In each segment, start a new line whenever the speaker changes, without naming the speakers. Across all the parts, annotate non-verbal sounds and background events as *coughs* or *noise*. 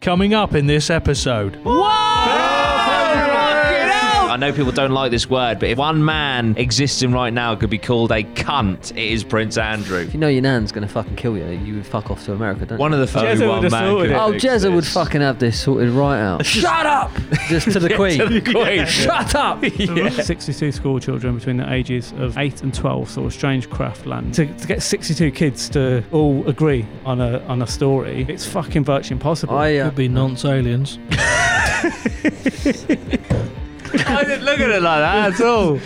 coming up in this episode.
I know people don't like this word, but if one man existing right now could be called a cunt, it is Prince Andrew.
If you know your nan's gonna fucking kill you, you would fuck off to America, don't
One of the
Jezza
only one
would've
man could
sorted it.
you? Oh,
fix
Jezza would
this.
fucking have this sorted
*laughs*
right out. Shut up! Just to the Queen.
*laughs*
Shut up!
62 school children between the ages of 8 and 12 saw a strange craft land. To, to get 62 kids to all agree on a on a story, it's fucking virtually impossible.
I, uh,
Could be nonce aliens.
I didn't look at it like that at *laughs* all.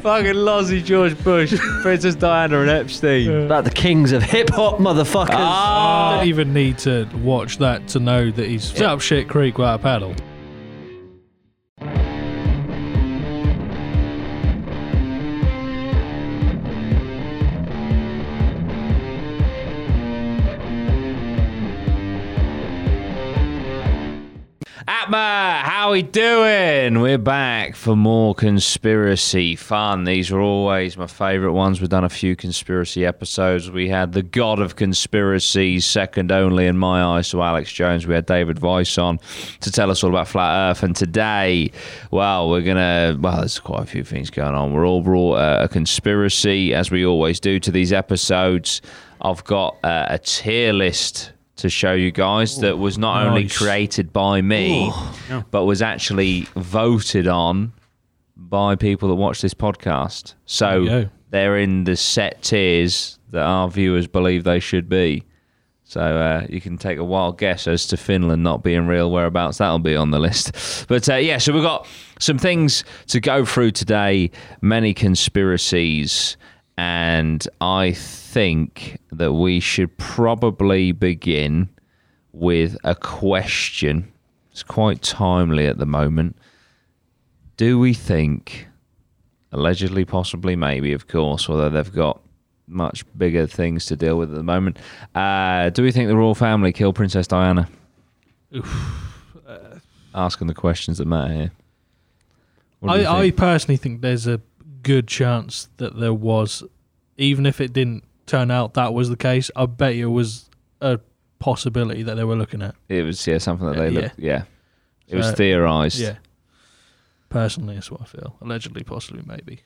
Fucking lousy George Bush, Princess Diana, and Epstein.
about the kings of hip hop, motherfuckers.
Ah,
Don't even need to watch that to know that he's up shit creek without a paddle.
Atma, how we doing? We're back for more conspiracy fun. These are always my favourite ones. We've done a few conspiracy episodes. We had the God of Conspiracies, second only in my eyes to Alex Jones. We had David Weiss on to tell us all about flat Earth. And today, well, we're gonna well, there's quite a few things going on. We're all brought uh, a conspiracy as we always do to these episodes. I've got uh, a tier list to show you guys that was not only
Nice.
created by me, but was actually voted on by people that watch this podcast.
There you
So
go.
they're in the set tiers that our viewers believe they should be. So uh, you can take a wild guess as to Finland not being real whereabouts that'll be on the list. *laughs* But uh, yeah, so we've got some things to go through today, many conspiracies, and I think that we should probably begin with a question. It's quite timely at the moment. Do we think, allegedly, possibly, maybe, of course, although they've got much bigger things to deal with at the moment, uh, do we think the royal family killed Princess Diana? Asking the questions that matter here. What do
I,
you
I
think?
personally think there's a good chance that there was, even if it didn't turn out that was the case, I bet you it was a possibility that they were looking at.
it was yeah something that
Uh,
they
yeah.
looked yeah. It was
So,
theorized.
Yeah. Personally, that's what I feel. Allegedly, possibly, maybe.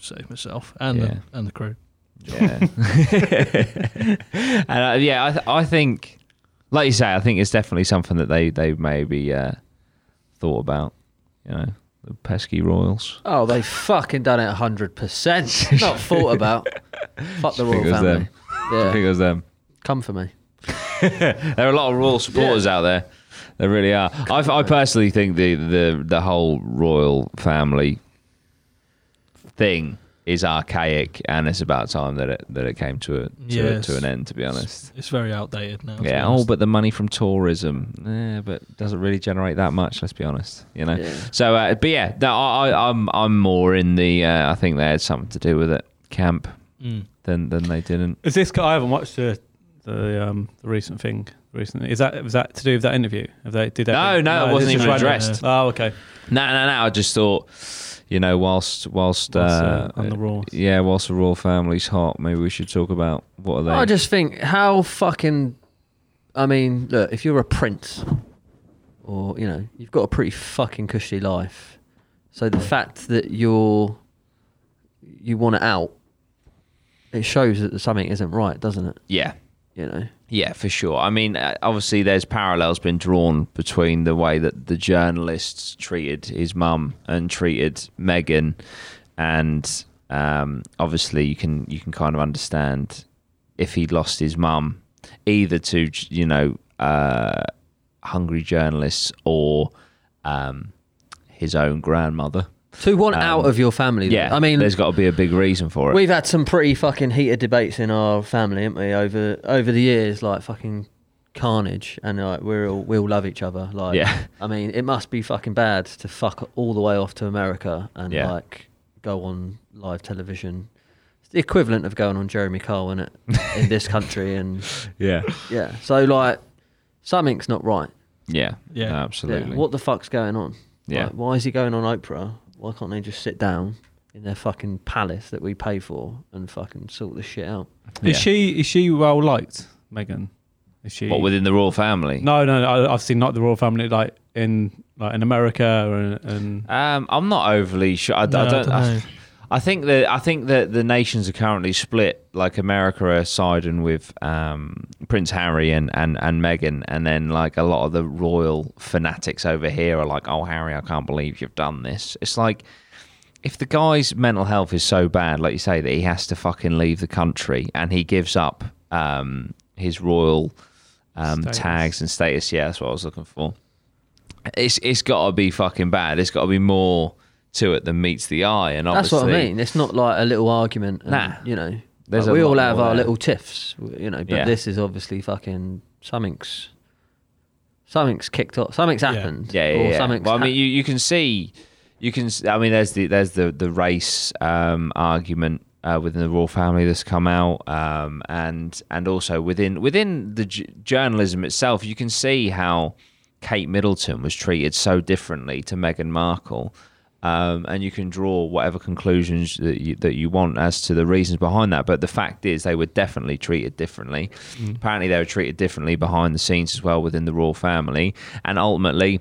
Save myself and
Yeah.
the, and the crew.
Yeah. *laughs* and uh, yeah, I, th- I think, like you say, I think it's definitely something that they they maybe uh, thought about. You know, the pesky royals.
Oh, they fucking done it 100%. Not thought about. Fuck the royal
Fingers
family.
I think
Yeah,
it was them.
come for me.
um, There are a lot of royal supporters out there. There really are. I, I personally think the, the the whole royal family thing is archaic, and it's about time that it that it came to a, to, a-
Yes.
to an end. To be honest.
It's very outdated now. to be
Yeah. Oh,
honest.
but the money from tourism, yeah, but doesn't really generate that much. Let's be honest, you know.
Yeah.
So, uh, but yeah, no, I, I, I'm I'm more in the. Uh, I think they had something to do with it camp
Mm.
than than they didn't.
Is this? I haven't watched the the, um, the recent thing. Recently, is that was that to do with that interview? Have they did that?
No, no, it wasn't
this is
even
random.
addressed.
Oh, okay.
No, no, no. I just thought, you know, whilst whilst, uh,
on the raw.
yeah, whilst the royal family's hot, maybe we should talk about what are they?
I just think how fucking. I mean, look, if you're a prince, or you know, you've got a pretty fucking cushy life. So the fact that you're you want it out, it shows that something isn't right, doesn't it?
yeah.
You know.
Yeah, for sure. I mean, uh, obviously, there's parallels been drawn between the way that the journalists treated his mum and treated Meghan, and um, obviously, you can you can kind of understand if he'd lost his mum, either to you know uh, hungry journalists or um, his own grandmother.
To want
Um,
out of your family. though.
Yeah,
I mean,
there's got to be a big reason for it.
We've had some pretty fucking heated debates in our family, haven't we? Over over the years, like fucking carnage, and like we're all we all love each other. Like,
Yeah.
I mean, it must be fucking bad to fuck all the way off to America and
Yeah.
like go on live television. It's the equivalent of going on Jeremy
*laughs*
Carl in it in this country, and
yeah,
yeah. So like, something's not right.
yeah,
Yeah.
yeah,
Yeah.
absolutely.
Yeah. What the fuck's going on?
Yeah.
Like, why is he going on Oprah? Why can't they just sit down in their fucking palace that we pay for and fucking sort this shit out?
Yeah.
Is she is she well liked, Megan? Is she?
What within the royal family?
no, no, no. I, I've seen like the royal family, like in like in America and, and
Um, I'm not overly sure. I, d- I
No,
don't. I,
dunno.
I think that I think that the nations are currently split. Like America are siding with um, Prince Harry and, and and Meghan, and then like a lot of the royal fanatics over here are like, "Oh, Harry, I can't believe you've done this." It's like if the guy's mental health is so bad, like you say, that he has to fucking leave the country and he gives up um, his royal um,
Status.
tags and status. Yeah, that's what I was looking for. It's it's got to be fucking bad. There's got to be more to it than meets the eye. And
That's
obviously,
what I mean. It's not like a little argument. And,
Nah.
You know,
There's
like,
a
we
lot
all have
more
our
there.
little tiffs, w- you know, but
Yeah.
this is obviously fucking something's. Something's kicked off. Something's
Yeah.
happened.
Yeah, yeah.
or
yeah.
Something's
Well, I
hap-
mean, you, you can see, you can. s- I mean, there's the there's the the race um, argument uh, within the royal family that's come out, um, and and also within within the j- journalism itself, you can see how Kate Middleton was treated so differently to Meghan Markle. Um, and you can draw whatever conclusions that you, that you want as to the reasons behind that. But the fact is, they were definitely treated differently. Apparently, they were treated differently behind the scenes as well within the royal family. And ultimately,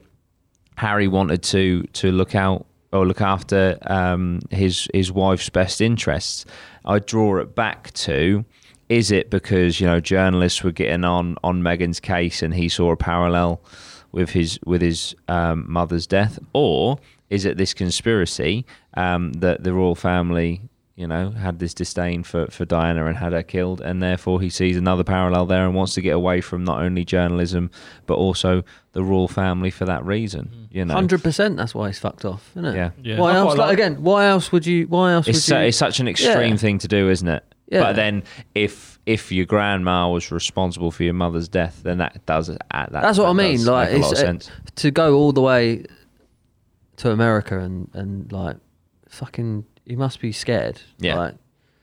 Harry wanted to to look out or look after um, his his wife's best interests. I draw it back to is it because you know journalists were getting on on Meghan's case and he saw a parallel with his with his um, mother's death, or is it this conspiracy um, that the royal family you know had this disdain for for Diana and had her killed, and therefore he sees another parallel there and wants to get away from not only journalism but also the royal family for that reason. You know,
Mm. Hundred percent. That's why he's fucked off, isn't it?
yeah.
Yeah.
Why
I
else?
quite
Like,
like-
again, why else would you? Why else
It's,
would
su-
you?
it's such an extreme
Yeah.
thing to do, isn't it?
Yeah.
But then, if if your grandma was responsible for your mother's death, then that does uh, that,
That's what
that
I mean,
does
like,
make a lot of
it's, uh,
sense.
to go all the way to America and and like fucking, you must be scared.
Yeah.
Like,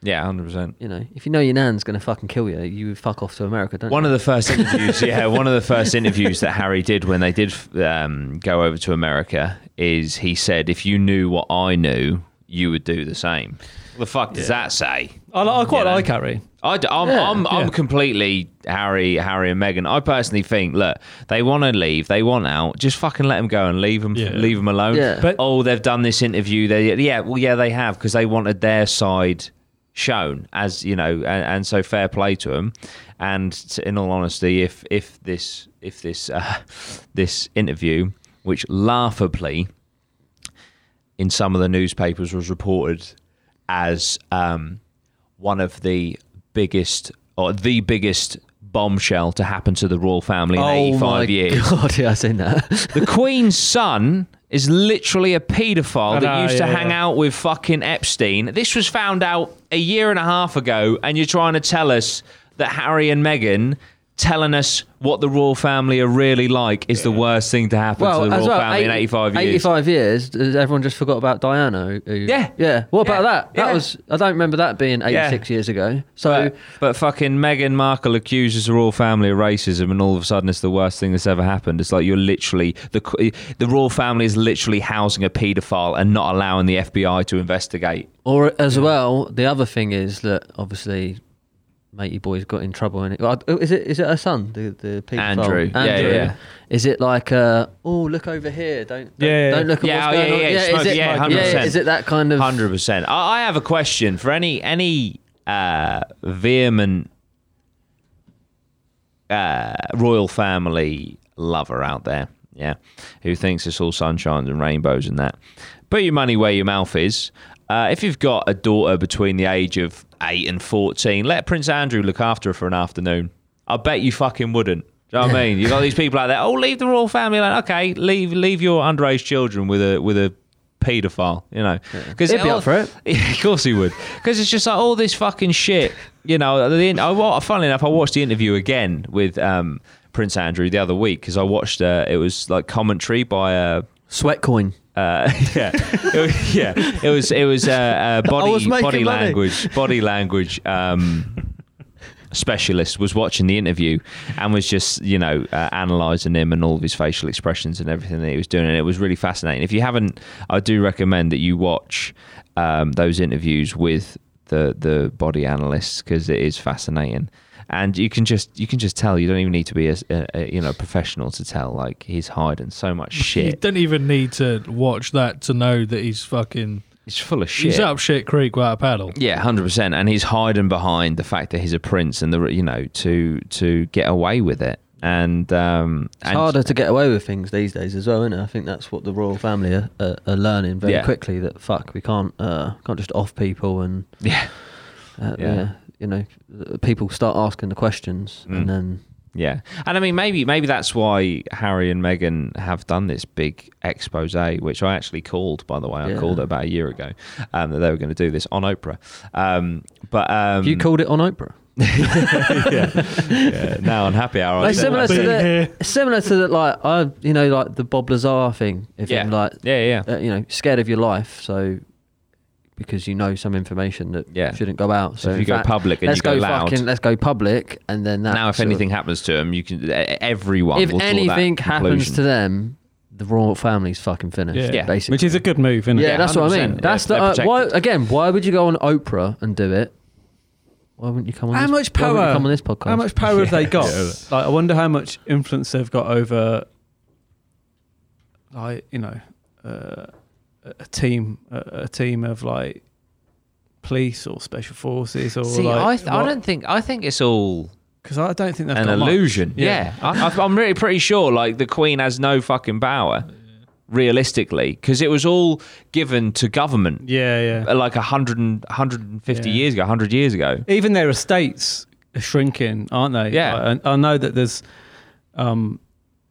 Yeah, hundred percent.
you know, if you know your nan's gonna fucking kill you, you would fuck off to America, don't
One
you?
of the first interviews, yeah, one of the first interviews that Harry did when they did um, go over to America is he said, "If you knew what I knew, you would do the same." What the fuck does that say?
I, li- I quite
You know?
like Harry.
I, am
Yeah,
I'm,
yeah.
I'm completely Harry, Harry and Meghan. I personally think, look, they want to leave, they want out. Just fucking let them go and leave them,
Yeah.
leave them alone.
Yeah.
But-
oh, they've done this interview. They, yeah, well, yeah, they have because they wanted their side shown as you know, and, and so fair play to them. And t- in all honesty, if if this if this uh, *laughs* this interview, which laughably in some of the newspapers was reported as um, one of the biggest or the biggest bombshell to happen to the royal family in
oh
85
my
years.
*laughs* god, yeah, I seen that.
The Queen's son is literally a paedophile
I
that
know,
used to
yeah,
hang
yeah.
out with fucking Epstein. This was found out a year and a half ago, and you're trying to tell us that Harry and Meghan telling us what the royal family are really like is the worst thing to happen to the royal family in 85 years.
85 years, does everyone just forgot about Diana. who- who-
Yeah.
Yeah. What about
Yeah.
that? That
Yeah.
was, I don't remember that being 86 years ago. So,
But, but fucking Meghan Markle accuses the royal family of racism, and all of a sudden it's the worst thing that's ever happened. It's like you're literally the qu- the royal family is literally housing a paedophile and not allowing the FBI to investigate.
or as well, the other thing is that obviously matey boy's got in trouble in it. Is it is it her son, the, the paedophile?
Andrew. Yeah, yeah, yeah.
Is it like, uh, oh, look over here. Don't, don't,
Yeah, yeah.
don't look at
Yeah,
what's
oh, yeah,
going on.
yeah, it's smoke,
is it,
yeah, 100%.
Is it that kind of.
Hundred percent. I, I have a question for any any uh, vehement uh, royal family lover out there, yeah, who thinks it's all sunshine and rainbows and that. Put your money where your mouth is. Uh, if you've got a daughter between the age of eight and fourteen, let Prince Andrew look after her for an afternoon. I bet you fucking wouldn't. Do you know what I
*laughs*
mean? You got these people out there. Oh, leave the royal family alone. Okay, leave leave your underage children with a with a paedophile. You know, because
He'd be up for it.
*laughs* yeah, of course he would. Because it's just like all this fucking shit. You know, the, in- I, wa- funnily enough, I watched the interview again with um, Prince Andrew the other week because I watched, uh, it was like commentary by a.
Sweat coin.
Uh, *laughs* yeah, it was, yeah. It was it was uh, uh, body
was making
body
money.
language body language um, specialist was watching the interview and was just you know uh, analysing him and all of his facial expressions and everything that he was doing, and it was really fascinating. If you haven't, I do recommend that you watch um, those interviews with the the body analysts because it is fascinating. and you can just you can just tell. You don't even need to be a, a, a you know professional to tell. Like he's hiding so much
You
shit.
don't even need to watch that to know that he's fucking.
He's full of shit.
He's up shit creek without a paddle.
Yeah, hundred percent. And he's hiding behind the fact that he's a prince, and the you know to to get away with it. And um,
It's
and-
harder to get away with things these days as well, isn't it? I think that's what the royal family are, are, are learning very
Yeah.
quickly. That fuck, we can't uh, can't just off people and
*laughs* Yeah,
uh,
Yeah.
yeah, you know, people start asking the questions
Mm.
and then
yeah. And I mean, maybe maybe that's why Harry and Meghan have done this big expose, which I actually called. By the way, I
Yeah.
called it about a year ago um, that they were going to do this on Oprah. Um, but um,
you called it on Oprah.
*laughs* yeah, now on Happy Hour. I
Like
said-
similar to
Being here.
the similar to the like I you know like the Bob Lazar thing. If
yeah.
you're like
yeah, yeah, yeah.
uh, you know scared of your life, so because you know some information that
Yeah.
shouldn't go out.
So
So
if
in
you go
fact,
public and
let's
you go,
go
loud,
fucking uh, let's go public, and then that
now if
sort of-
anything happens to him, you can. e-, Everyone.
if
will draw that
anything happens
conclusion.
to them, the royal family's fucking finished.
Yeah.
Yeah.
basically.
which is a good move, isn't
yeah,
it?
that's what I mean.
100%,
That's
yeah,
the
they're
uh, why
protected.
again. Why would you go on Oprah and do it? Why wouldn't you come on?
How
this,
much
Why wouldn't you
power?
come on this podcast?
How much power
*laughs*
have they got? Like, I wonder how much influence they've got over, like, you know, uh, a a team, a, a team of like police or special forces or
See,
like.
I, th- I don't think I think it's all
because I don't think they've
an
got much.
illusion. Yeah,
Yeah.
I, I- I'm really pretty sure. Like the Queen has no fucking power, realistically, because it was all given to government
Yeah, yeah.
uh, like 100 and 150
Yeah.
years ago, 100 years ago.
even their estates are shrinking, aren't they?
Yeah.
Like, I, I know that there's um,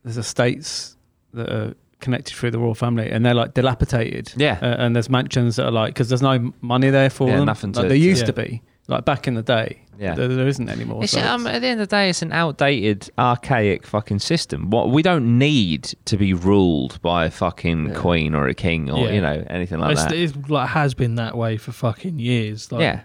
there's estates that are connected through the royal family, and they're like dilapidated.
Yeah.
Uh, and there's mansions that are like because there's no money there for
Yeah,
them.
nothing
Like,
to-
there
to-
used
Yeah.
to be like back in the day.
Yeah.
There, there isn't anymore.
It's,
so
um,
it's-
at the end of the day, it's an outdated, archaic fucking system. What we don't need to be ruled by a fucking
Yeah.
queen or a king or
Yeah.
you know anything like
it's,
that.
it's like has been that way for fucking years. Like,
yeah,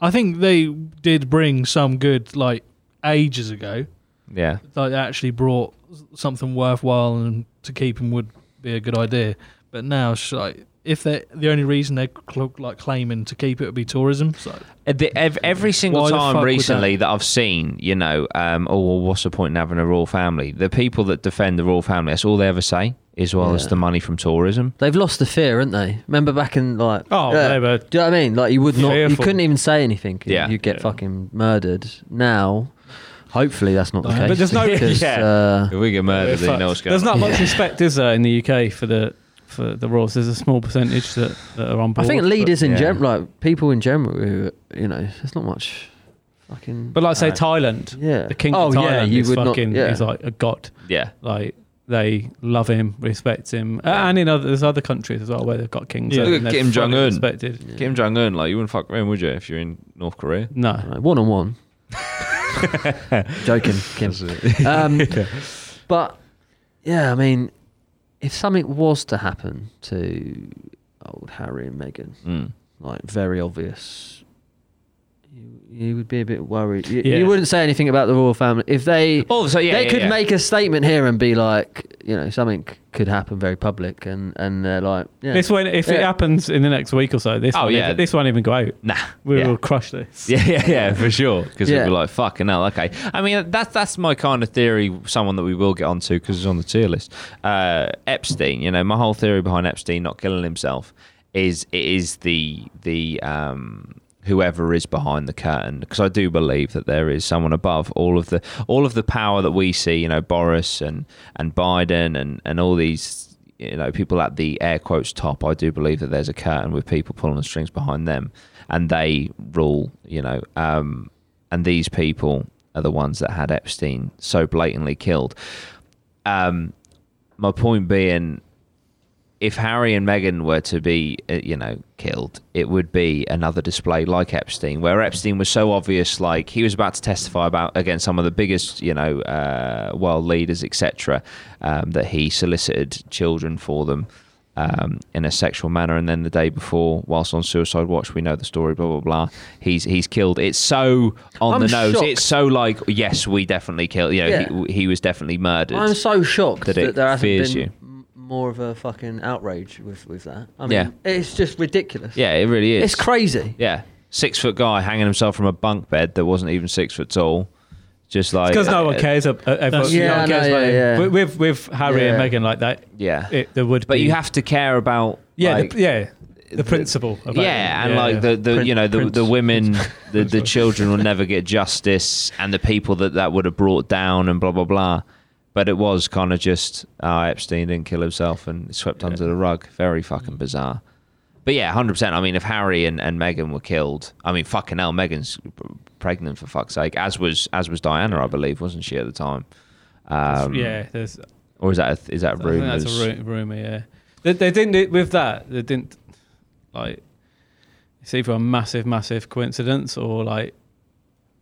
I think they did bring some good like ages ago.
yeah,
Like they actually brought something worthwhile and to keep him would be a good idea. But now it's just like if they the only reason they're cl- like claiming to keep it would be tourism. It's like,
At the- ev- every single
Why the fuck
time
would
recently that? I've seen, you know, um, oh, well, what's the point in having a royal family? The people that defend the royal family, that's all they ever say, as well as
Yeah.
the money from tourism.
They've lost the fear, haven't they? Remember back in like
oh,
yeah.
they were.
Do you know what I mean? Like you would not, you
Fearful.
couldn't even say anything.
Yeah.
you'd get
Yeah.
fucking murdered. Now, hopefully that's not the
But
case.
there's no-
because,
Yeah.
uh,
If we get murdered,
fucked.
then know what's going
There's
on.
not much respect, is there, in the UK for the for the royals? There's a small percentage that, that are on
I
board.
think leaders in
yeah.
general, like people in general, who you know, there's not much fucking.
But like say
No.
Thailand,
yeah,
the king
oh
of Thailand
yeah, you
is
would
fucking
not. Yeah.
is like a god.
Yeah.
like they love him, respect him, Uh,
Yeah.
and in other there's other countries as well where they've got kings.
Yeah.
and
Look at
they're
Kim
fully
Jong-un.
respected.
Yeah.
Kim Jong Un, like, you wouldn't fuck around, would you, if you're in North Korea?
No,
Right, one on one. Joking, Kim. Um, But yeah, I mean, if something was to happen to old Harry and Meghan,
Mm.
like very obvious. You, you would be a bit worried. You,
Yeah.
you wouldn't say anything about the royal family if they
All of a sudden, Oh, yeah,
they
yeah,
could
yeah.
make a statement here and be like, you know, something could happen very public, and and they're like, yeah,
this one if it
Yeah.
happens in the next week or so, this
Oh,
oh
yeah.
this won't even go out.
Nah.
We
yeah.
will crush this.
*laughs* Yeah, yeah, yeah, for sure. Because
Yeah.
it'd be like, fucking hell, okay. I mean, that's that's my kind of theory, someone that we will get onto because it's on the tier list. Uh, Epstein, you know, my whole theory behind Epstein not killing himself is it is the the um whoever is behind the curtain because I do believe that there is someone above all of the all of the power that we see, you know, Boris and and Biden and and all these you know people at the air quotes top i do believe that there's a curtain with people pulling the strings behind them and they rule you know um and these people are the ones that had epstein so blatantly killed um my point being if Harry and Meghan were to be, uh, you know, killed, it would be another display like Epstein, where Epstein was so obvious, like he was about to testify about against some of the biggest, you know, uh, world leaders, etc., um, that he solicited children for them um, in a sexual manner, and then the day before, whilst on suicide watch, we know the story, blah blah blah. He's he's killed. It's so on
I'm
the nose.
shocked.
It's so like, yes, we definitely killed. You know, he, he was definitely murdered.
I'm so shocked
that
that,
it
there hasn't
fears
been
you.
m- more of a fucking outrage with with that. I mean,
Yeah.
it's just ridiculous.
yeah, it really is.
it's crazy.
Yeah. Six foot guy hanging himself from a bunk bed that wasn't even six foot tall. Just like
because no one
uh,
cares. ab- uh, everyone-
Yeah,
no one cares
no, yeah,
about him.
yeah.
With, with with Harry and
Yeah.
Meghan like that,
Yeah,
it, there would.
but
be,
you have to care about
yeah,
like,
the, yeah, the principle. About
yeah,
it.
and like
yeah.
the, the
Prin-
you know the,
Prince.
the women, the, the children
*laughs*
will never get justice, and the people that that would have brought down, and blah blah blah. But it was kind of just uh, Epstein didn't kill himself and swept under the rug. Very
Mm.
fucking bizarre. But yeah, hundred percent. I mean, if Harry and, and Meghan were killed, I mean, fucking hell, Meghan's pregnant for fuck's sake. As was as was Diana, I believe, wasn't she at the time? Um,
yeah, there's
Or is that a, is that rumors?
I think that's a ru- rumor. Yeah, they, they didn't with that. They didn't like. It's either a massive, massive coincidence or like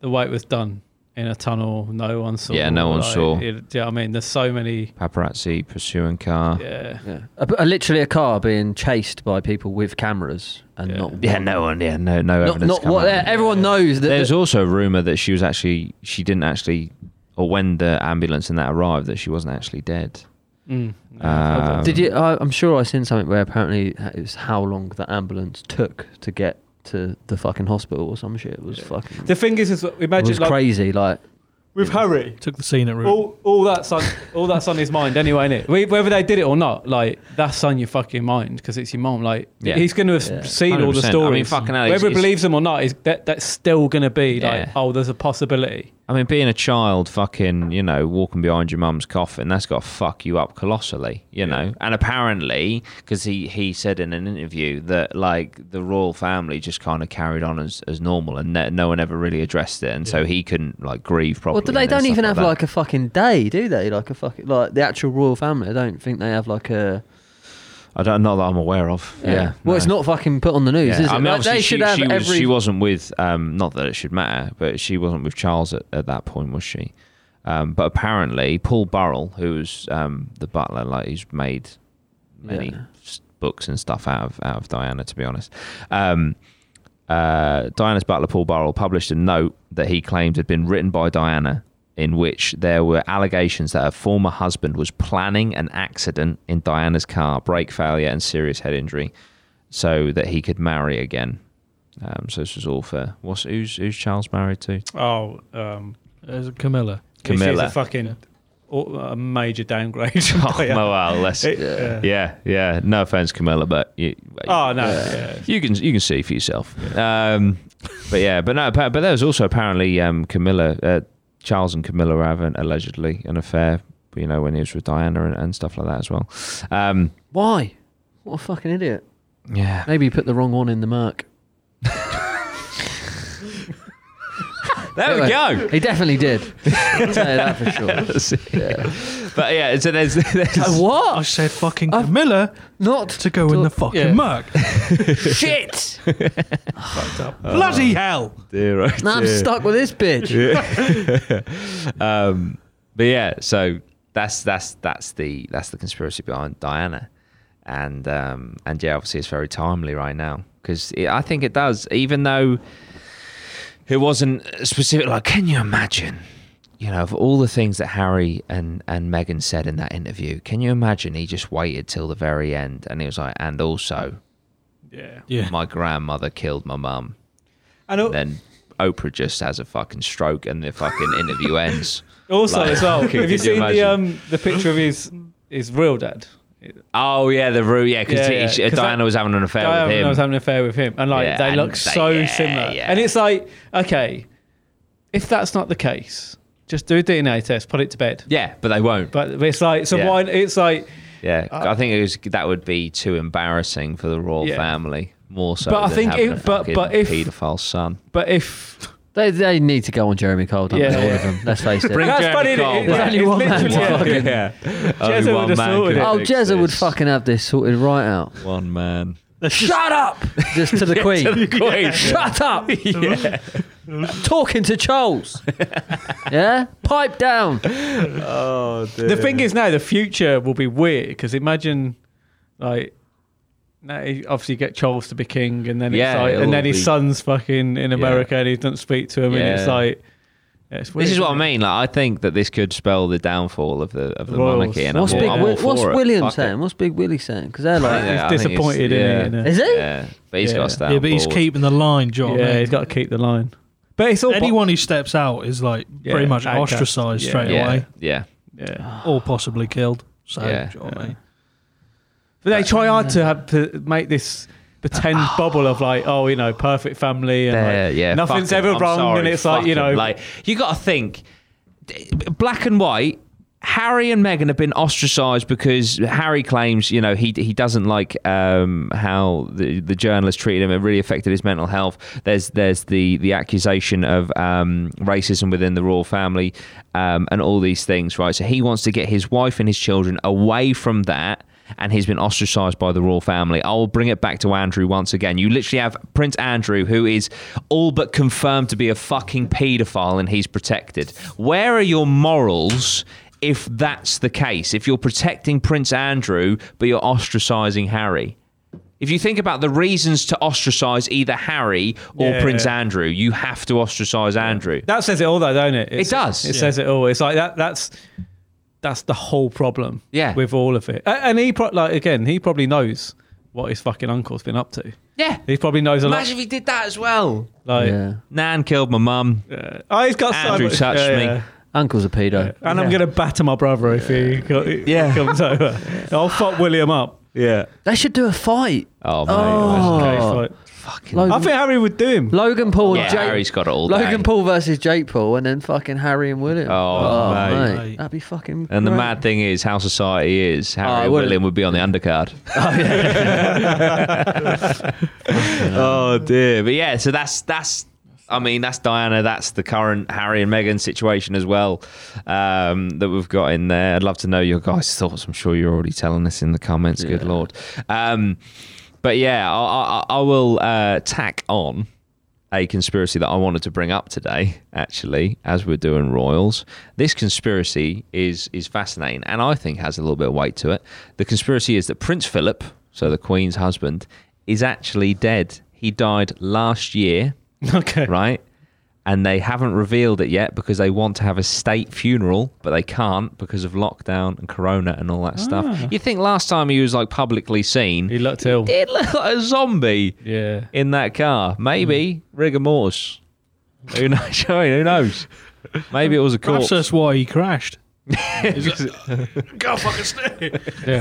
the way it was done in a tunnel. No one saw.
Yeah, no one
like,
saw.
It, do you know what I mean? There's so many.
Paparazzi pursuing car.
Yeah,
Yeah. A, a- literally a car being chased by people with cameras and
Yeah.
not.
Yeah, no one. Yeah, no, no
Not,
evidence.
not
come
what e,
out.
everyone knows that.
There's
that-
also a rumor that she was actually she didn't actually, or when the ambulance and that arrived, that she wasn't actually dead.
Mm.
Um,
did you? I, I'm sure I seen something where apparently it was how long the ambulance took to get to the fucking hospital or some shit. It was fucking.
The thing is, is
it
imagine
was
like
crazy. Like
with Harry.
Took the scenic route.
All, all that's on, all that's on his mind anyway, innit? Whe- Whether they did it or not, like that's on your fucking mind because it's your mom. Like
Yeah.
he's going to have
Yeah.
seen all the
100%. I mean,
stories.
fucking hell, it's-
Whether he
it's-
believes them or not, is that that's still going to be
Yeah.
like, oh, there's a possibility.
I mean, being a child, fucking, you know, walking behind your mum's coffin, that's got to fuck you up colossally, you know. And apparently, because he he said in an interview that like the royal family just kind of carried on as, as normal, and no, no one ever really addressed it, and so he couldn't like grieve properly.
Well, do they
and then
don't
stuff
even have
that.
like a fucking day, do they? Like a fucking like the actual royal family. I don't think they have like a.
I don't not that I'm aware of. Yeah,
Well, it's
no.
not fucking put on the news,
Yeah,
is it?
I mean,
Like,
obviously
they
she,
should have
she, was,
every.
she wasn't with, um, not that it should matter, but she wasn't with Charles at, at that point, was she? Um, but apparently, Paul Burrell, who was um, the butler, like he's made many
Yeah.
s- books and stuff out of out of Diana, to be honest. Um, uh, Diana's butler, Paul Burrell, published a note that he claimed had been written by Diana, in which there were allegations that her former husband was planning an accident in Diana's car, brake failure, and serious head injury, so that he could marry again. Um, so this was all for what's who's who's Charles married to?
Oh, um,
There's Camilla.
This is
Camilla.
a fucking a major downgrade.
*laughs*
*laughs*
Oh, well, let's-
It-
Yeah.
yeah, yeah. No offense, Camilla, but you,
Oh no. yeah.
you can you can see for yourself. Um, but yeah, but no, but, but there was also apparently um, Camilla, uh, Charles and Camilla were having allegedly an affair. You know when he was with Diana and, and stuff like that as well. Um,
Why? What a fucking idiot.
yeah,
Maybe you put the wrong one in the mark.
there we *laughs*
Anyway.
go.
He definitely did. I'll tell you that for sure.
But yeah, so there's, *laughs* there's
I
what?
said fucking
I've-
Camilla
Not
to go in the fucking
Yeah.
mug.
*laughs* shit.
Bloody hell!
dear, oh
Now I'm
dear.
stuck with this bitch.
um, but yeah, so that's that's that's the that's the conspiracy behind Diana, and um, and yeah, obviously it's very timely right now because I think it does, even though it wasn't specific. Like, can you imagine? You know, of all the things that Harry and and Meghan said in that interview, can you imagine he just waited till the very end and he was like, and also
yeah.
Yeah.
my grandmother killed my mum,
And al-
then Oprah just has a fucking stroke and the fucking interview ends.
also
like,
as well,
*laughs* could-
have you
could you
seen the
imagine?
um the picture of his his real dad?
Oh yeah, the root. Yeah, because
Yeah, yeah, 'cause that-
Diana was having an affair
Diana
with him.
was having an affair with him, and like
Yeah,
they
and
look
they-
so
yeah,
similar.
yeah.
And it's like, okay, if that's not the case, just do a DNA test, put it to bed.
yeah, but they won't.
But it's like, so
Yeah.
why? It's like,
yeah,
Uh,
I think it was, that would be too embarrassing for the royal
Yeah.
family. More so,
But I
than
think
having
if-
a
but-
fucking
but if-
paedophile
*laughs*
son.
*laughs*
but if
They, they need to go on Jeremy Cole, don't
Yeah.
they? All of them. Let's face it.
Bring
that's
Jeremy
funny. isn't it?
Corbyn.
It's
There's only one man to
literally-
fucking-
yeah,
Jezza
Only
would
one
have
man
sorted
could
it.
have
oh,
fixed
Jezza would
this.
fucking have this sorted right out.
one
*laughs*
man.
Shut up!
*laughs*
Just to the Queen. Shut up! *laughs* Talking
*laughs*
to Charles. yeah? Pipe down.
Oh,
The thing is now, the future will be weird because imagine, like, now he obviously get Charles to be king, and then
Yeah,
it's like,
it'll
and then his
be-
son's fucking in America, and he doesn't speak to him, and it's
Yeah.
like, yeah, it's weird,
This is what I
isn't it?
mean. Like, I think that this could spell the downfall of the of the
Royals.
monarchy. And
What's
I'm
Big
all, I'm all
Wi- What's
for it.
William
Fuck it.
saying? What's Big Willie saying? Because they're like,
Yeah, I think
He's disappointed,
yeah.
isn't he?
is he?
Yeah, but he's
Yeah.
got to stay
Yeah,
on
but he's
board.
keeping the line, John.
Yeah, he's got to keep the line. But it's all bo-
Anyone who steps out is like
Yeah,
pretty much
outcast.
ostracised
Yeah.
straight
yeah,
away,
yeah.
yeah.
or possibly killed. So,
Yeah.
do you know what I
Yeah.
mean?
But they try hard to have to make this
*sighs*
pretend bubble of like, oh, you know, perfect family and
There,
like,
yeah,
nothing's
fuck 'em,
ever
I'm
wrong,
sorry,
and it's like you
fuck 'em.
know,
like you got to think, d- black and white. Harry and Meghan have been ostracised because Harry claims, you know, he he doesn't like um, how the the journalist treated him. It really affected his mental health. There's there's the the accusation of um, racism within the royal family um, and all these things, right? So he wants to get his wife and his children away from that and he's been ostracized by the royal family. I'll bring it back to Andrew once again. You literally have Prince Andrew, who is all but confirmed to be a fucking paedophile, and he's protected. Where are your morals? If that's the case, if you're protecting Prince Andrew, but you're ostracizing Harry. If you think about the reasons to ostracize either Harry or
Yeah.
Prince Andrew, you have to ostracize Andrew.
that says it all, though, don't it? It's-
does.
It
Yeah.
says it all. It's like that. That's that's the whole problem.
Yeah.
with all of it, A- and he pro- like again, he probably knows what his fucking uncle's been up to.
Yeah.
He probably knows a
Imagine
lot.
if he did that as well.
Like,
yeah.
Nan killed my mum.
yeah. oh, he's got
Andrew
so much.
touched
yeah,
me.
yeah.
Uncle's a pedo.
And I'm gonna batter my brother if he, co-
Yeah.
comes over. I'll fuck William up.
Yeah.
They should do a fight.
Oh, mate.
Oh.
Okay,
Oh.
fine.
Fucking
I think Harry would do him. *laughs*
Logan Paul,
Yeah,
Jake,
Harry's got it all
Logan
day.
Paul versus Jake Paul, and then fucking Harry and William.
Oh, mate.
that'd be fucking.
And the
great.
mad thing is, how society is, Harry
Oh, I
and
wouldn't-
William would be on the
*laughs*
undercard. *laughs* oh dear, but yeah. So that's that's. I mean, that's Diana. That's the current Harry and Meghan situation as well um, that we've got in there. I'd love to know your guys' thoughts. I'm sure you're already telling us in the comments. Good lord. Um, but yeah, I, I, I will uh, tack on a conspiracy that I wanted to bring up today, actually, as we're doing royals. This conspiracy is is fascinating and I think has a little bit of weight to it. The conspiracy is that Prince Philip, so the Queen's husband, is actually dead. He died last *laughs* year,
Okay.
right? And they haven't revealed it yet because they want to have a state funeral, but they can't because of lockdown and corona and all that stuff. You think last time he was like publicly seen,
He looked ill.
did look *laughs* like a zombie
Yeah.
in that car. Maybe
Hmm.
rigor mortis. Who *laughs* knows? Shall we? Who knows? Maybe it was a
Perhaps
corpse.
that's why he crashed.
*laughs*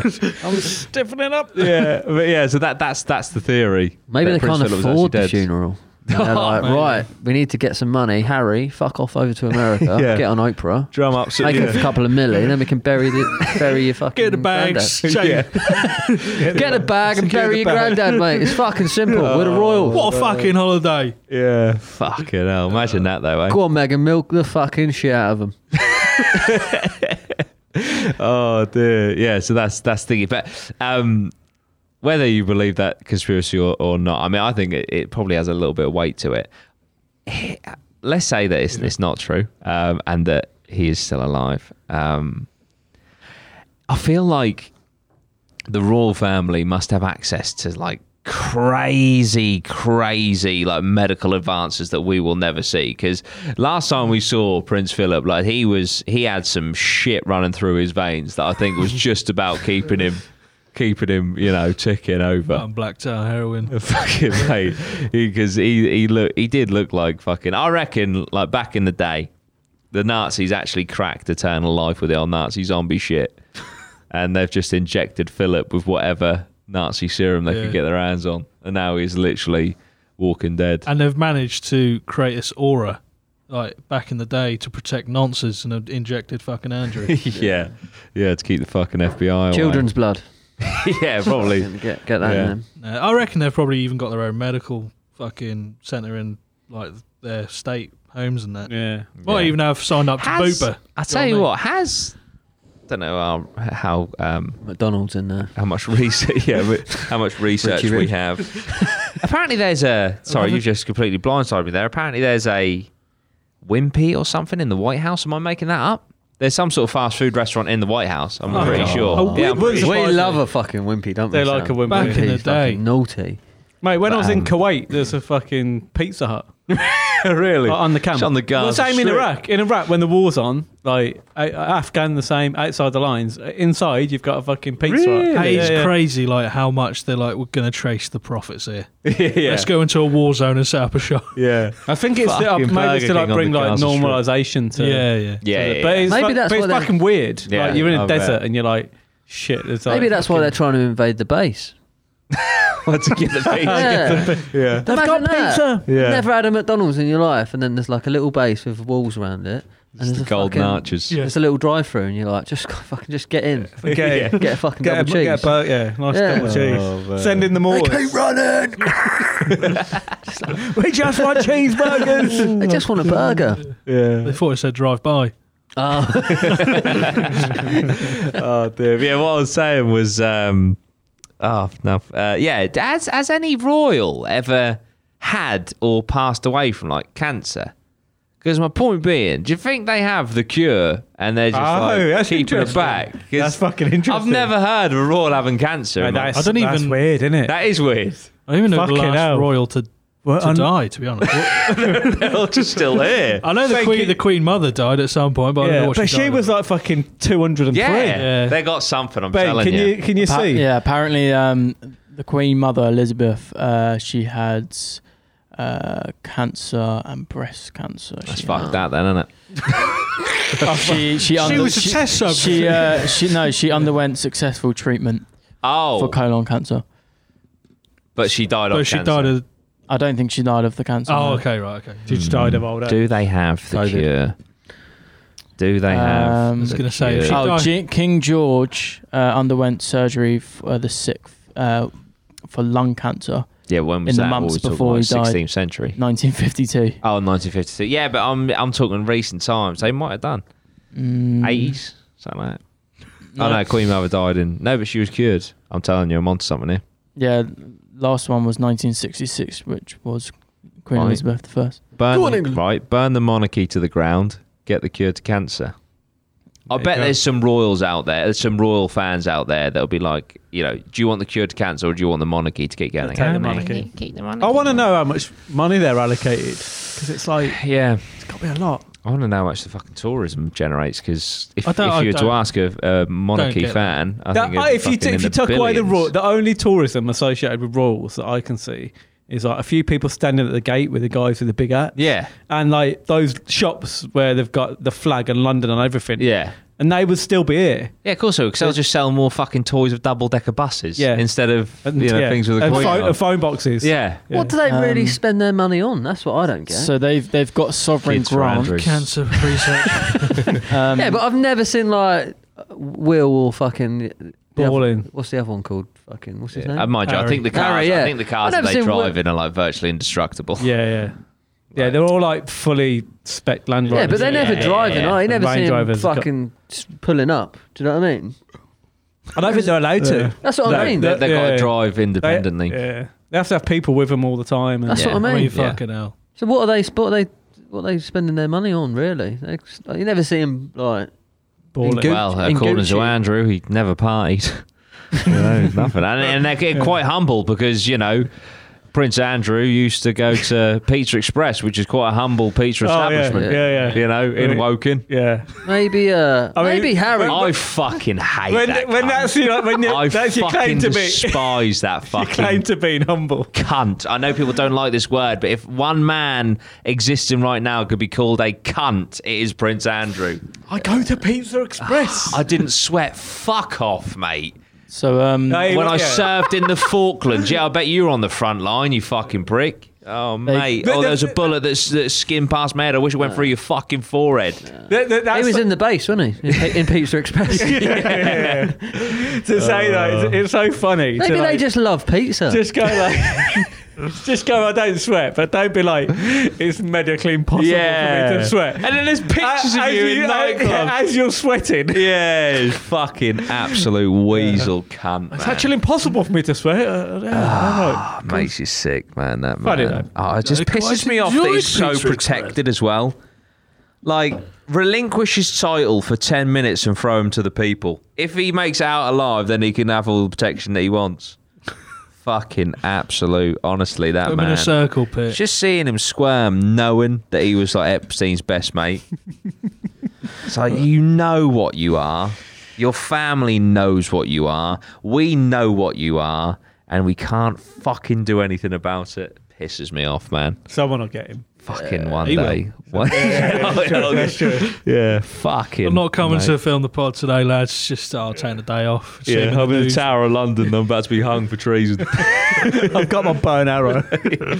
Stiffening up.
yeah, but yeah. So that that's that's the theory.
Maybe
that
they
Prince
can't
Philip was actually
afford the
dead. *laughs*
funeral. And they're like, right, we need to get some money. Harry, fuck off over to America.
*laughs* Yeah.
Get on Oprah.
Drum up. some-
Make
yeah.
a couple of million, then we can
*laughs*
bury the bury your fucking
Get the bags. *laughs*
granddad.
Shane.
Mm, uh, Yeah.
Get a bag and
Secure
bury
the
your
bag.
granddad, mate. It's
*laughs*
fucking simple. We're the
Oh.
royals.
Uh,
What a fucking holiday!
yeah. Fucking hell. Imagine that though. Eh?
Go on, Megan, milk the fucking shit out of them.
Oh dear. Yeah. So that's that's thingy. But um, whether you believe that conspiracy or, or not, I mean, I think it, it probably has a little bit of weight to it. Let's say that it's, it's not true, um, and that he is still alive. Um, I feel like the royal family must have access to like crazy, crazy like medical advances that we will never see. Because last time we saw Prince Philip, like he was, he had some shit running through his veins that I think was just about keeping him, keeping him, you know, ticking over.
And black tar heroin.
*laughs* fucking mate, because he he look he did look like fucking. I reckon like back in the day, the Nazis actually cracked eternal life with the old Nazi zombie shit, and they've just injected Philip with whatever Nazi serum they
Yeah.
could get their hands on, and now he's literally
*laughs*
Walking Dead.
And they've managed to create this aura, like back in the day, to protect nonsense and have injected fucking Andrew.
*laughs* yeah, yeah, to keep the fucking FBI. away.
Children's blood.
*laughs* yeah, probably.
*laughs* Get, get that
Oh, Yeah.
in them.
No, Uh, I reckon they've probably even got their own medical fucking centre in like their state homes and that.
Yeah.
Might
Yeah.
even have signed up to
Has-
Booper.
I tell you what, has I don't know um, how um,
McDonald's in there.
how much *laughs* research yeah but how much research
Richie
we *laughs*
Rich.
have apparently there's a sorry you just completely blindsided me there apparently there's a wimpy or something in the white house am i making that up there's some sort of fast food restaurant in the white house i'm pretty sure
Oh,
yeah, I'm *laughs*
Wouldn't
pretty-
We
surprise
love
me.
a fucking wimpy, don't we?
They like
Sam?
a wimpy.
Back in the
Wimpy's
day.
fucking naughty.
Mate, when I was in
um,
Kuwait, there's a fucking Pizza Hut.
really?
Uh, on the camp.
It's on the Gaza
Well, same in
Strip.
Iraq. In Iraq, when the war's on, like uh, Afghan, the same outside the lines. Uh, Inside, you've got a fucking pizza. hut.
Really?
Yeah,
it's
yeah, yeah.
crazy, like how much they're like we're gonna trace the profits here.
*laughs* yeah.
Let's go into a war zone and set up a
*laughs*
shop.
Yeah.
I think it's to, uh,
Fucking
maybe it's to
Burger
like
King on
bring
the
like
Gaza Strip.
normalization to.
yeah, yeah.
to
Yeah.
the-
yeah, *laughs*
But it's,
Maybe
fu-
that's
but it's
why they're-
fucking weird.
Yeah,
like you're in a
I bet.
desert and you're like, shit. There's like
Maybe that's why
fucking-
they're trying to invade the
*laughs*
base.
yeah. to get the pizza.
Yeah.
Yeah.
They've got pizza.
Yeah.
Never had a McDonald's in your life, and then there's like a little base with walls around it, and
*laughs* It's
there's
the
a
golden
fucking,
arches.
Yeah.
There's a little drive-through, and you're like, just fucking just get
*laughs*
in,
Okay.
get a fucking
Get a,
double cheese.
get a bur- yeah, nice
Yeah.
double cheese.
Oh, man.
Send in the
They
mortars.
keep
*laughs*
running.
we just want cheeseburgers.
They just want a
*laughs*
burger.
They thought it said drive by.
Oh,
*laughs* oh dear. Yeah, what I was saying was, um, oh no, uh, yeah. Has has any royal ever had or passed away from like cancer? Because my point being, do you think they have the cure and they're just
Oh,
like
that's
keeping it
interesting.
back? 'Cause
That's fucking
I've
interesting.
never heard of a royal having cancer.
No,
and like,
that's,
I don't
that's
even-
weird, isn't it?
that is
*laughs*
weird.
I don't even know the
Fucking
last
hell.
royal to,
Well,
to
un-
die. To be honest,
They're just still here.
I know the
Thank
queen,
you.
the queen mother died at some point, but I don't
Yeah,
know what
but
she,
she
died
was
of.
like fucking 203.
Yeah,
Yeah.
they got something. I'm
Babe,
telling
can you can you
Appa-
see?
Yeah, apparently um, the Queen Mother Elizabeth, uh, she had uh, cancer and breast cancer.
That's
she
fucked that then, isn't it?
had. She she, under-
was a
she-
test subject.
She uh, she no, she underwent successful treatment for
Oh,
colon cancer.
but she died
But
of
she
cancer.
died. Of,
I don't think she died of the cancer.
oh,
no.
okay, right, okay.
She died of old age.
Do they have the
Covid.
cure? Do they have?
Um, I was
the
gonna say,
cure?
she-
Oh,
died.
G- King George uh, underwent surgery for the sixth uh, for lung cancer,
yeah, when was
in the
that? What
months
we're talking
before
about,
he died.
16th century.
1952.
Oh, 1952. Yeah, but I'm I'm talking recent times. They might have done
Mm,
80s, something like that. Oh no, Queen Mother died in. No, but she was cured. I'm telling you, I'm onto something here.
Yeah, last one was 1966, which was Queen
Right.
Elizabeth I.
Burn right, burn the monarchy to the ground. Get the cure to cancer. I
There you
bet
go.
there's some royals out there. There's some royal fans out there that'll be like, you know, do you want the cure to cancer or do you want the monarchy to keep going?
Take the
again?
monarchy. I want to know how much money they're allocated because it's like
*sighs* Yeah.
it's got to be a lot.
I want to know how much the fucking tourism generates because if,
I
if you
don't- I
were to
don't-
ask a, a monarchy
get that.
fan, I
That-
think it'd
I-
be
if you
fucking
t-
in
if you took away the royal,
billions.
the only tourism associated with royals that I can see is like a few people standing at the gate with the guys with the big hat.
yeah,
And like those shops where they've got the flag and London and everything,
yeah,
and they would still be here.
yeah, of course, because they'll just sell more fucking toys of double decker buses,
Yeah.
instead of
And,
you know
yeah.
things with a
and
coin
phone,
on.
and phone boxes.
yeah,
*laughs*
Yeah.
what do they really
Um,
spend their money on? That's what I don't get.
So they've they've got sovereign
Kids for
grant.
Andrew.
Cancer *laughs* research.
Um,
yeah, but I've never seen like Will or fucking the other-
Balling.
what's the other one called? Fucking what's his
Yeah.
name?
And Uh, mind you, I
Harry.
think the cars,
Harry, yeah.
I think the cars
I've
that
never
they
seen
drive
wo-
in are like virtually indestructible.
Yeah, yeah. Yeah,
Like-
they're all like fully spec Land
yeah, but
Rovers.
they're never
yeah,
driving.
yeah.
I ain't
And
never seen
Range
them
Rovers have got-
fucking s- pulling up. Do you know what I mean?
I don't think they're allowed to.
Yeah.
That's what I
No,
mean.
that-
They- they've got
Yeah.
to drive
They-
independently.
yeah. They have to have people with them all the time. And,
That's
Yeah.
what I
I mean,
mean.
Yeah.
fucking hell.
So what are they? What are they? What are they spending their money on? Really? They, like, you never see them like.
Balling.
Gu-
Well,
in
according to
Gucci.
Andrew, he never partied.
*laughs*
You know, nothing. And, and they're getting quite humble because, you know, Prince Andrew used to go
*laughs*
to Pizza Express, which is quite a humble pizza
Oh, yeah.
establishment,
Yeah, yeah.
you know, in
Right.
Woking.
Yeah.
Maybe uh,
I mean,
maybe Harry.
I fucking hate
When,
that.
when
cunt.
that's your, when you,
I
that's *laughs* your
fucking
claim to be.
despise that
Your claim
fucking
to being humble.
cunt. I know people don't like this word, but if one man existing right now could be called a cunt, it is Prince Andrew.
I go to Pizza Express.
I didn't sweat. Fuck off, mate.
so um,
Hey,
when I
look, yeah.
served in the Falklands. Yeah, I bet you were on the front line, you fucking prick. Oh, mate.
But
Oh,
the-
there was a bullet that, s- that skimmed past my head. I wish it went through your fucking forehead.
*sighs* That- that-
he
that's *laughs*
was in the base, wasn't he? In, Pe- in Pizza Express.
to say that. It's, it's so
*laughs*
funny.
Maybe
to,
they
like,
just love pizza.
just go like. *laughs* Just go. I don't sweat, but don't be like it's medically impossible for me to sweat.
And then there's pictures
Uh,
of you, in nightclubs.
*laughs* as you're sweating.
yeah, you fucking absolute weasel cunt.
It's
man.
actually impossible for me to sweat. Uh, yeah, I don't know.
Ah, Makes you sick, man. That man.
Funny though.
Oh, it just
Like, why
pisses
do
me
you
off that
enjoy
he's so
Pizza Express?
protected as well. Like, relinquish his title for ten minutes and throw him to the people. If he makes it out alive, then he can have all the protection that he wants. *laughs* fucking absolute. Honestly, that
Put him
man.
in a circle pit.
Just seeing him squirm, knowing that he was like Epstein's best *laughs* mate. it's like you know what you are. Your family knows what you are. We know what you are, and we can't fucking do anything about it. Pisses me off, man.
Someone will get him.
Fucking one
he will.
day. One- *laughs*
That's true.
yeah, fucking.
I'm not coming
mate.
to film the pod today, lads. Just I'll take the day off. See him
Yeah, I'm
the
in the
news.
Tower of London. I'm about to be hung for *laughs* treason.
I've got my bow and arrow.
*laughs*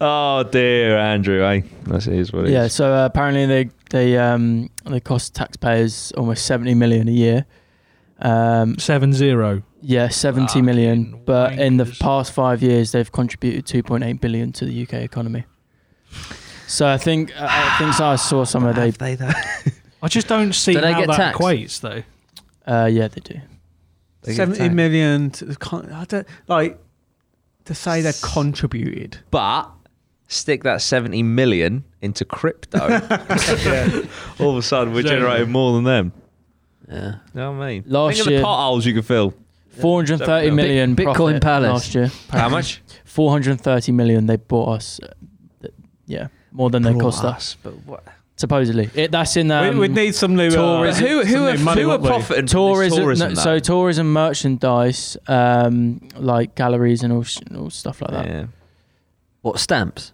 oh dear, Andrew. Eh? That is what it is.
Yeah, so uh, apparently they they um they cost taxpayers almost 70 million a year. Um
Seven zero.
yeah, seventy
Fucking
million. but in the
wankers.
past 5 years they've contributed 2.8 billion to the UK economy. So I think uh, I I think I saw some of they
I just don't see
Do they
how
get
that
taxed?
equates though.
uh yeah, they do.
They get
Seventy
taxed.
million. To, con- I don't like to say they're
*laughs*
contributed.
but stick that 70 million into crypto.
*laughs*
All of a sudden, we're
Exactly.
generating more than them.
Yeah.
You know what I mean?
Last
Think of
year-
the potholes you could fill.
430 million
Bit- Bitcoin
profit
Palace.
last year.
How much?
430 million they bought us. Uh, th- Yeah, more than they
Brought
cost us.
us, But what?
Supposedly, it, that's in um,
we, would need some new.
But
tourism-
Uh,
who who,
some
are,
new money,
who are
wouldn't we? *laughs*
profiting
tourism,
from this tourism
no,
though?
so tourism merchandise um like galleries and all, sh- and all stuff like that
yeah.
What
*laughs*
stamps?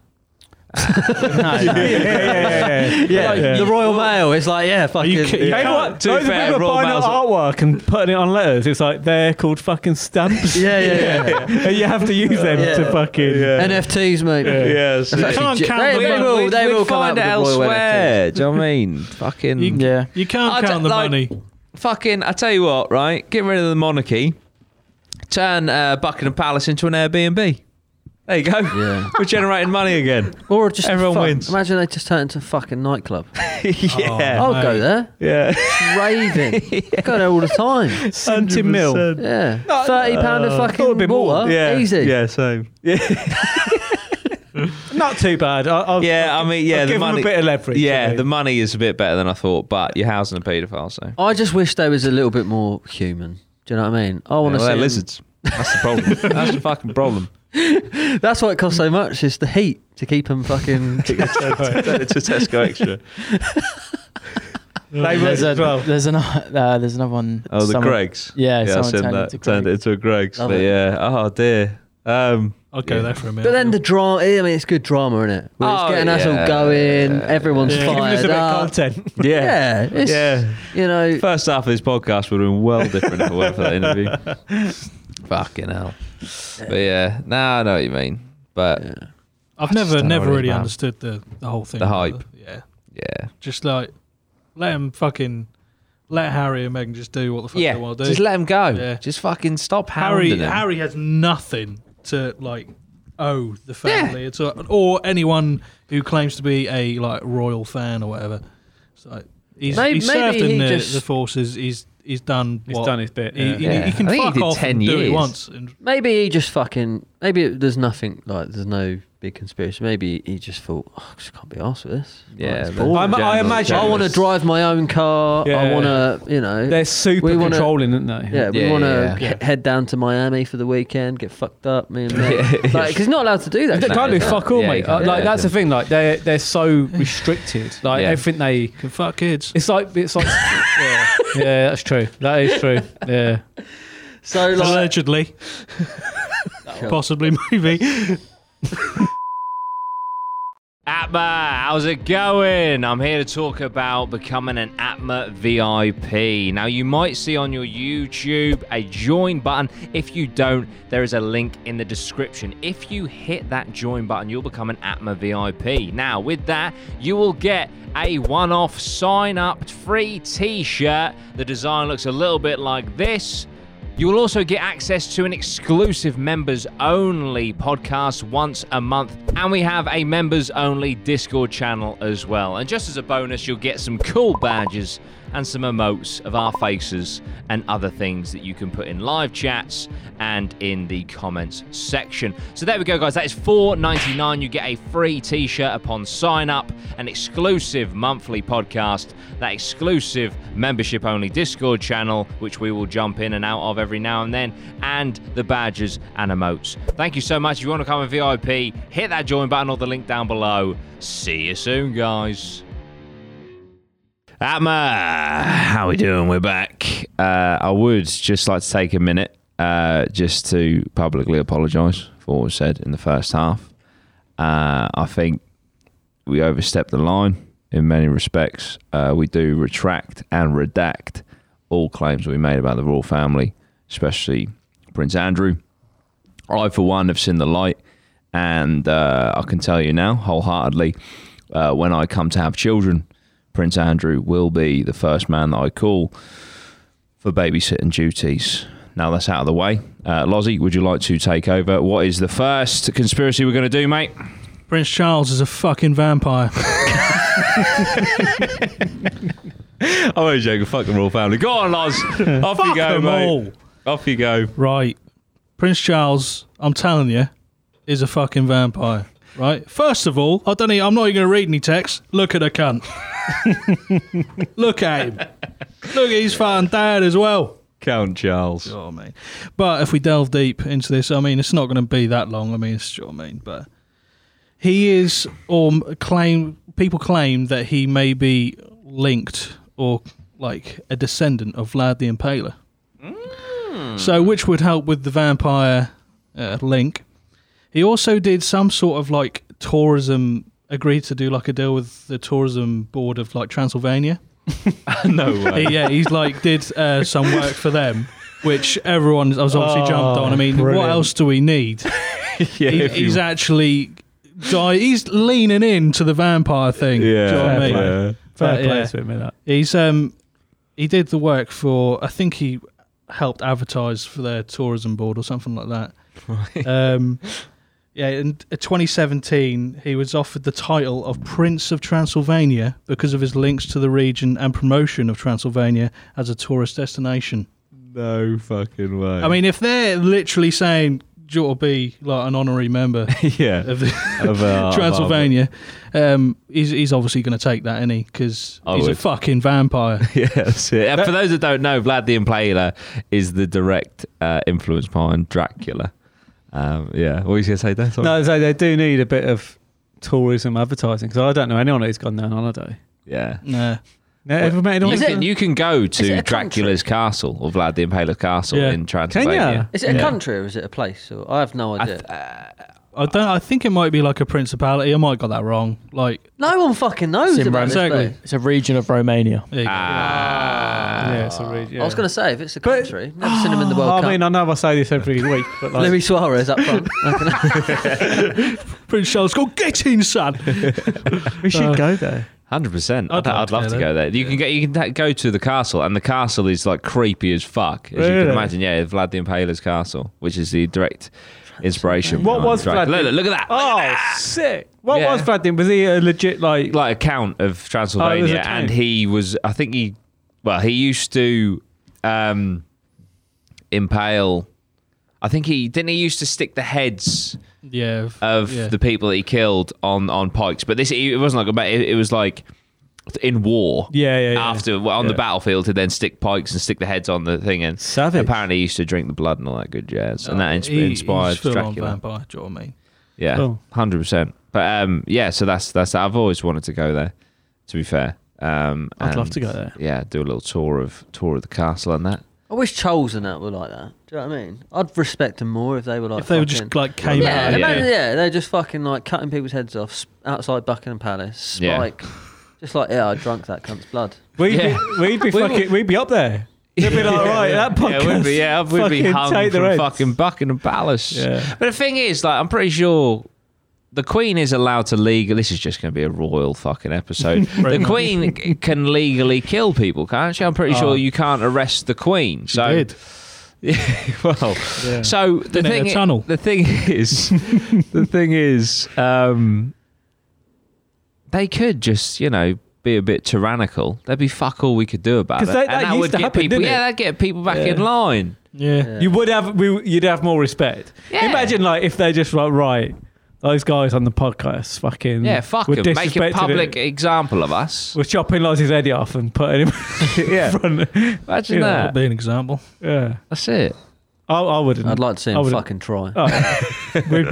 *laughs*
No, no.
*laughs*
Yeah, the Royal Mail. It's like yeah, fucking.
You, ki- you
Yeah.
can't.
To be
Those
fair,
people
Royal
buying
Mail's-
up artwork and putting it on letters. It's like they're called
*laughs*
fucking stamps.
yeah, yeah, yeah.
and *laughs* you have to use them
Yeah.
to fucking.
NFTs, mate.
Yes.
That's
You
actually
can't
ge-
count
they,
them
they
up.
will. They
We'd
will come
find
out with
it
the Royal NFTs.
elsewhere. *laughs* Do you know what I mean? Fucking.
yeah
You can't
I don't-
count the
like-
*laughs*
money. Oh,
Fucking, I tell you what, right? Get rid of the monarchy. Turn uh, Buckingham Palace into an Airbnb. *laughs* There you go.
Yeah.
We're generating money again.
Or just
Everyone
fuck,
wins.
Imagine they just turn it into a fucking nightclub.
yeah.
Oh,
I'll
mate.
go there.
*laughs*
yeah.
Raving. Go there all the time.
Hunting mill.
Yeah. Thirty pound of fucking
Uh, Thought it'd be more.
water. Easy.
same. *laughs*
Not too bad. I, I'll,
Yeah, I mean, yeah,
I'll
the
give
money.
them a bit of leverage. I
yeah,
mean.
the money is a bit better than I thought, but you're housing a paedophile, so.
I just wish they was a little bit more human. Do you know what I mean? I
Yeah, well,
want to
they're
see. 'em-
lizards. That's the problem. That's the fucking *laughs* problem.
That's why it costs so much. It's the heat to keep them fucking.
it's a Tesco extra.
they would
there's,
as
a,
well.
there's another uh, there's another one
Oh, the
someone-
Greggs.
yeah,
I
someone
seen
turned
that.
into
turned it
Greg.
into a Greggs.
Love
but
it.
yeah, oh dear. Um,
I'll go
Yeah.
there for a minute.
But then the drama, I mean, it's good drama, isn't it? Where it's
Oh,
getting us all
yeah.
going, everyone's
Yeah.
Giving us a
fired
bit of
up.
content.
yeah.
*laughs* Yeah, it's,
Yeah.
you know,
First half of this podcast would have been well different if it weren't for that interview. Fucking hell. But yeah, no, I know what you mean. But
yeah.
I've
I just
never
don't know
never
what it
really
is, man.
understood the, the whole thing.
The hype.
Yeah.
yeah,
Just like let him fucking let Harry and Meghan just do what the fuck they want to do.
just let him go.
Yeah.
Just fucking stop
Harry
hounding him.
Harry has nothing to like owe the family at all, or anyone who claims to be a like royal fan or whatever. So he's,
Maybe-
he's served
maybe
in
he
the,
just-
the forces. He's he's done
He's
what
done his bit.
he,
Yeah.
he,
Yeah.
he can
I think he
fuck
did
off
10
and do what he
years.
wants. And
Maybe he just fucking. Maybe there's nothing like there's no big conspiracy. Maybe he just thought oh, I just can't be arsed with this. Like,
Yeah,
it's
but-
boring.
I'm- I
General,
imagine.
I
generous.
want to drive my own car. I
Yeah.
want to, you know.
They're super
We wanna-
controlling, aren't they?
yeah, we
Yeah,
want to
yeah,
yeah.
head down to Miami for the weekend, get fucked up, me and
*laughs*
Meg.
Yeah.
Like, 'cause he's not allowed to do that.
They
shit.
can't do fuck all,
Yeah, you
mate.
can't.
Uh, like
Yeah.
that's the thing. Like they're they're so restricted. Like
Yeah.
everything they.
can fuck
*laughs*
kids.
It's like it's like. yeah. yeah, that's true. That is true. Yeah.
So like,
*laughs*
Allegedly, possibly, maybe.
Atma, how's it going? I'm here to talk about becoming an Atma VIP. Now, you might see on your YouTube a join button. If you don't, there is a link in the description. If you hit that join button, you'll become an Atma VIP. Now, with that, you will get a one off sign up free t shirt. The design looks a little bit like this. You will also get access to an exclusive members only podcast once a month, and we have a members only Discord channel as well. And just as a bonus, you'll get some cool badges and some emotes of our faces and other things that you can put in live chats and in the comments section. So there we go, guys. That is $4.99. You get a free t shirt upon sign up, an exclusive monthly podcast, that exclusive membership only Discord channel, which we will jump in and out of every now and then, and the badges and emotes. Thank you so much. If you want to come in VIP, hit that join button or the link down below. See you soon, guys. Atma, how we doing? We're back. Uh, I would just like to take a minute uh, just to publicly apologise for what was said in the first half. Uh, I think we overstepped the line in many respects. Uh, we do retract and redact all claims we made about the royal family, especially Prince Andrew. I, for one, have seen the light, and uh, I can tell you now wholeheartedly uh, when I come to have children, Prince Andrew will be the first man that I call for babysitting duties. Now that's out of the way. Uh, Lozzie, would you like to take over? What is the first conspiracy we're going to do, mate?
Prince Charles is a fucking vampire.
I'm only joking. Oh, Fuck the royal family. Go
*laughs*
on, Loz. Off you go,
them
mate.
all.
Off you go.
Right. Prince Charles, I'm telling you, is a fucking vampire. Right. First of all, I don't. Even, I'm not even going to read any text. Look at the cunt. *laughs* Look at him. Look at his fucking dad as well. *laughs*
Count Charles.
Oh, mate. But if we delve deep into this, I mean, it's not going to be that long. I mean, it's, do you know what I mean? But he is, or m- claim, people claim that he may be linked or like a descendant of Vlad the Impaler. So, which would help with the vampire uh, link. He also did some sort of like tourism, agreed to do like a deal with the tourism board of like Transylvania.
no way.
He- yeah, he's like did uh, some work for them, which everyone was obviously jumped on. I mean, what
brilliant.
else do we
*laughs*
need?
Oh, yeah,
He-
if you-
he's actually di- he's leaning into the vampire thing. do you
yeah,
know what I mean?
yeah.
Fair
But,
play
yeah.
to him in that.
He's um he did the work for I think he helped advertise for their tourism board or something like that. Um yeah, in 2017 he was offered the title of Prince of Transylvania because of his links to the region and promotion of Transylvania as a tourist destination.
No fucking way.
I mean, if they're literally saying you ought to be like an honorary
*laughs*
member
*laughs* yeah.
of the
Of, uh,
*laughs* Transylvania, um, he's, he's obviously going to take that, is he? Because
I
he's a
would.
fucking vampire.
*laughs*
*laughs*
Yeah, that's it. And for those that don't know, Vlad the Impaler is the direct uh, influence behind Dracula. Um, yeah, what were you going to say there? Sorry.
No, so they do need a bit of tourism advertising because I don't know anyone who's gone down holiday.
Yeah.
Nah.
No, ever met anyone?
You
who's
can,
gone-
you can go
it
to
a
Dracula's castle or Vlad the Impaler's castle
Yeah.
in Transylvania.
Is it a
Yeah.
country or is it a place? Or I have no
I
idea.
th- uh,
I don't. I think it might be like a principality. I might got that wrong. Like,
no one fucking knows
It's in
about
Rome.
this
Exactly.
thing.
It's a region of Romania.
there you go.
Ah.
yeah, it's a re- yeah.
I was going to say if it's a
But-
country, never seen him
*gasps*
in the World
I
Cup.
mean, I know I say this every week, but like,
Luis Suarez
*laughs*
up front.
Prince Charles, go get in, son.
*laughs*
we should go there.
Hundred percent.
I'd
I'd, I'd
like
love
to
to
go
go there. You can get you can ta- go to the castle, and the castle is like creepy as fuck, as you can
Really?
imagine. Yeah, Vlad the Impaler's castle, which is the direct inspiration.
What
behind
was
Drac-
Vlad the-
Look, look, look at that!
Oh, sick! What
Yeah.
was Vlad doing? Was he a legit like?
Like a count of Transylvania,
count.
and he was. I think he, well, he used to um, impale. I think he didn't. He used to stick the heads
yeah. f-
of
yeah.
the people that he killed on on pikes. But this it wasn't like a ba- it, it was like in war.
Yeah, yeah, yeah.
After well, on the
Yeah.
battlefield, to then stick pikes and stick the heads on the thing, and
Savage. Oh,
apparently he used to drink the blood and all that good jazz, and that ins-
He-
inspired
he's full on
Dracula.
vampire. Do you know what I mean?
Yeah,
Cool.
hundred percent. But um, yeah, so that's that's I've always wanted to go there. To be fair, um,
I'd love
and,
to go there.
Yeah, do a little tour of tour of the castle and that.
I wish Choles and that were like that. Do you know what I mean? I'd respect them more if they were like.
if they were
fucking-
just like came
yeah,
out.
imagine-
yeah.
yeah. they're just fucking like cutting people's heads off s- outside Buckingham Palace.
Yeah.
Spike, just like yeah, I drunk that cunt's blood.
We'd
Yeah.
be, we'd be fucking, we'd be up there. We'd
*laughs*
be like, right, that podcast.
Yeah, we'd be, yeah, we'd be
fucking
hung
take the
from
reins.
fucking Buckingham Palace.
Yeah.
But the thing is, like, I'm pretty sure the Queen is allowed to legal. This is just going to be a royal fucking
*laughs*
episode. the Queen c- can legally kill people, can't she? I'm pretty
Uh,
sure you can't arrest the Queen. so,
did.
*laughs* well, so the
Didn't it,
thing,
a tunnel?
the thing
*laughs*
is, the thing is, um, they could just, you know, be a bit tyrannical, there'd be fuck all we could do about it.
'Cause that- that
and
used to
get
happen,
people,
didn't
yeah,
it?
that'd get people back
Yeah.
in line.
Yeah.
Yeah.
You would have we, you'd have more respect.
Yeah.
Imagine like if they're just like right, those guys on the podcast fucking
Yeah, fuck
Mm. were
them. Make a
disrespected
public
it.
example of
*laughs*
us.
We're chopping Lozzie's head off and putting him
yeah.
in front. of-
Imagine
you know,
That'd
that.
be an example.
uh, Yeah,
That's it.
I, I wouldn't.
I'd like to see
I
him
would-
fucking try.
Uh,
Oh, we'd,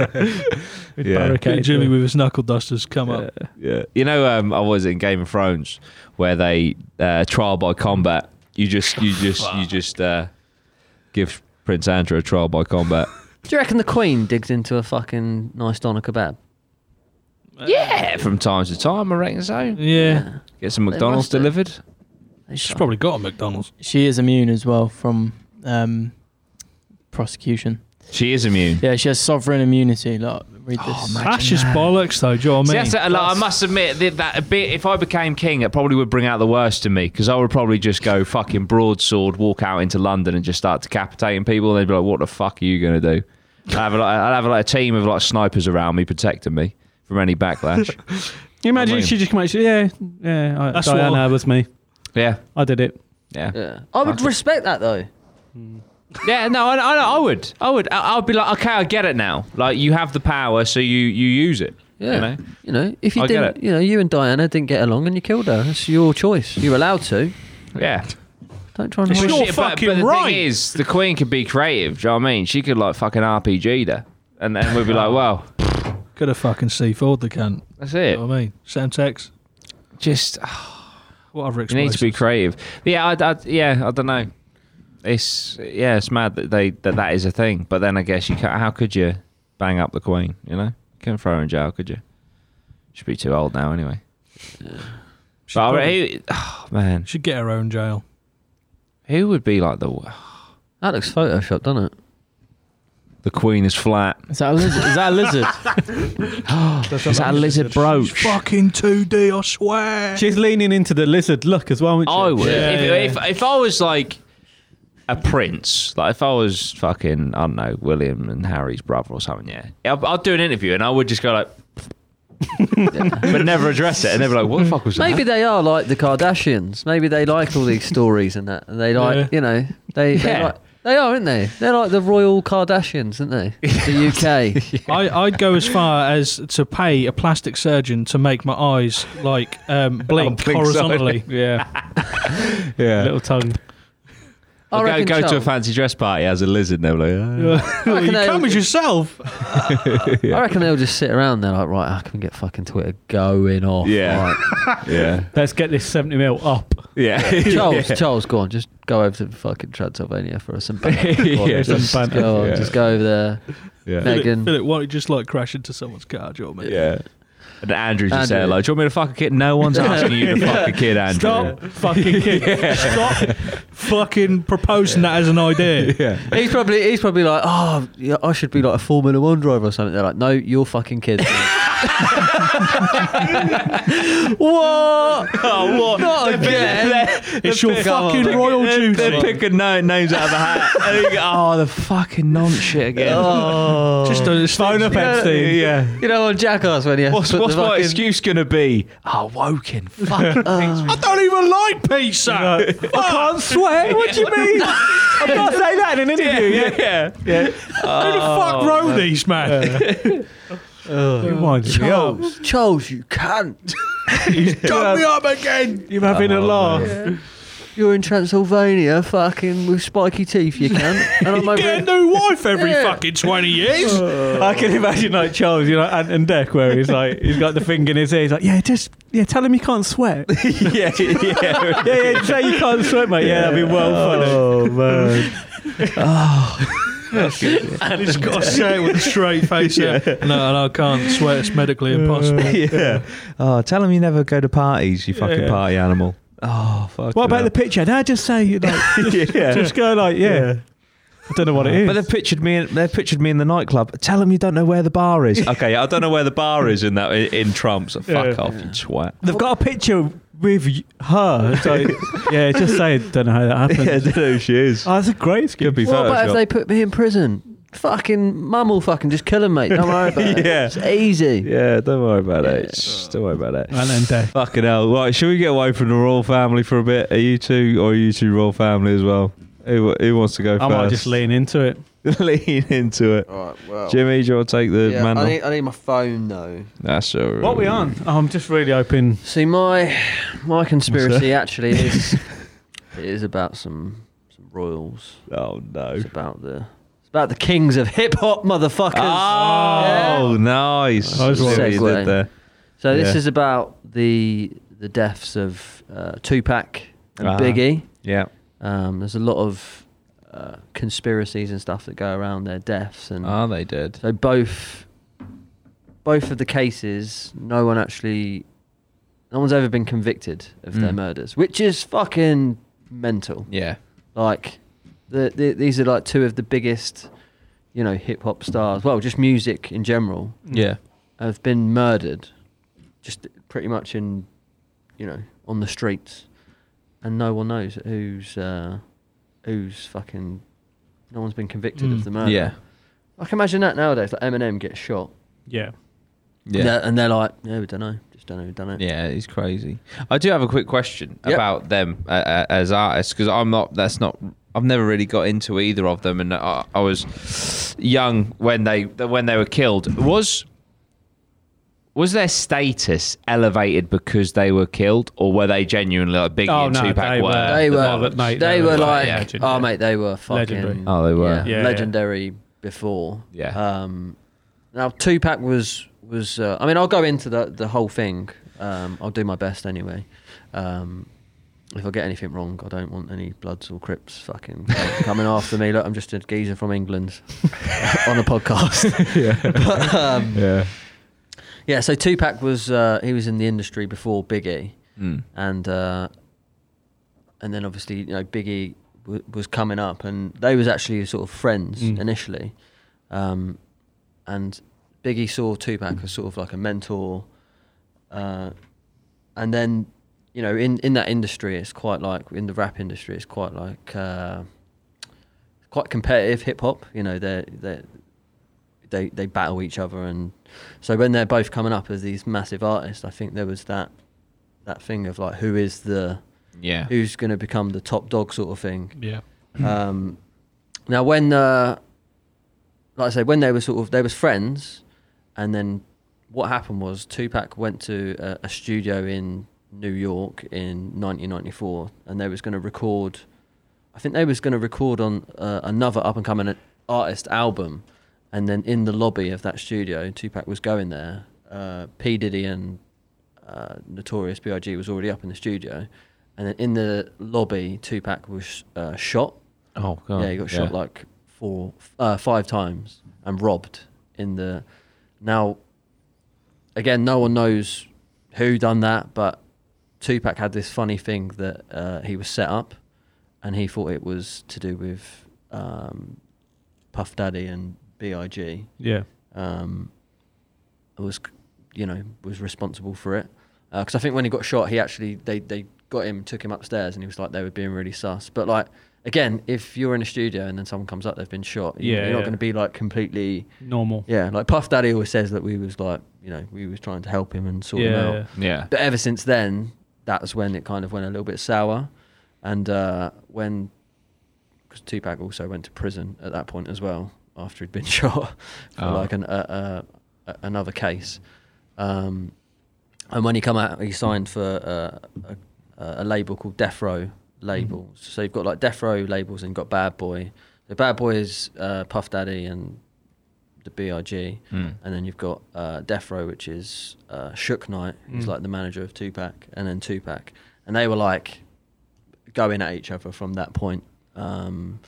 we'd
Yeah.
barricade
Jimmy
him.
with his knuckle dusters come
Yeah.
up.
Yeah. You know, um, I was in Game of Thrones where they uh, trial by combat. You just, you just, you just uh, give Prince Andrew a trial by combat.
Do you reckon the Queen digs into a fucking nice doner kebab?
yeah, from time to time, I reckon so.
Yeah.
Get some McDonald's
must do.
delivered.
They
She's
try.
probably got a McDonald's.
She is immune as well from um, prosecution.
She is immune.
Yeah, she has sovereign immunity. Like, read this.
That's just bollocks, though. Do you know what
See,
I mean?
that's a- like, I must admit that, that a bit, if I became king, it probably would bring out the worst in me because I would probably just go fucking broadsword, walk out into London and just start decapitating people. And they'd be like, "What the fuck are you going to do?" I'd have, like, I'd have like a team of like snipers around me protecting me from
*laughs*
any backlash.
You imagine
Amazing.
she just come out. She, yeah, yeah. I,
That's
Diana
what-
was me.
yeah,
I did it.
yeah,
Yeah. I would respect that though.
yeah. No, I, I, I would, I would, I, I'd be like, okay, I get it now. Like you have the power, so you you use it.
Yeah.
You know?
You know, if you
I get
didn't, you know, you and Diana didn't get along and you killed her. That's your choice. You're allowed to.
Yeah.
Don't try and
It's
hide
your
it.
Shit, but-
fucking
but, the
right.
thing is, the Queen could be creative. Do you know what I mean? She could like fucking RPG that, and then we'd be like, well,
Could have fucking C4'd the cunt.
that's
Do
it.
you know what I mean? Semtex,
Just
whatever
you need to be
explosives.
creative. But yeah, I, I, yeah, I don't know. It's yeah, it's mad that they that that is a thing. But then I guess you can't, how could you bang up the Queen? You know, couldn't throw her in jail, could you? She'd be too old now anyway.
She'd
But I,
probably-
who, *sighs* oh, man,
she'd get her own jail.
who would be like the
That looks photoshopped, doesn't it?
the Queen is flat?
Is that a lizard? Is that a lizard?
Is that a lizard brooch?
Fucking 2D, I swear.
She's leaning into the lizard look as well. Isn't she?
I would.
Yeah,
if,
yeah.
If, if I was like a prince, like if I was fucking, I don't know, William and Harry's brother or something, yeah, I'd, I'd do an interview and I would just go like, *laughs* but never address it. And they'd be like, what the fuck was
Maybe they are like the Kardashians. Maybe they like all these stories and that. And they like,
Yeah.
you know, they, they
Yeah.
like. They are, aren't they? They're like the royal Kardashians, aren't they?
*laughs*
The UK.
I, I'd go as far as to pay a plastic surgeon to make my eyes like um, blink
blink,
*laughs*
horizontally.
yeah,
that? Yeah.
*laughs* little tongue.
I
go
reckon
go to a
Charles-
fancy dress party as a lizard. And they'd be like, "Ah."
you
reckon
come
they-
as yourself.
I reckon they'll just sit around there like, right, I can get fucking Twitter going off.
"Oh." Yeah. yeah.
Let's get this seventy mil up.
*laughs* Yeah.
Right. *laughs* Charles, Charles, go on, just go over to fucking Transylvania for us
*laughs*
and
Yeah,
just,
some banter.
go on,
Yeah.
just go over there.
*laughs* Yeah.
Philip,
Megan.
Philip, why don't you just like crash into someone's car? Do you know what I mean?
Yeah. And Andrew just said
Andrew.
hello. Do you want me to fuck a kid? No
*laughs*
one's asking you to fuck a kid, Andrew.
Stop Oh, *laughs* fucking kidding.
Stop fucking proposing that as an idea.
Yeah.
He's probably he's probably like, oh, yeah, I should be like a Formula One driver or something. They're like, no, you're fucking kids.
*laughs*
what?
Oh, what?
Not again.
It's your fucking royal Oh. duty.
They're picking no- names out of the hat. And you go, oh, the fucking non shit again.
Oh.
Just a phone up Epstein.
yeah.
you know on Jackass when you have
What's,
to put
what's
the
my
fucking-
excuse going to be? Oh, Woken. Fuck.
I don't even like pizza.
I can't swear. What do you mean? I can't say that in an interview. Yeah,
yeah.
Who the
Oh,
fuck
Oh,
wrote these, man?
You mind me.
Charles,
Charles, you can't.
cut me up again.
You're having
Oh,
a laugh.
You're in Transylvania, fucking with spiky teeth. You can. And I'm over
Get a
here.
new wife every
Yeah.
fucking 20 years.
*laughs* I can imagine like Charles, you know, Ant and Deck, where he's like, he's got the thing in his ear. He's like, yeah, just yeah, tell him you can't sweat. *laughs*
yeah. Yeah.
yeah, yeah, say you can't sweat, mate. Yeah, that'd be well funny.
Oh man.
and it's got to say it with a straight face.
*laughs*
Yeah. *laughs* No, and I can't swear it's medically impossible.
yeah. *laughs* Oh, tell him you never go to parties, you fucking
Yeah.
party animal. Oh, fuck.
What about the picture? No, just say you like, just,
Yeah.
just go like, yeah. I don't know what it is.
But they pictured me. In, they pictured me in the nightclub. Tell them you don't know where the bar is. *laughs* Okay, I don't know where the bar is in that in, in Trump's. Fuck
Yeah.
off, you twat.
They've got a picture with y-
Oh,
her.
*laughs*
It's like, yeah, just say, don't know how that happened.
don't know who she is.
Oh, that's a great excuse.
Could be
What about
Photoshop.
if they put me in prison? Fucking mum will fucking just kill him, mate. Don't worry about
*laughs*
it.
Yeah.
It's easy.
Yeah, don't worry about it. Shh, Don't worry about it.
And then Dave.
Fucking hell. Right, should we get away from the royal family for a bit? Are you two or are you two royal family as well? Who, who wants to *laughs* go
I
first?
might just lean into it.
*laughs* lean into it.
All right, well.
Jimmy, do you want to take the
Oh. yeah,
mantle?
I, need, I need my phone, though.
That's all right.
What we on? Oh, I'm just really hoping.
See, my my conspiracy
*laughs*
actually is it is about some some royals.
Oh no.
It's about the it's about the kings of hip hop, motherfuckers.
Oh,
Yeah.
nice.
Nice
See what you
segue.
did there.
So this
yeah.
is about the the deaths of uh, Tupac and
Ah.
Big Biggie.
Yeah.
Um, there's a lot of uh, conspiracies and stuff that go around their deaths,
Mm.
and
Are Oh, they dead?
so both both of the cases, no one actually, no one's ever been convicted of their
Mm.
murders, which is fucking mental.
Yeah.
Like, the, the, these are like two of the biggest, you know, hip hop stars. Well, just music in general
Yeah.
have been murdered, just pretty much in, you know, on the streets, and no one knows who's uh, who's fucking. No one's been convicted
Mm.
of the murder.
Yeah.
I can imagine that nowadays. Like Eminem gets shot.
Yeah.
Yeah.
And they're, and they're like, yeah, we don't know. Just don't know. We don't know.
Yeah, it's crazy. I do have a quick question
Yep.
about them uh, uh, as artists because I'm not. That's not. I've never really got into either of them, and I, I was young when they when they were killed. Was was their status elevated because they were killed, or were they genuinely like Biggie
Oh,
and
no,
Tupac
they
were?
were.
They
The
were,
Marvel- mate,
they,
they
were,
were
like,
legend,
oh
yeah.
mate, they were fucking,
Legendary.
Oh, they were.
Yeah, yeah.
legendary before.
Yeah.
Um, now Tupac was was. Uh, I mean, I'll go into the the whole thing. Um, I'll do my best anyway. Um, if I get anything wrong, I don't want any Bloods or Crips fucking *laughs* coming after me. Look, I'm just a geezer from England *laughs* on
*laughs*
a podcast. *laughs* But, um,
yeah.
yeah, so Tupac was uh, he was in the industry before Biggie,
Hmm.
and uh, and then obviously you know Biggie w- was coming up, and they was actually sort of friends
Mm.
initially, um, and Biggie saw Tupac as sort of like a mentor, uh, and then you know in in that industry it's quite like in the rap industry it's quite like uh, quite competitive hip hop. You know they they they they battle each other and so when they're both coming up as these massive artists, I think there was that that thing of like who is the
Yeah.
who's going to become the top dog sort of thing.
Yeah.
Um, now when uh, like I said, when they were sort of they was friends, and then what happened was Tupac went to a, a studio in New York in 1994, and they was going to record. I think they was going to record on uh, another up and coming artist album, and then in the lobby of that studio, Tupac was going there. Uh, P Diddy and uh, Notorious B.I.G. was already up in the studio, and then in the lobby, Tupac was uh, shot.
Oh god.
Yeah, he got shot like four, uh, five times and robbed in the. Now, again, no one knows who done that, but Tupac had this funny thing that uh, he was set up, and he thought it was to do with um, Puff Daddy and Big.
Yeah.
Um, was, you know, was responsible for it. Because I think when he got shot, he actually they they got him, took him upstairs, and he was like they were being really sus. But like again, if you're in a studio and then someone comes up, they've been shot. you-
Yeah,
you're not
yeah.
going to be like completely.
Normal.
Yeah, like Puff Daddy always says that we was like, you know, we was trying to help him and sort him out.
Yeah.
Yeah.
But ever since then, that's when it kind of went a little bit sour. And uh, when, because Tupac also went to prison at that point as well after he'd been *laughs* shot for
Oh.
like an, uh, uh, a- another case. Um, and when he come out, he signed for uh, a, a label called Death Row Labels.
Mm-hmm.
So you've got like Death Row Labels and you've got Bad Boy. The Bad Boy is uh, Puff Daddy and the B.I.G.
Mm.
And then you've got uh, Death Row, which is uh, Shook Knight, who's
Mm.
like the manager of Tupac, and then Tupac. And they were like going at each other from that point. Um,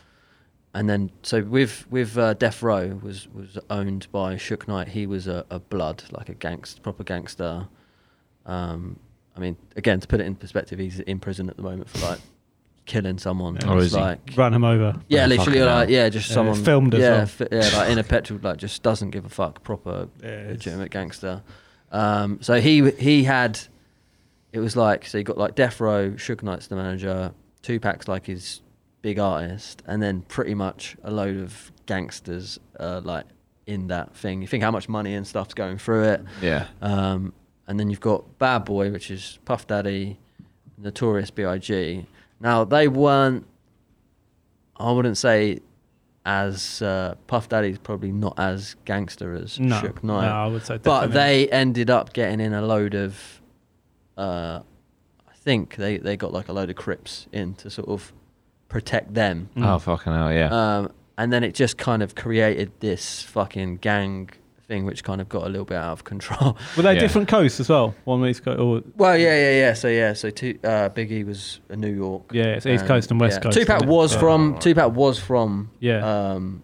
and then, so with with uh, Death Row was was owned by Shook Knight. He was a, a blood, like a gangster, proper gangster. Um, I mean, again, to put it in perspective, he's in prison at the moment for like killing someone.
Oh,
It's
is he?
like,
Ran him over.
yeah,
Oh,
literally,
fucking
like,
hell.
yeah, just
Yeah,
someone
filmed as
yeah,
well.
fi- yeah, like in a petrol, like just doesn't give a fuck, proper legitimate gangster. Um, so he he had, it was like so you got like Death Row, Suge Knight's the manager, Tupac's like his big artist, and then pretty much a load of gangsters uh, like in that thing. You think how much money and stuff's going through it.
Yeah.
Um, and then you've got Bad Boy, which is Puff Daddy, Notorious B.I.G. Now they weren't, I wouldn't say, as uh, Puff Daddy's probably not as gangster as
No,
Shook
no,
Knight,
I would say.
but
definitely.
they ended up getting in a load of, uh, I think they they got like a load of Crips in to sort of protect them.
Oh fucking hell, yeah.
Um, and then it just kind of created this fucking gang thing, which kind of got a little bit out of control. *laughs*
were they
yeah.
different coasts as well? One east coast, or
Well, yeah, yeah, yeah. So yeah, so two, uh, Big E was a New York.
Yeah, it's East Coast and West Coast,
Tupac
isn't it?
was
Yeah.
from Tupac was from
Yeah.
um,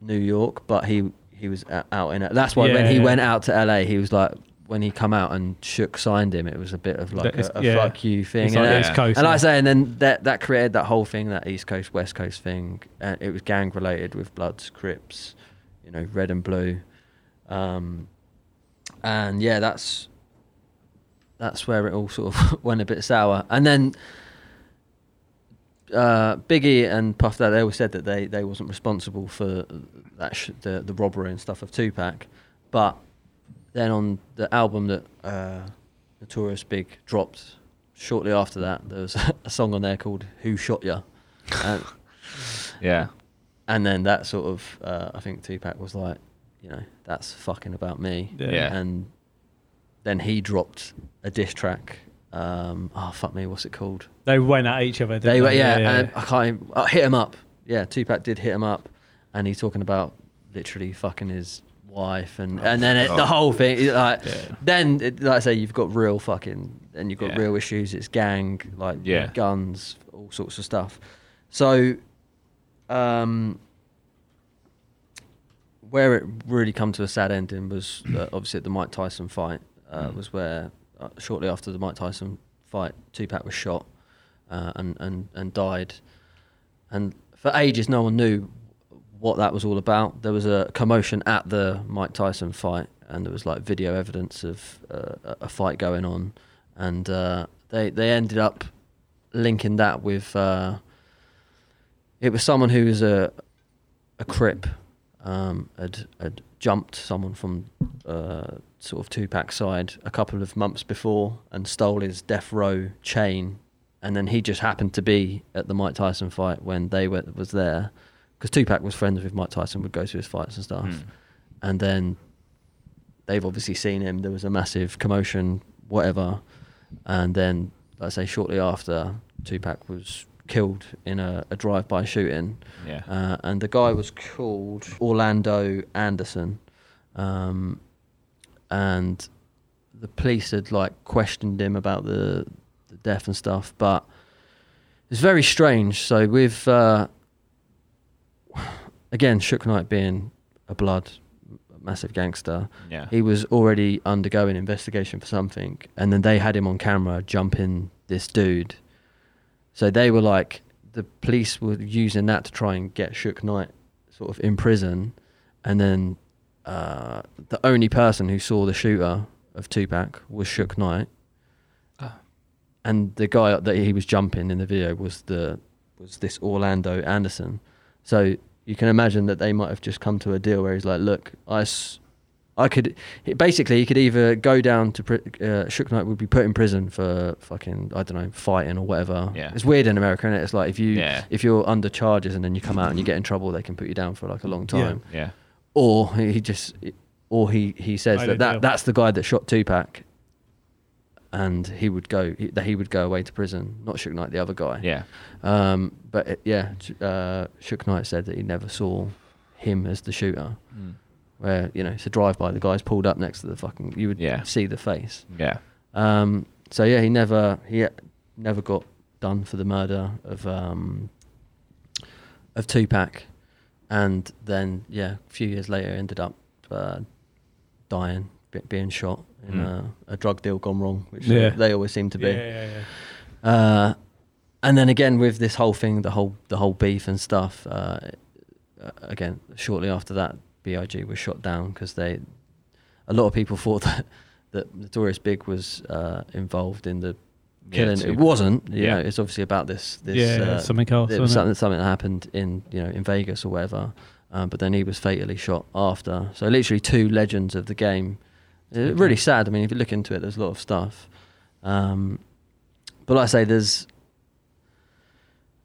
New York, but he he was o- out in it. That's why when
Yeah,
he
yeah.
went out to LA, he was like when he come out and shook signed him. It was a bit of like
It's-
a, a
yeah.
fuck you thing.
It's
and
like
then-
East Coast,
and I
yeah.
say, and then that that created that whole thing, that East Coast West Coast thing. And it was gang related with Bloods, Crips, you know, Red and Blue, um, and yeah, that's that's where it all sort of *laughs* went a bit sour. And then uh, Biggie and Puff Daddy they always said that they, they wasn't responsible for that sh- the the robbery and stuff of Tupac, but then on the album that uh, Notorious Big dropped shortly after that, there was *laughs* a song on there called "Who Shot Ya," and,
yeah.
and then that sort of uh, I think Tupac was like, you know, that's fucking about me
Yeah.
Yeah.
and then he dropped a diss track. Um, oh fuck me, what's it called?
they went at each other. didn't
They were,
they?
yeah, and I can't. Even, oh, hit him up. Yeah, Tupac did hit him up, and he's talking about literally fucking his wife, and and then it, the whole thing. it, Like, Then, it, like I say, you've got real fucking, and you've got
Yeah.
real issues. It's gang, like
Yeah.
guns, all sorts of stuff. So, um, where it really come to a sad ending was uh, obviously at the Mike Tyson fight uh, was where uh, shortly after the Mike Tyson fight, Tupac was shot uh, and and and died, and for ages no one knew what that was all about. There was a commotion at the Mike Tyson fight, and there was like video evidence of uh, a- a fight going on, and uh, they they ended up linking that with uh, it was someone who was a a crip um, had had jumped someone from uh, sort of Tupac's side a couple of months before and stole his death row chain, and then he just happened to be at the Mike Tyson fight when they were was there, because Tupac was friends with Mike Tyson, would go to his fights and
Hmm.
stuff, and then they've obviously seen him. There was a massive commotion, whatever, and then let's say shortly after Tupac was killed in a, a drive-by shooting
Yeah.
uh, and the guy was called Orlando Anderson, um, and the police had like questioned him about the, the death and stuff, but it's very strange. So with uh, *sighs* again Shook Knight being a blood massive gangster,
Yeah.
he was already undergoing investigation for something, and then they had him on camera jumping this dude. So they were like, the police were using that to try and get Shook Knight sort of in prison, and then uh, the only person who saw the shooter of Tupac was Shook Knight, and the guy that he was jumping in the video was the was this Orlando Anderson. So you can imagine that they might have just come to a deal where he's like, look, I. S- I could basically he could either go down to pri- uh, Shook Knight would be put in prison for fucking I don't know fighting or whatever.
Yeah.
It's weird in America, and it's like if you
Yeah.
if you're under charges and then you come out and you get in trouble, they can put you down for like a long
Yeah.
time.
Yeah.
Or he just or he he says
I
that,
did
that
too.
that's the guy that shot Tupac, and he would go he, that he would go away to prison, not Shook Knight, the other guy.
Yeah.
Um, but it, yeah, uh, Shook Knight said that he never saw him as the shooter.
Hmm.
Where you know it's a drive-by, the guy's pulled up next to the fucking, you would
Yeah.
see the face.
Yeah.
Um, so yeah, he never he never got done for the murder of um, of Tupac, and then yeah, a few years later ended up uh, dying, be- being shot in
Mm.
a, a drug deal gone wrong, which
Yeah.
they always seem to be.
Yeah, yeah, yeah.
Uh, and then again with this whole thing, the whole the whole beef and stuff. Uh, uh, again, shortly after that, Big was shot down because they, *laughs* a lot of people thought that that Notorious Big was uh, involved in the killing.
too
it
bad.
wasn't. You
Yeah.
know, it's obviously about this. this
yeah,
uh,
something else.
it was
isn't
something, something that happened in you know in Vegas or wherever. Um, but then he was fatally shot after. So literally two legends of the game. Uh, Really sad. I mean, if you look into it, there's a lot of stuff. Um, but like I say, there's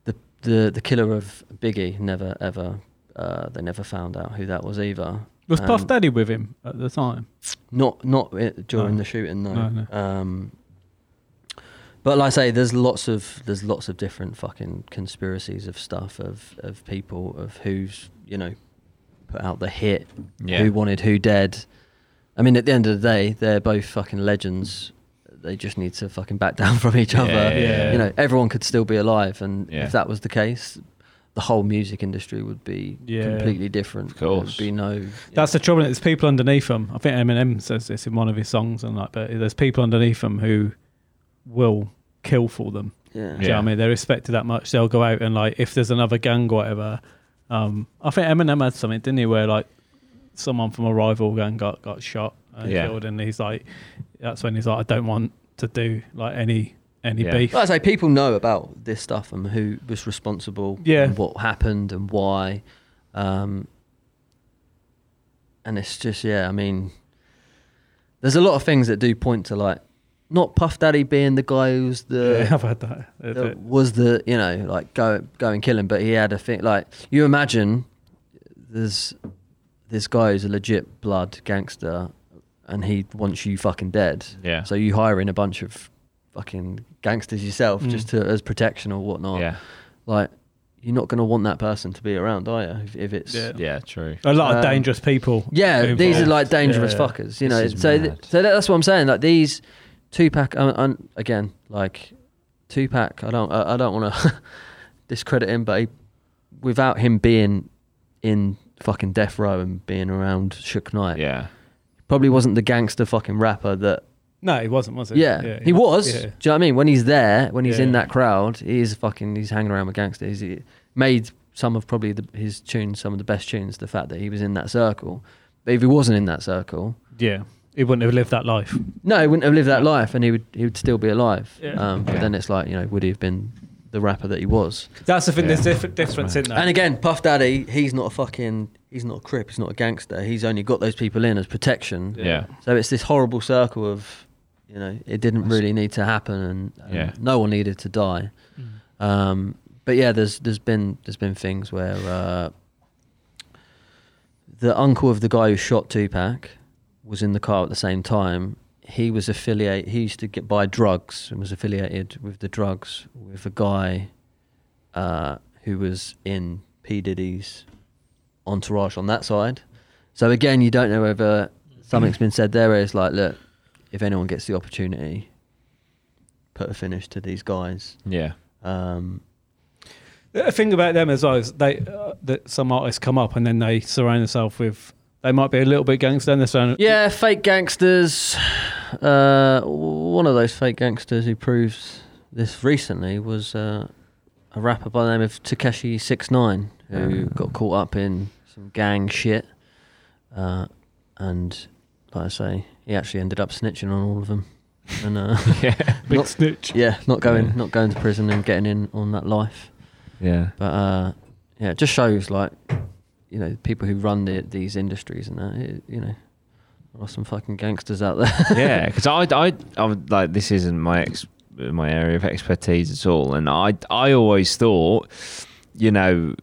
the the the killer of Biggie. Never ever. Uh, they never found out who that was either.
Was
Um,
Puff Daddy with him at the time?
Not not i- during
No.
the shooting, no.
No,
Um, but like I say, there's lots of there's lots of different fucking conspiracies of stuff of of people of who's you know put out the hit,
Yeah.
who wanted who dead. I mean, at the end of the day, they're both fucking legends. They just need to fucking back *laughs* down from each other.
Yeah, yeah,
You know, everyone could still be alive, and
Yeah.
if that was the case, the whole music industry would be
Yeah.
completely different.
Of course.
There would be no. you
That's the trouble. It's people underneath him. I think Eminem says this in one of his songs, and like, but there's people underneath him who will kill for them.
know, yeah.
Do you know what I mean? They're respected that much. They'll go out and like if there's another gang or whatever. Um, I think Eminem had something, didn't he, where like someone from a rival gang got, got shot and
Yeah.
killed and he's like that's when he's like, I don't want to do like any any
Yeah.
beef.
Well,
*laughs*
I say people know about this stuff and who was responsible,
Yeah.
and what happened and why, um, and it's just yeah. I mean, there's a lot of things that do point to like not Puff Daddy being the guy who's the
yeah, *laughs* I've had that. That's
that
it.
was the you know like go go and kill him, but he had a thing like you imagine there's this guy who's a legit blood gangster, and he wants you fucking dead.
Yeah.
So you hire in a bunch of fucking gangsters yourself
Mm.
just to as protection or whatnot.
yeah.
Like you're not gonna want that person to be around, are you? If, if it's
Yeah.
yeah,
Yeah. True.
A lot of
Um,
dangerous people.
these are like dangerous
Yeah.
fuckers.
This
You know.
is
So th-
mad.
so that's what I'm saying. Like these Tupac. Um, um, again, like Tupac. I don't. I, I don't want to *laughs* discredit him, but he, without him being in fucking death row and being around Shook Knight,
Yeah.
probably wasn't the gangster fucking rapper that
No, he wasn't, was it?
Yeah, he was.
Yeah.
Do you know what I mean? When he's there, when he's in
Yeah.
that crowd, he is fucking. He's hanging around with gangsters. He made some of probably the, his tunes, some of the best tunes. The fact that he was in that circle, but if he wasn't in that circle,
Yeah. He wouldn't have lived that life.
no, he wouldn't have lived that life, and he would he would still be alive.
Yeah.
Um, but
Yeah.
then it's like you know, would he have been the rapper that he was?
That's the thing,
Yeah.
there's different difference in that.
And again, Puff Daddy, he's not a fucking. He's not a crip. He's not a gangster. He's only got those people in as protection.
Yeah.
So it's this horrible circle of, you know, it didn't really need to happen, and, and
Yeah.
no one needed to die. Um, but yeah, there's there's been there's been things where uh, the uncle of the guy who shot Tupac was in the car at the same time. He was affiliate. He used to get buy drugs and was affiliated with the drugs with a guy uh, who was in P Diddy's entourage on that side. So again, you don't know whether something's been said there. Where it's like, look, if anyone gets the opportunity, put a finish to these guys.
Yeah.
Um,
The thing about them as well is they uh, that some artists come up and then they surround themselves with they might be a little bit gangster and they surround
yeah, fake gangsters. Uh, one of those fake gangsters who proves this recently was uh, a rapper by the name of Takeshi Six Nine, who got caught up in some gang shit, uh, and like I say, he actually ended up snitching on all of them. And
*laughs*
uh,
Yeah.
big
not-
snitch.
yeah, not going,
Yeah.
not going to prison and getting in on that life.
Yeah.
But uh, yeah, it just shows like you know people who run the, these industries and that it, you know there are some fucking gangsters out there.
*laughs* yeah, because I, I, I would- like this isn't my ex, my area of expertise at all, and I, I always thought, you know,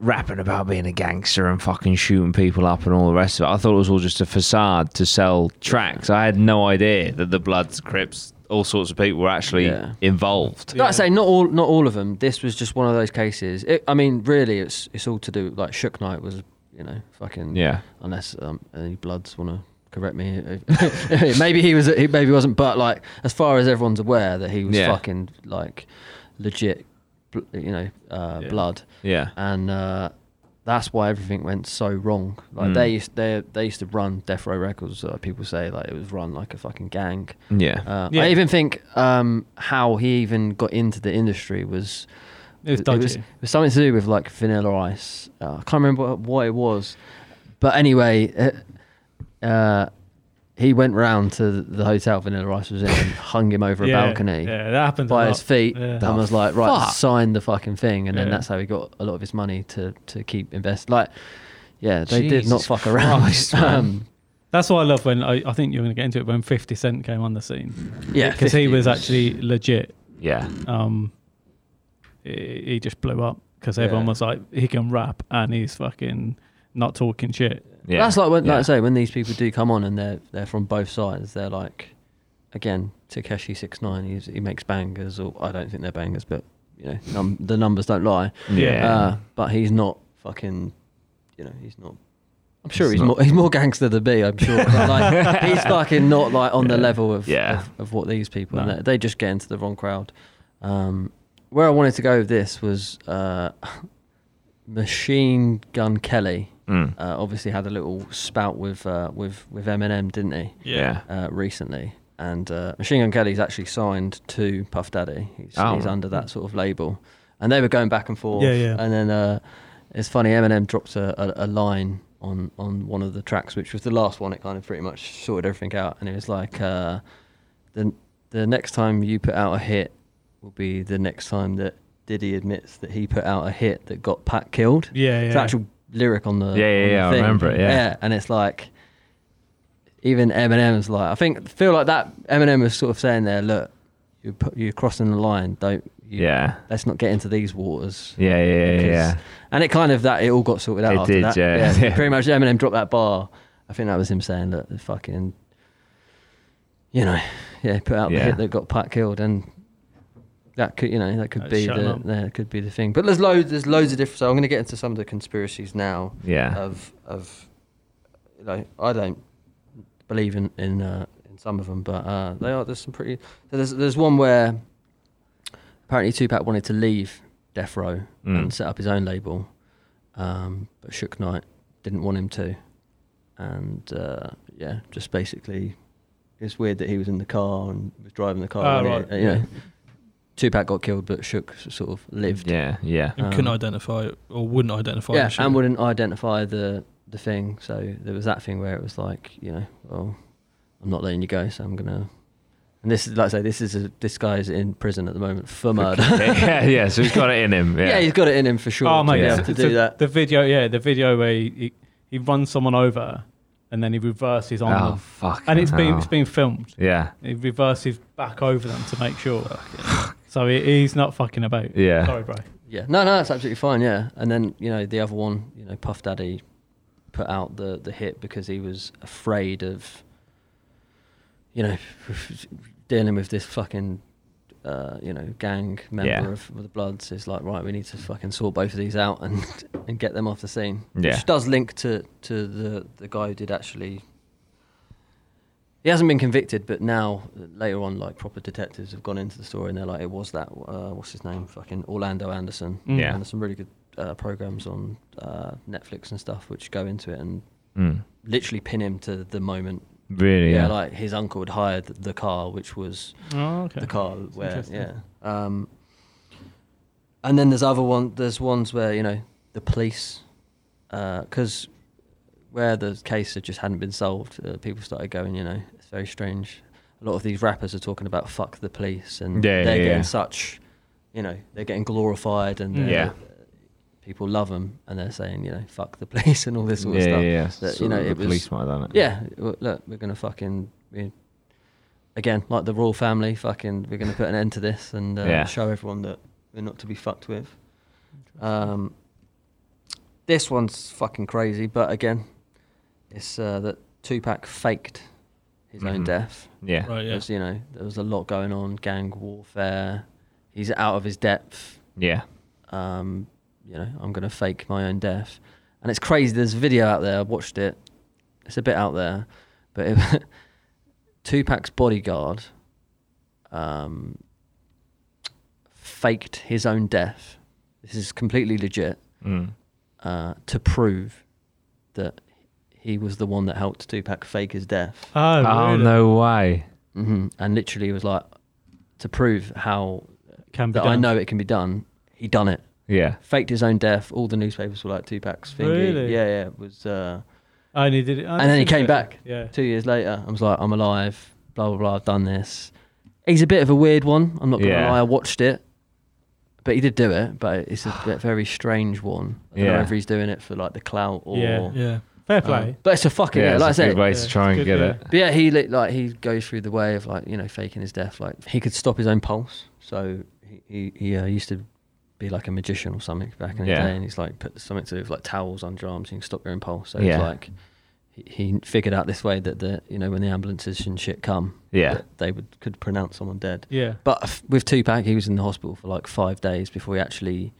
rapping about being a gangster and fucking shooting people up and all the rest of it. I thought it was all just a facade to sell tracks. I had no idea that the Bloods, Crips, all sorts of people were actually
Yeah.
involved.
*laughs* Like I say, not all, not all of them. This was just one of those cases. It, I mean, really, it's it's all to do like Shook Knight was you know fucking
Yeah,
Unless um, any Bloods want to correct me, if- *laughs* maybe he was he maybe wasn't. But like as far as everyone's aware, that he was
Yeah.
fucking like legit, bl- you know, uh,
Yeah.
blood.
yeah,
and uh, that's why everything went so wrong. Like
Mm.
they used they they used to run Death Row Records. Uh, people say like it was run like a fucking gang.
yeah,
Uh,
Yeah.
I even think um, how he even got into the industry was
It was dodgy.
was, it was something to do with like Vanilla Ice. Uh, I can't remember what, what it was, but anyway, uh, uh, he went round to the hotel Vanilla Rice was in and hung him over a
yeah,
balcony
Yeah, that happens. a
by
lot.
his feet
Yeah.
and was like, right,
Fuck.
sign the fucking thing. And then
Yeah.
that's how he got a lot of his money to, to keep invest. Like, yeah, they did not
Jesus
fuck around.
Christ, man.
*laughs* um,
That's why I love when I, I think you're going to get into it when 50 Cent came on
*laughs*
the scene
yeah,
because he
50
was actually legit.
Yeah.
Um, he, he just blew up because everyone
Yeah.
was like, he can rap and he's fucking not talking shit.
Yeah.
That's like when, like I
Yeah.
say, when these people do come on and they're they're from both sides. They're like, again, Takeshi six nine. He's, he makes bangers, or I don't think they're bangers, but you know, num- the numbers don't lie.
Yeah.
Uh, but he's not fucking. You know, he's not. I'm sure
He's
he's,
not-
more he's more gangster than me. I'm sure. But,
*laughs*
like, he's fucking not like on the level of,
Yeah.
of of what these people.
No.
They, they just get into the wrong crowd. Um, where I wanted to go with this was uh, *laughs* Machine Gun Kelly
Mm.
uh, obviously had a little spout with uh, with with Eminem, didn't he?
Yeah.
Uh, recently, and uh, Machine Gun Kelly's actually signed to Puff Daddy. He's,
Oh.
he's under that sort of label, and they were going back and forth.
Yeah, yeah.
And then uh, it's funny, Eminem dropped a, a, a line on on one of the tracks, which was the last one. It kind of pretty much sorted everything out, and it was like uh, the the next time you put out a hit will be the next time that. Diddy admits that he put out a hit that got Pat killed.
Yeah,
It's
yeah.
actual lyric on
Yeah,
the
yeah,
on the
yeah, I
thing.
remember it, yeah.
and it's like even Eminem's like I think feel like that Eminem was sort of saying there, look, you put, you're crossing the line. Don't you,
Yeah.
Let's not get into these waters.
Yeah. Yeah. Yeah.
Because-
yeah.
And it kind of that it all got sorted out.
It
after
did,
that.
yeah. *laughs* Yeah.
Pretty much Eminem dropped that bar. I think that was him saying, look, the fucking, you know, yeah, put out
Yeah.
the hit that got Pat killed and. That could, you know, that could
Uh,
be
shut
the
up.
that could be the thing. But there's loads, there's loads of different. So I'm going to get into some of the conspiracies now
*laughs* Yeah.
of of you know I don't believe in in uh, in some of them, but uh, they are there's some pretty so there's there's one where apparently Tupac wanted to leave Death Row
Mm.
and set up his own label, um, but Shook Knight didn't want him to, and uh, yeah, just basically it's weird that he was in the car and was driving the car.
Ah,
when he-
right.
uh, you know, Tupac got killed, but Shook sort of lived
Yeah. Yeah.
And
Um,
couldn't identify or wouldn't identify.
yeah,
the shooter.
and wouldn't identify the the thing. So there was that thing where it was like, you know, well, I'm not letting you go, so I'm gonna. And this is like I say, this is a, this guy's in prison at the moment for murder. *laughs*
yeah. Yeah. So he's got it in him.
yeah.
Yeah.
he's got it in him for sure.
Oh my
to be
god,
able to do that.
The video, yeah, the video where he, he, he runs someone over and then he reverses on
oh
them,
fuck.
and it's been
hell.
it's been filmed.
Yeah.
He reverses back over them to make sure. so he, he's not fucking about.
Yeah.
Sorry, bro.
Yeah, no, no, that's absolutely fine. Yeah, and then you know the other one, you know, Puff Daddy put out the the hit because he was afraid of, you know, *laughs* dealing with this fucking, uh, you know, gang member
Yeah.
of the Bloods. It's like right, we need to fucking sort both of these out and *laughs* and get them off the scene.
Yeah.
which does link to to the the guy who did actually. He hasn't been convicted, but now later on, like proper detectives have gone into the story and they're like, it was that uh, what's his name, fucking Orlando Anderson.
Mm.
Yeah.
And there's some really good uh, programs on uh, Netflix and stuff which go into it and
Mm.
literally pin him to the moment.
Really. Yeah.
like his uncle had hired the car, which was
Oh, okay.
the car where
interesting.
yeah. Um, and then there's other one. There's ones where you know the police, because where the case had just hadn't been solved, uh, people started going. You know, it's very strange. A lot of these rappers are talking about fuck the police, and
Yeah,
they're
yeah,
getting
yeah.
such, you know, they're getting glorified, and
Mm.
they're-
Yeah.
people love them, and they're saying you know fuck the *laughs* police and all this sort
yeah,
of stuff.
yeah, yeah.
that, you
Sort
know,
of the
it was-
police might have done it.
Yeah, w- look, we're gonna fucking we, again, like the royal family, fucking, we're gonna put an end to this and uh,
Yeah.
show everyone that we're not to be fucked with. Um, this one's fucking crazy, but again, it's uh, that Tupac faked his own
Mhm.
death.
Yeah.
Right, yeah.
There's, you know, there was a lot going on, gang warfare. He's out of his depth
Yeah.
um, you know, I'm going to fake my own death. And it's crazy. There's a video out there. I watched it. It's a bit out there, but it, *laughs* Tupac's bodyguard um, faked his own death. This is completely legit
Mm.
uh, to prove that he was the one that helped Tupac fake his death.
Oh,
Oh
really?
no way.
hmm And literally was like, to prove how
Can be
that I
done.
know it can be done. He done it.
Yeah.
faked his own death. All the newspapers were like Tupac's thingy.
Really?
Yeah, yeah. It was uh,
I only Oh, did it.
And then he came back
Yeah.
two years later. I was like, I'm alive. Blah blah blah. I've done this. He's a bit of a weird one. I'm not gonna
Yeah.
lie. I watched it, but he did do it. But it's
*sighs*
a bit- very strange one. I don't
Yeah.
know if he's doing it for like the clout or.
Yeah.
Yeah.
Fair
um,
play.
but it's a fucking
yeah,
yeah,
it's
like I
a good
said.
way
Yeah,
to try and
good,
get
yeah.
it.
But yeah, he li- like he goes through the way of like you know faking his death. Like he could stop his own pulse. So he he, he uh, used to be like a magician or something back in the
Yeah.
day, and he's like put something to do with like towels under your arms, you can stop your own pulse. So
Yeah.
it's like he, he figured out this way that the you know when the ambulances and shit come,
Yeah.
that they would could pronounce someone dead.
Yeah.
But f- with Tupac, he was in the hospital for like five days before he actually.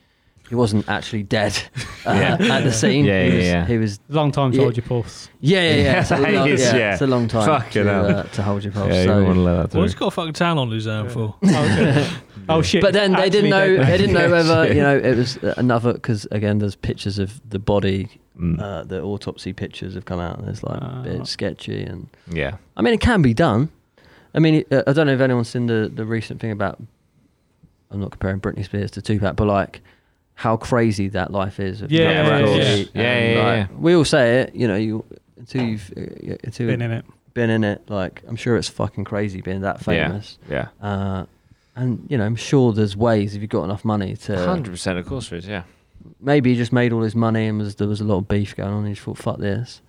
He wasn't actually dead *laughs* uh,
Yeah.
at the scene.
Yeah,
he
yeah,
was,
yeah.
He was
Long time to
Yeah.
hold your pulse.
yeah, yeah,
*laughs*
yeah. It's a,
Yeah,
long,
he is,
yeah,
yeah.
it's a long time
Fucking
to,
hell.
uh, to hold your pulse.
yeah, you
so-
wouldn't want to let that
Well,
through.
he's got a fucking towel on his arm
Yeah.
for.
*laughs*
Oh, okay. Oh, shit.
but then they didn't know.
Actually,
They
*laughs*
didn't know
Yeah,
whether
shit.
you know it was another because again, there's pictures of the body.
Mm.
Uh, the autopsy pictures have come out, and it's like a
Ah.
bit sketchy. And
yeah.
I mean, it can be done. I mean, uh, I don't know if anyone's seen the the recent thing about. I'm not comparing Britney Spears to Tupac, but like how crazy that life is. of drug
Yeah, yeah,
records.
yeah.
And,
Yeah, yeah,
like,
yeah.
We all say it, you know. You until you've uh, until
Been in it.
been in it. Like, I'm sure it's fucking crazy being that
Yeah.
famous.
Yeah.
Uh, and you know, I'm sure there's ways if you've got enough money to.
Hundred percent, of course, there is. Yeah.
Maybe he just made all his money and was there was a lot of beef going on. And he just thought, fuck this.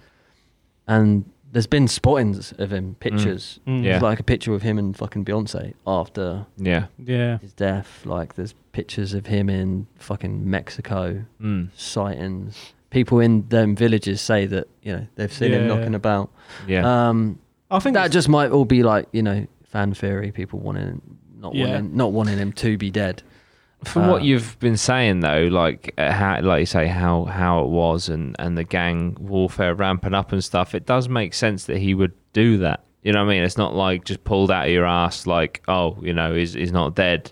And there's been spottings of him, pictures.
Mm.
Yeah.
There's like a picture of him and fucking Beyonce after
Yeah.
Yeah.
his death. Like there's pictures of him in fucking Mexico
Mm.
sightings. People in them villages say that you know they've seen him
Yeah.
knocking about.
Yeah.
Um,
I think
that
it's-
just might all be like you know fan theory. People wanting not
Yeah.
wanting not wanting him to be dead.
From what
uh,
you've been saying though, like uh, how, like you say, how how it was and and the gang warfare ramping up and stuff, it does make sense that he would do that. You know what I mean? It's not like just pulled out of your ass, like oh, you know, he's he's not dead.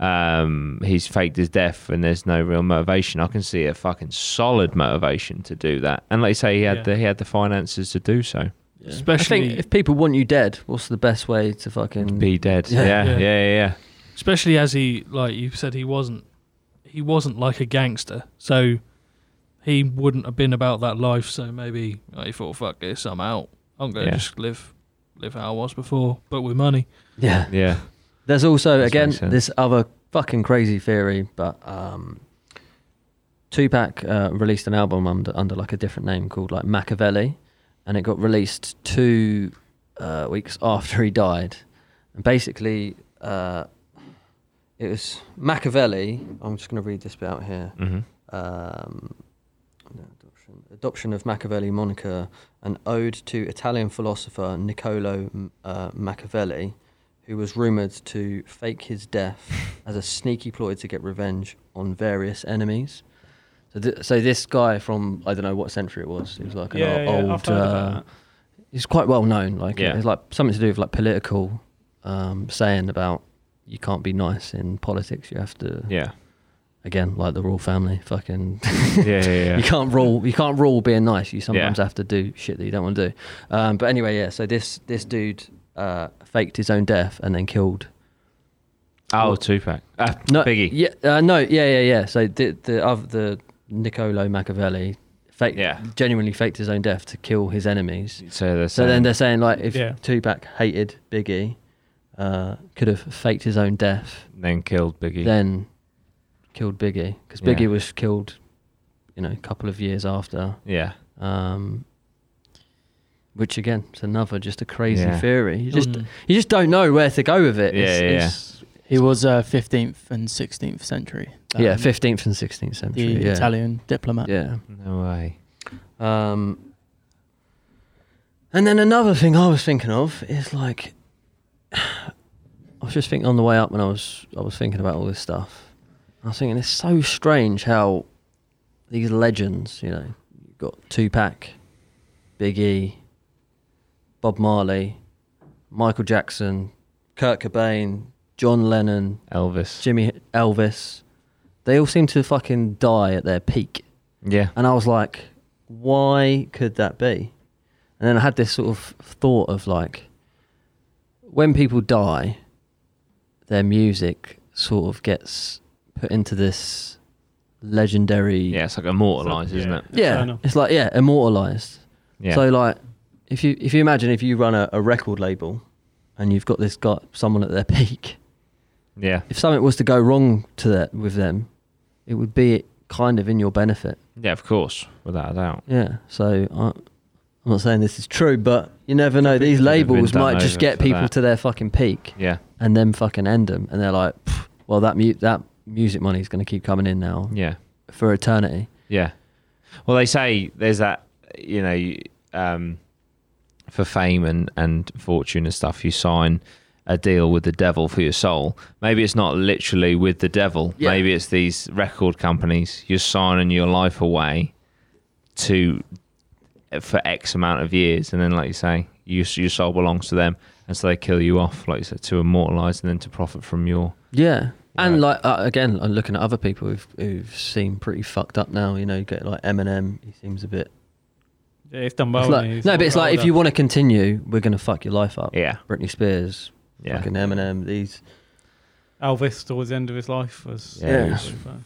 Um, he's faked his death, and there's no real motivation. I can see a fucking solid motivation to do that. And like you say, he had
Yeah.
the he had the finances to do so.
I
Especially
think if people want you dead, what's the best way to fucking
Be dead.
Yeah.
Yeah. Yeah.
Yeah.
Yeah. Yeah. yeah.
especially as he like you said he wasn't he wasn't like a gangster so he wouldn't have been about that life so maybe like, he thought fuck this i'm out i'm gonna
Yeah.
just live live how i was before but with money
Yeah.
yeah.
There's also
This
again
makes sense.
this other fucking crazy theory, but um, Tupac uh, released an album under, under like a different name called like Machiavelli, and it got released two uh, weeks after he died, and basically uh, it was Machiavelli. I'm just going to read this bit out here.
Mm-hmm.
um, no, adoption, adoption of Machiavelli moniker, an ode to Italian philosopher Niccolo uh, Machiavelli, who was rumoured to fake his
*laughs*
death as a sneaky ploy to get revenge on various enemies. So, th- so this guy from I don't know what century it was. He was like an
yeah, yeah,
o-
I've
old.
heard
uh,
about
he's quite well known. Like
Yeah.
it's like something to do with like political um, saying about you can't be nice in politics. You have to *laughs*
Yeah.
again like the royal family. Fucking
Yeah. Yeah. yeah.
you can't rule. You can't rule being nice. You sometimes have to do shit that you don't want to do. Um, but anyway, yeah. So this this dude uh, faked his own death and then killed.
Oh, Tupac. Uh,
No,
Biggie.
Yeah. Uh, no. Yeah. Yeah. Yeah. So the the other the Niccolo Machiavelli faked,
Yeah.
genuinely faked his own death to kill his enemies.
So, they're
So then
saying-
they're saying like if
Yeah.
Tupac hated Biggie, uh, could have faked his own death,
then killed Biggie.
then killed Biggie because
Yeah.
Biggie was killed, you know, a couple of years after.
yeah,
Um, which again, it's another just a crazy
Yeah.
theory. You just
Mm.
you just don't know where to go with it.
Yeah, yeah,
it's,
He was uh, 15th and 16th century.
yeah. Yeah,
Um,
fifteenth and sixteenth
The
century. yeah.
Italian diplomat.
Yeah.
no way.
Um, and then another thing I was thinking of is like, *sighs* I was just thinking on the way up when I was I was thinking about all this stuff. I was thinking it's so strange how these legends, you know, you've got Tupac, Big E, Bob Marley, Michael Jackson, Kurt Cobain, John Lennon,
Elvis.
Jimmy Elvis. They all seem to fucking die at their peak.
yeah,
And I was like, why could that be? And then I had this sort of thought of like, when people die, their music sort of gets put into this legendary.
yeah. It's like immortalized,
Yeah.
isn't it?
Yeah,
Eternal.
It's like, yeah, immortalized.
Yeah.
So like, if you if you imagine if you run a, a record label, and you've got this guy someone at their *laughs* peak,
yeah.
if something was to go wrong to that with them, it would be kind of in your benefit.
Yeah, of course. Without a doubt.
Yeah. So I, I'm not saying this is true, but you never know. These
Could have been
labels
done
might just
over
get
for
people
that.
to their fucking peak
Yeah.
and then fucking end them, and they're like, "Pff, well, that mu- that music money is going to keep coming in now
Yeah.
for eternity.
Yeah. Well, they say there's that, you know, um, for fame and, and fortune and stuff, you sign a deal with the devil for your soul. Maybe it's not literally with the devil.
Yeah.
Maybe it's these record companies. You're signing your life away to for X amount of years, and then, like you say, you, your soul belongs to them, and so they kill you off, like you said, to immortalize and then to profit from your.
Yeah. And
Right.
like uh, again, I'm looking at other people who've who've seemed pretty fucked up now. You know, you get like Eminem. He seems a bit.
Yeah, it's done
it's
well.
like-
hasn't he? He's
no, but it's like if
older.
you want to continue, we're gonna fuck your life up.
Yeah.
Britney Spears,
Yeah.
Oh, fucking Eminem. These
Elvis towards the end of his life was.
Yeah.
Yeah.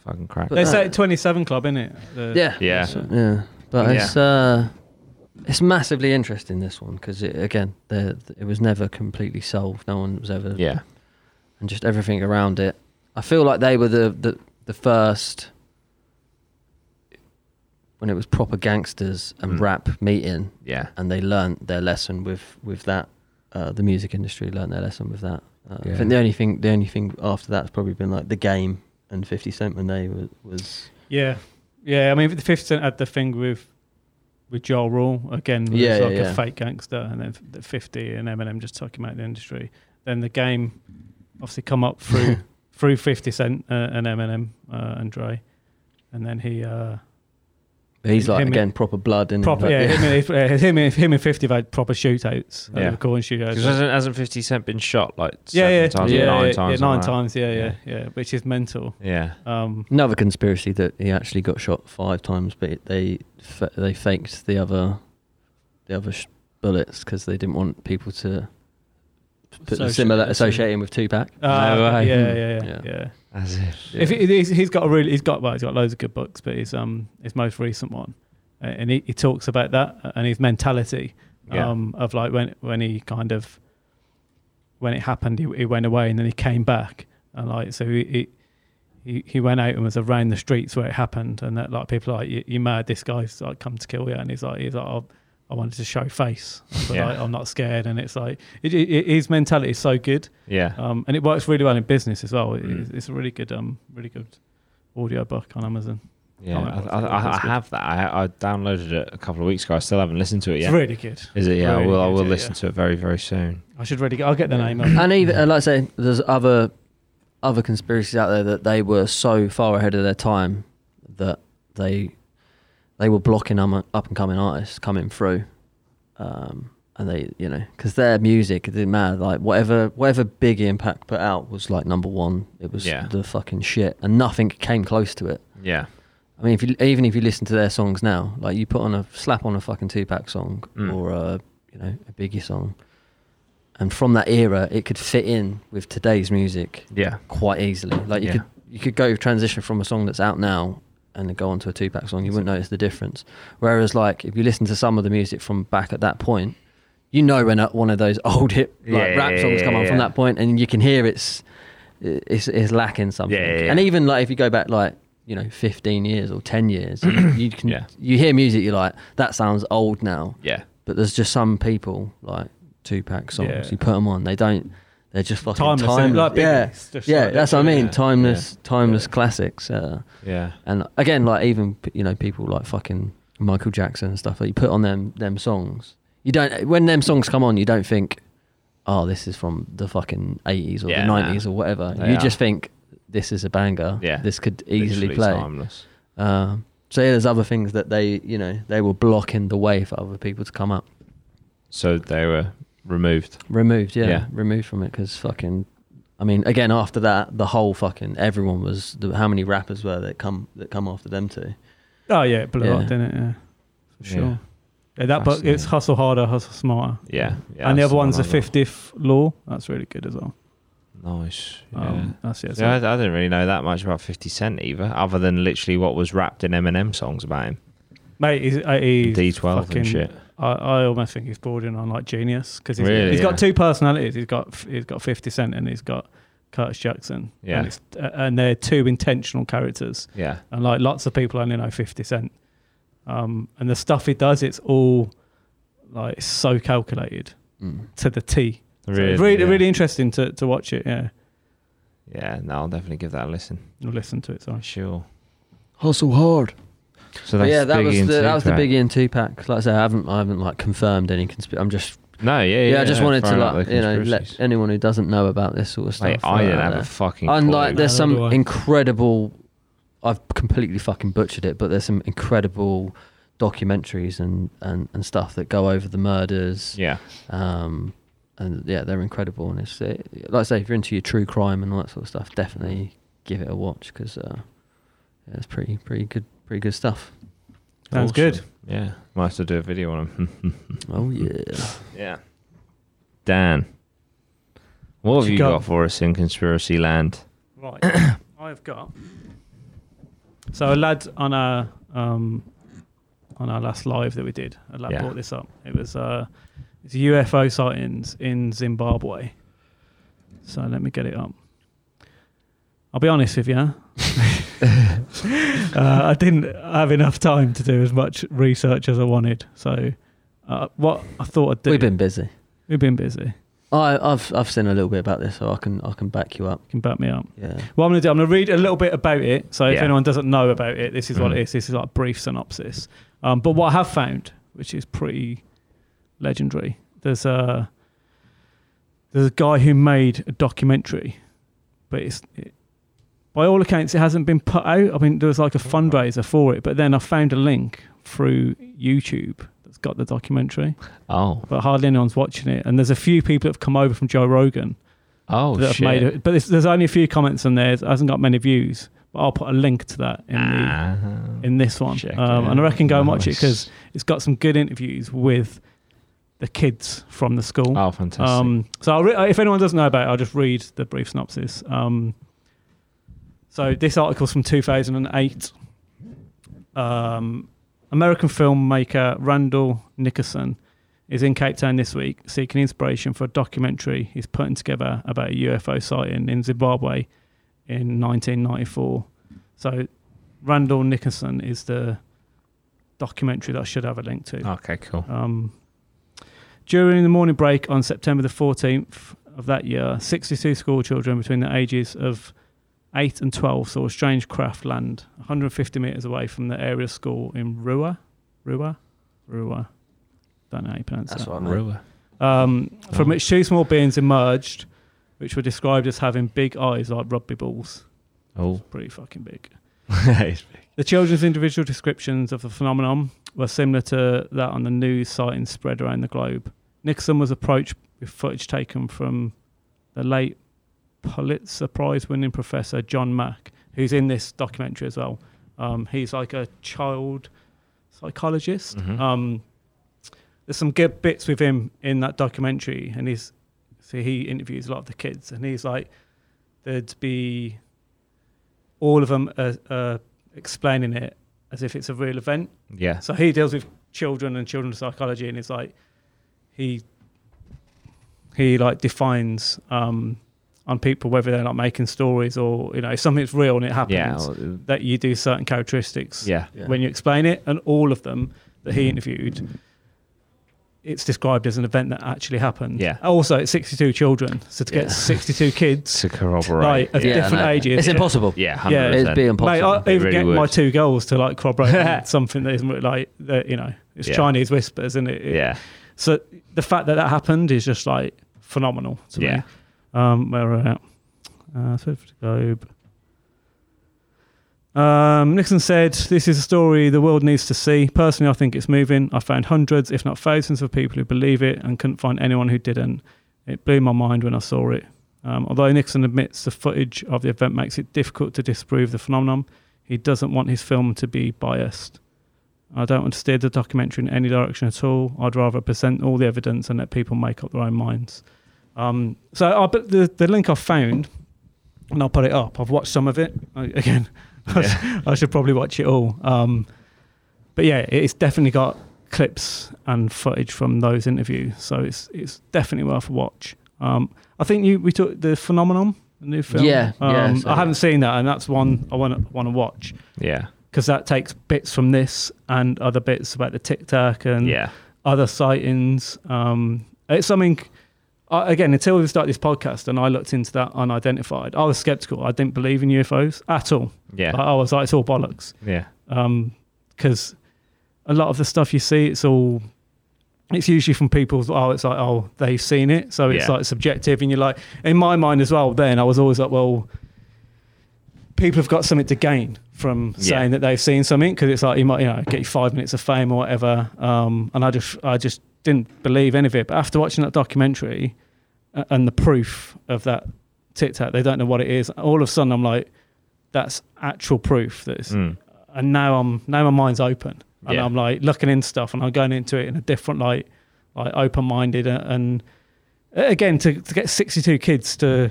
Fucking crack.
They
But
say
that-
27 Club, innit? The,
Yeah.
Yeah.
So-
uh,
yeah. But
Yeah.
it's uh, it's massively interesting this one because it, again, the, it was never completely solved. No one was ever,
Yeah.
and just everything around it. I feel like they were the the, the first when it was proper gangsters and
Mm.
rap meeting,
Yeah.
and they learnt their lesson with with that. Uh, the music industry learnt their lesson with that. Uh, I
Yeah.
think the only thing the only thing after that's probably been like the game and Fifty Cent when they was, was
Yeah, yeah. I mean, the Fifth Cent had the thing with with Joel Rule again. Yeah,
Yeah,
it's
yeah,
like a
yeah.
fake gangster, and then the Fifty and Eminem just took him out of the industry. Then the game obviously come up
*laughs*
through through Fifty Cent uh, and Eminem uh, and Dre, and then he uh,
he's like
Him-
again proper blood in
proper yeah, Him, and, uh, him and him and Fifty have had proper shootouts at
Yeah.
the recording studios.
Because hasn't, hasn't 50 Cent been shot like
Yeah,
seven
yeah,
times,
yeah,
or nine
yeah,
times?
yeah,
or
nine
that?
times, yeah, yeah, yeah, which is mental.
Yeah.
Um,
Another conspiracy that he actually got shot five times, but it- they fa- they faked the other the other sh- bullets because they didn't want people to put the
Associate
similar
it to- Ah,
associate him with Tupac.
uh,
No way.
yeah, yeah, yeah,
Hmm. Yeah.
yeah.
As if.
If he, he's, he's got a really, he's got well, he's got loads of good books, but his um his most recent one, uh, and he, he talks about that uh, and his mentality
Yeah.
um of like when when he kind of when it happened, he, he went away and then he came back and like so he. he he, he went out and was around the streets where it happened, and that like people are like you, you mad? This guy's like come to kill you, and he's like he's like "Oh, I wanted to show face, *laughs* but
Yeah.
like, I'm not scared, and it's like it, it, it- his mentality is so good
Yeah.
um, and it works really well in business as well. It-
Mm.
It's, it's a really good, um, really good audio book on Amazon.
Yeah.
Oh,
I,
that's
I,
good,
I, I
that's good.
have that. I, I downloaded it a couple of weeks ago. I still haven't listened to it
It's
yet.
really good.
Is it? Yeah. I
really
will, I
good,
will
yeah,
listen
yeah.
to it very, very soon.
I should really. Get, I'll get the name. Of it.
And even uh, like I say, there's other other conspiracies out there that they were so far ahead of their time that they they were blocking um, up and coming artists coming through, um, and they you know because their music it didn't matter like whatever whatever Big Impact put out was like number one. It was
Yeah.
the fucking shit, and nothing came close to it.
Yeah.
I mean, if you even if you listen to their songs now, like you put on a slap on a fucking two pack song
Mm.
or a you know a Biggie song, and from that era, it could fit in with today's music
Yeah.
quite easily. Like you
Yeah.
could you could go transition from a song that's out now and then go onto a two pack song, you wouldn't notice the difference. Whereas like if you listen to some of the music from back at that point, you know when a, one of those *laughs* old hip like
Yeah,
rap
yeah,
songs come
yeah,
on from
yeah.
that point, and you can hear it's it's, it's lacking something.
Yeah, yeah, yeah.
And even like if you go back like you know 15 years or 10 years, you, you
*clears throat*
can
Yeah.
you hear music, you're like that sounds old now,
Yeah.
but there's just some people like two pack songs
Yeah.
you put them on, they don't. They're just fucking
Timeless, isn't it?
timeless.
Like Biggie's
yeah,
just
yeah,
like
that's what I
that,
mean.
yeah.
Timeless, timeless classics. Uh,
Yeah.
and again, like even p- you know people like fucking Michael Jackson and stuff. Like you put on them them songs. You don't when them songs come on, you don't think, oh, this is from the fucking eighties or
Yeah,
the
nah.
nineties or whatever.
They
you
are.
just think this is a banger.
Yeah.
this could easily
Literally
play.
Timeless.
Um, so yeah, there's other things that they you know they were blocking the way for other people to come up.
So they were removed.
Removed, yeah,
Yeah.
removed from it because fucking. I mean, again, after that, the whole fucking everyone was. The, how many rappers were that come that come after them too?
Oh yeah, it blew
Yeah.
up, didn't it? Yeah, for
Yeah.
sure. Yeah, that book. It's
Fascinating.
hustle harder, hustle smarter.
Yeah. yeah
and the
that's
other one's the
one I
fiftieth law. That's really good as well.
love. Nice. Yeah.
Um, that's it.
See, I, I didn't really know that much about 50 Cent either, other than literally what was wrapped in Eminem songs about him.
Mate, he's, uh, he's
D12
fucking
and shit.
I, I almost think he's bordering on like genius because he's,
Really,
he's
yeah.
got two personalities. He's got he's got Fifty Cent and he's got Curtis Jackson.
Yeah.
and, it's, uh, and they're two intentional characters.
Yeah.
And like lots of people only know Fifty Cent. Um, and the stuff he does, it's all like so calculated
Mm.
to the T. So
Really,
it's really,
yeah.
really interesting to, to watch it. Yeah,
Yeah, no, I'll definitely give that a listen.
or listen to it. Sorry.
Sure.
Hustle hard.
So
But
that's
yeah, that
Biggie
was
and
the that was the
Tupac.
biggie and Tupac. Like I say, I haven't I haven't like confirmed any conspiracy. I'm just
No, yeah, yeah.
yeah, I just wanted to
throwing out
like
the
you know
conspiracies.
let anyone who doesn't know about this sort of stuff.
Like, I
uh,
didn't
out
have
there.
a fucking.
And
clue.
like, there's
Neither
some
do I.
incredible. I've completely fucking butchered it, but there's some incredible documentaries and and, and stuff that go over the murders.
Yeah.
Um, and yeah, they're incredible. And it's it, like I say, if you're into your true crime and all that sort of stuff, definitely give it a watch because uh, yeah, it's pretty pretty good pretty good stuff.
Sounds good.
Yeah. Might have to do a video on him. *laughs*
Oh yeah.
yeah. Dan, what have
you
you
got?
got for us in conspiracy land?
*coughs*
Right, I've got. So a lad on our um, on our last live that we did, a lad
Yeah.
brought this up. It was uh, it's UFO sightings in Zimbabwe. So let me get it up. I'll be honest with you. *laughs* uh, I didn't have enough time to do as much research as I wanted. So uh, what I thought I'd
*sniffs*
do.
We've been busy.
we've been busy.
I, I've I've seen a little bit about this, so I can I can back you up.
You can back me up.
Yeah.
What I'm going to do, I'm going to read a little bit about it. So if
Yeah.
anyone doesn't know about it, this is what
Mhm.
it is. This is like a brief synopsis. Um, but what I have found, which is pretty legendary, there's a there's a guy who made a documentary, but it's it, by all accounts it hasn't been put out. I mean, there was like a fundraiser for it, but then I found a link through YouTube that's got the documentary,
Oh,
but hardly anyone's watching it. And there's a few people that have come over from Joe Rogan
oh,
that have
shit.
made it. But it's, there's only a few comments on there. It hasn't got many views. But I'll put a link to that in
Ah.
the in this one,
Check
um,
it
and I reckon go and watch it
Nice.
because it's got some good interviews with the kids from the school.
Oh, fantastic.
Um, so I'll re- if anyone doesn't know about it, I'll just read the brief synopsis. Um, so this article's from 2008. Um, American filmmaker Randall Nickerson is in Cape Town this week seeking inspiration for a documentary he's putting together about a UFO sighting in Zimbabwe in 1994. So Randall Nickerson is the documentary that I should have a link to.
okay, cool.
Um, during the morning break on September the 14th of that year, 62 school children between the ages of 8 and 12 saw a strange craft land 150 metres away from the area school in Rua. Rua? Rua. Don't know how you pronounce
That's
that.
what I meant.
Ruler.
Um, from
Oh.
which two small beings emerged, which were described as having big eyes like rugby balls.
Oh, *laughs*
Pretty fucking big.
It's
The children's individual descriptions of the phenomenon were similar to that on the news sightings spread around the globe. Nixon was approached with footage taken from the late Pulitzer Prize winning professor John Mack, who's in this documentary as well. Um, he's like a child psychologist.
Mhm.
Um, there's some good bits with him in that documentary, and he's so he interviews a lot of the kids, and he's like, there'd be all of them are, are explaining it as if it's a real event.
yeah.
So he deals with children and children's psychology, and it's like he he like defines um, on people whether they're like making stories or you know if something's real and it happens
Yeah. or-
that you do certain characteristics
Yeah.
Yeah.
when you explain it, and all of them that he interviewed. It's described as an event that actually happened.
Yeah.
Also, it's 62 children. So to
Yeah.
get 62
*laughs*
kids,
To corroborate.
Right, of
yeah.
I
different
know.
ages.
It's impossible.
yeah, 100%.
Yeah,
It'd be impossible.
mate, I
It
even
really
get
would.
my two girls to
*laughs*
like corroborate something that isn't really, like, that, you know, it's
Yeah.
Chinese whispers, isn't it? It-
yeah.
So the fact that that happened is just like phenomenal to
Yeah.
me. Um, where are we at? Uh, Swift to Globe. Um, Nixon said, This is a story the world needs to see. Personally, I think it's moving. I found hundreds, if not thousands, of people who believe it and couldn't find anyone who didn't. It blew my mind when I saw it. Um, although Nixon admits the footage of the event makes it difficult to disprove the phenomenon, he doesn't want his film to be biased. I don't want to steer the documentary in any direction at all. I'd rather present all the evidence and let people make up their own minds. Um, so I put the, the link I found, and I'll put it up. I've watched some of it. Uh, *laughs* I, again, I, sh- I should probably watch it all. Um, but yeah, it's definitely got clips and footage from those interviews. So it's it's definitely worth a watch. Um, I think you we took the phenomenon, the new film.
Yeah,
um,
yeah, so-
I haven't seen that, and that's one I want want to watch
Yeah.
because that takes bits from this and other bits about the TikTok and
yeah.
other sightings. Um, it's something. I, again, until we started this podcast and I looked into that unidentified, I was skeptical. I didn't believe in UFOs at all.
Yeah.
I, I was like, it's all bollocks
yeah.
because Um, a lot of the stuff you see, it's all it's usually from people. Oh, it's like oh they've seen it, so it's
Yeah.
like subjective, and you're like in my mind as well. Then I was always like, well, people have got something to gain from
Yeah.
saying that they've seen something because it's like you might you know get you five minutes of fame or whatever. Um, and I just I just didn't believe any of it. But after watching that documentary a- and the proof of that tic tac, they don't know what it is. All of a sudden, I'm like, that's actual proof that it's
Mm.
and now I'm now my mind's open and
Yeah.
I'm like looking into stuff and I'm going into it in a different like like open minded and again to, to get 62 kids to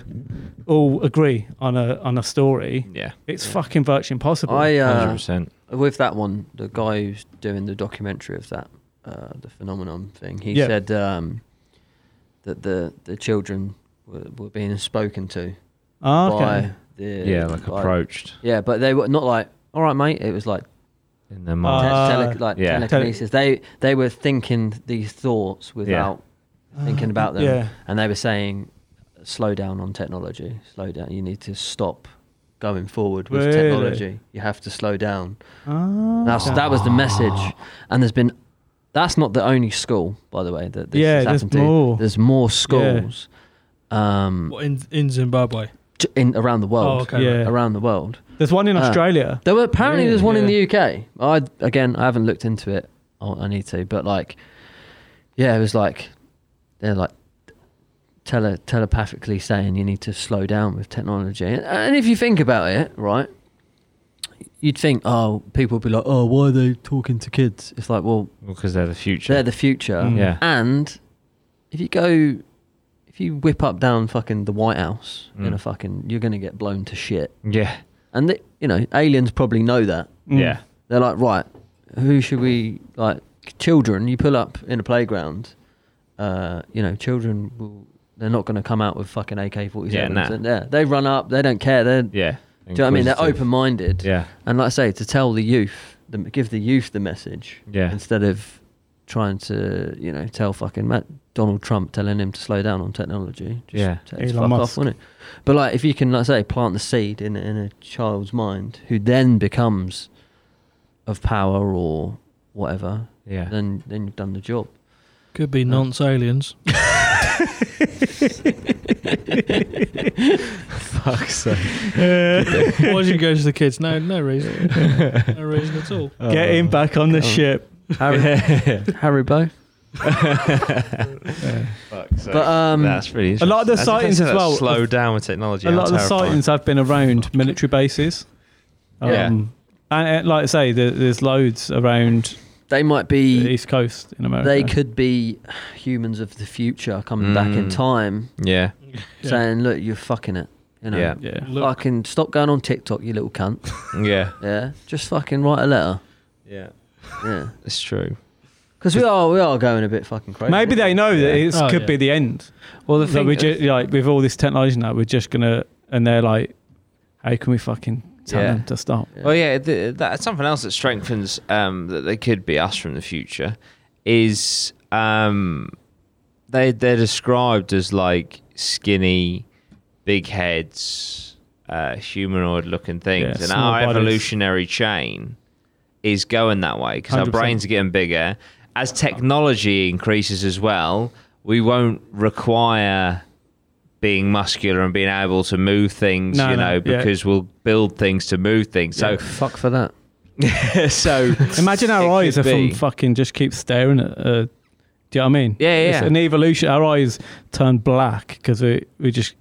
all agree on a on a story
Yeah.
it's fucking virtually impossible
I uh,
100%.
with that one, the guy who's doing the documentary of that, uh, the phenomenon thing, he
Yeah.
said um, that the the children were, were being spoken to
Ah, okay
by the
Yeah, like approached
Yeah, but they were not like, all right, mate. It was like
in their
te-
mind.
Uh,
tele- like
yeah.
telekinesis. they they were thinking these thoughts without thinking about them,
yeah.
and they were saying, slow down on technology. Slow down. You need to stop going forward with
Really?
technology. You have to slow down.
Ah,
That's,
okay.
That was the message. And there's been, that's not the only school, by the way, that this
Yeah,
has
there's
happened to.
more.
There's more schools um,
What, in in Zimbabwe.
j- in around the world.
Oh, okay.
Yeah.
Around the world.
there's one in
Ah.
Australia
There were apparently
Really?
there's one in
Yeah.
the UK. I again I haven't looked into it. I, I need to, but like, yeah, it was like they're like tele telepathically saying you need to slow down with technology. And, and if you think about it, right, you'd think oh people would be like oh why are they talking to kids? It's like well
because they're the future.
they're the future,
Mm.
Yeah.
and if you go if you whip up down fucking the White House in
Mm.
a fucking you're gonna get blown to shit.
yeah.
And th you know aliens probably know that
Mm.
Yeah.
they're like, right, who should we like? Children, you pull up in a playground. Uh, you know, children will. They're not going to come out with fucking AK forty
Yeah,
seven.
nah.
Yeah, they run up. They don't care. They're.
Yeah.
Do you know what I mean? They're open minded.
Yeah.
And like I say, to tell the youth, the, give the youth the message
Yeah.
instead of trying to, you know, tell fucking Matt, Donald Trump telling him to slow down on technology. Just
Yeah.
tell him to
Elon
fuck
Musk.
off, wouldn't it? But like, if you can, like I say, plant the seed in in a child's mind, who then becomes of power or whatever,
Yeah.
then then you've done
*laughs*
the job.
Could be nonce aliens.
Fuck's sake.
Why did you go to the kids? No, no reason. No reason at all.
*laughs* get him back on the
Go on.
ship
*laughs* Harry Bow.
*laughs*
But um,
That's really
a lot of the
interesting. I didn't
sightings
say
as
that
well-
Slow down with technology.
a
How
lot of the
terrifying.
sightings have been around military bases
Yeah.
and uh, like I say there, there's loads around
they might
the
be.
east coast in America
They could be humans of the future coming back in
Mm.
time,
Yeah.
Yeah.
saying, "Look, you're fucking it." You know.
Yeah.
yeah
Look,
Fucking stop going on TikTok, you little cunt.
Yeah.
Yeah, just fucking write a letter.
Yeah.
Yeah,
It's true.
because we are we are going a bit fucking crazy.
Maybe they know that it
Oh,
could
yeah.
be the end.
Well, the
That
thing
we just like with all this technology now, we're just gonna and they're like, how can we fucking tell
Yeah.
them to stop?
Well, Oh, yeah, th that's something else that strengthens um, that they could be us from the future is um, they they're described as like skinny, big heads, uh, humanoid looking things,
Yeah,
and
small
our
bodies.
evolutionary chain is going that way because our
100%.
brains are getting bigger. As technology increases as well, we won't require being muscular and being able to move things,
No,
you
no,
know,
yeah.
because we'll build things to move things. So
fuck for that.
*laughs* so
*laughs* Imagine
it
our eyes are
could
from
be.
fucking just keep staring at. Uh, do you know what I mean?
Yeah, yeah,
It's
yeah.
an evolution. Our eyes turn black because we we just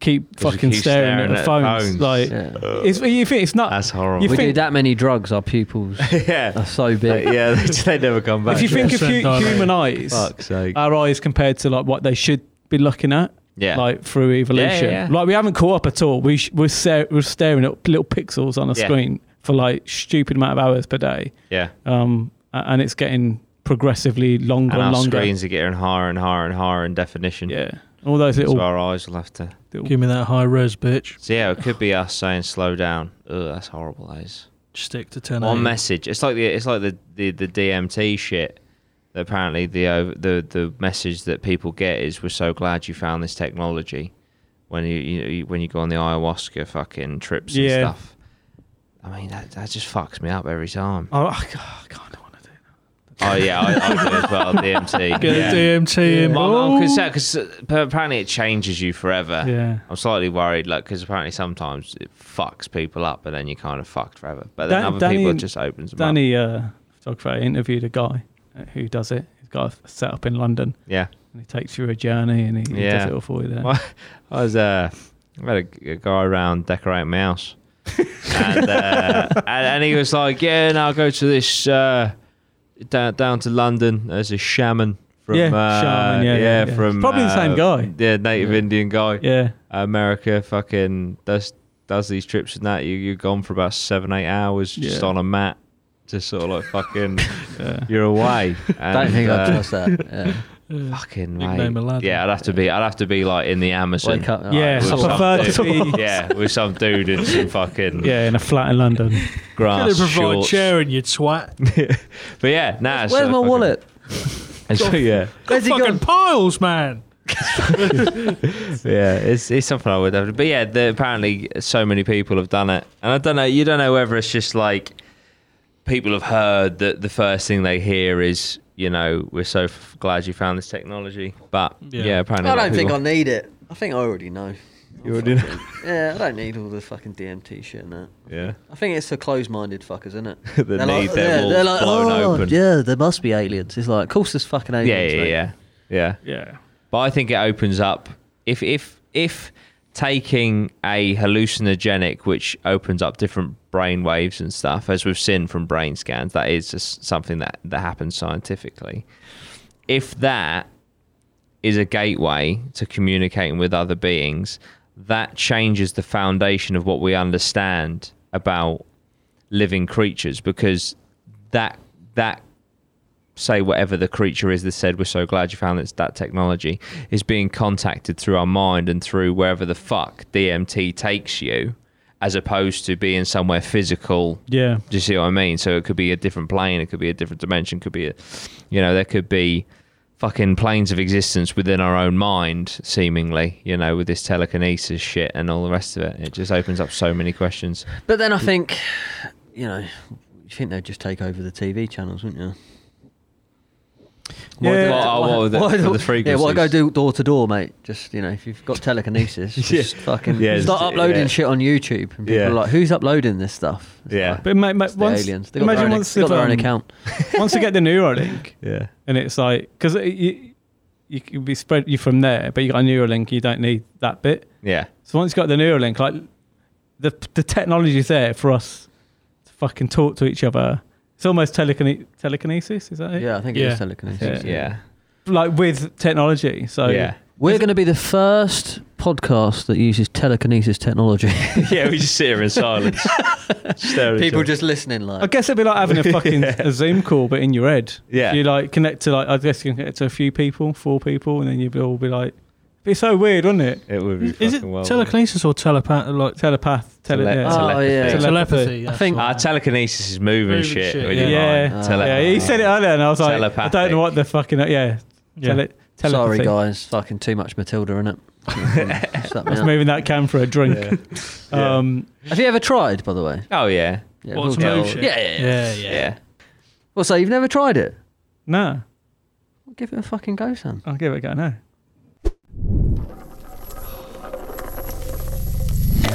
keep
'Cause we
fucking
keep
staring,
staring
at,
at
phones.
phones.
Like
Yeah.
it's you think it's not.
that's horrible.
You
we do
think-
that many drugs, our pupils
*laughs* yeah,
are so big.
yeah, they, they *laughs* never come back.
if you think of
Percent
hu-
dilated.
human eyes,
fuck's sake,
our eyes compared to like what they should be looking at.
yeah,
like through evolution.
yeah.
Like we haven't caught up at all. We sh- we're, sa- we're staring at little pixels on a
Yeah.
screen for like stupid amount of hours per day,
yeah,
um, a- and it's getting progressively longer
and
and,
our
longer.
screens are getting higher and higher and higher in definition.
Yeah, all those
So
little.
our eyes will have to.
Give me that high res, bitch.
So yeah, it could be us saying slow down. Ugh, that's horrible. That is.
Stick to 10
One message. It's like the it's like the the, the DMT shit. That apparently the uh, the the message that people get is we're so glad you found this technology. When you, you, you when you go on the ayahuasca fucking trips and
Yeah.
stuff. I mean that, that just fucks me up every time.
Oh, I c- I can't.
oh yeah, I, I do as well.
*laughs*
DMT.
Get
yeah.
a DMT in.
My
Oh.
mum concerned because uh, apparently it changes you forever.
Yeah.
I'm slightly worried, like, because apparently sometimes it fucks people up, and then you're kind of fucked forever. But then
Dan-
other
Danny-
people it just opens them up.
Danny, uh, photographer, interviewed a guy uh, who does it. He's got a setup in London,
Yeah.
and he takes you a journey, and he, he does
Yeah.
it all for you there.
Well, I was uh, I had a, a guy around decorating my house, and,
*laughs*
uh, and and he was like, "Yeah, now I'll go to this uh, down down to London as a shaman from
Yeah,
uh,
shaman, yeah, yeah, yeah.
from
Probably the same
uh,
guy.
yeah, native Indian guy,
Yeah,
America, fucking does does these trips and that. You you're gone for about seven eight hours just
Yeah.
on a mat, just sort of like fucking."
yeah.
You're away.
*laughs*
I don't
And,
think
uh,
I'd trust
*laughs*
that. Yeah.
Fucking
Nickname
mate.
Aladdin.
Yeah, I'd have to be. I'd have to be like in the Amazon.
Wake up. and,
Yeah,
like,
With
I
some
prefer to
dude. *laughs*
be-
yeah, with some dude in some fucking
yeah, in a flat in London.
Gonna
grass
provide
shorts.
chair and you twat.
*laughs* But yeah, nah. it's,
Where's
uh,
my
fucking-
wallet?
it's- yeah,
Where's he
Fucking
gone?
piles, man.
yeah. It's it's something I would have. to- But yeah, the, apparently so many people have done it, and I don't know. You don't know whether it's just like people have heard that the first thing they hear is. You know, we're so f- glad you found this technology, but yeah,
Yeah.
apparently
I
a lot of
don't think I
people-
need it. I think I already know.
You already know.
*laughs* Yeah, I don't need all the fucking DMT shit and that.
*laughs* yeah.
I think it's for closed-minded fuckers,
*laughs*
isn't it?
that need their walls blown
oh,
open.
yeah, there must be aliens. It's like, of course, there's fucking
Yeah,
aliens.
yeah,
mate.
yeah, yeah.
yeah,
But I think it opens up if if if taking a hallucinogenic which opens up different brain waves and stuff, as we've seen from brain scans, that is just something that that happens scientifically. If that is a gateway to communicating with other beings, that changes the foundation of what we understand about living creatures because that that say whatever the creature is that said we're so glad you found it's that technology is being contacted through our mind and through wherever the fuck DMT takes you as opposed to being somewhere physical
yeah.
do you see what I mean? So it could be a different plane, it could be a different dimension, could be a, you know, there could be fucking planes of existence within our own mind, seemingly, you know, with this telekinesis shit and all the rest of it. It just opens up so many questions.
But then I think, you know, you think they'd just take over the TV channels, wouldn't you?
Yeah.
do-
What-
oh, well, the- for the
Yeah, why
frequencies.
go do door to door, mate? Just you know, if you've got
*laughs*
telekinesis, just fucking
Yeah,
start
just-
uploading
yeah.
shit on YouTube, and people
Yeah.
are like, "Who's uploading this stuff?" It's
Yeah.
like,
But mate, mate,
it's the
once,
aliens. They got their
imagine
own,
once
they got
if,
their own
um,
account.
once you get the Neuralink,
Yeah.
and it's like because you you can be spread you from there, but you got a Neuralink, you don't need that bit.
Yeah.
So once you got the Neuralink, like the the technology's there for us to fucking talk to each other. It's almost telekine- telekinesis, is that it?
Yeah, I think it
Yeah.
is telekinesis.
um, uh, Yeah.
Yeah.
Like with technology,
*laughs*
so
yeah.
We're going to be the first podcast that uses telekinesis
*laughs*
technology.
yeah, we just sit here in
*laughs*
silence.
People just listening, like,
I guess it'd be like
*laughs*
having a fucking a Zoom call, but in your head.
Yeah.
You like connect to like I guess you can connect to a few people, four people, and then you'd all be like, it'd be so weird, wouldn't it?
It would be
Is it
fucking well.
telekinesis or telepath? Like
Telepath, tele-
Tele-
yeah.
Oh, yeah.
telepathy.
telepathy.
I think-
Our telekinesis is moving,
Moving
shit.
shit,
with
yeah.
your
Oh. Yeah.
mind.
Ah.
Oh. Tele-
yeah, he said it earlier, and I was like, I don't know what the fucking yeah. Tele-
sorry
telepathy.
guys, fucking too much Matilda
*laughs*
in it.
That's moving that can for a drink. *laughs*
Yeah.
Um,
Have you ever tried, by the way?
Oh yeah.
Yeah,
What's
we'll
motion?
tell- yeah, yeah, yeah.
yeah,
*laughs* Yeah.
yeah.
Well, so you've never tried it?
nah,
Well, give it a fucking go, son.
I'll give it a go now.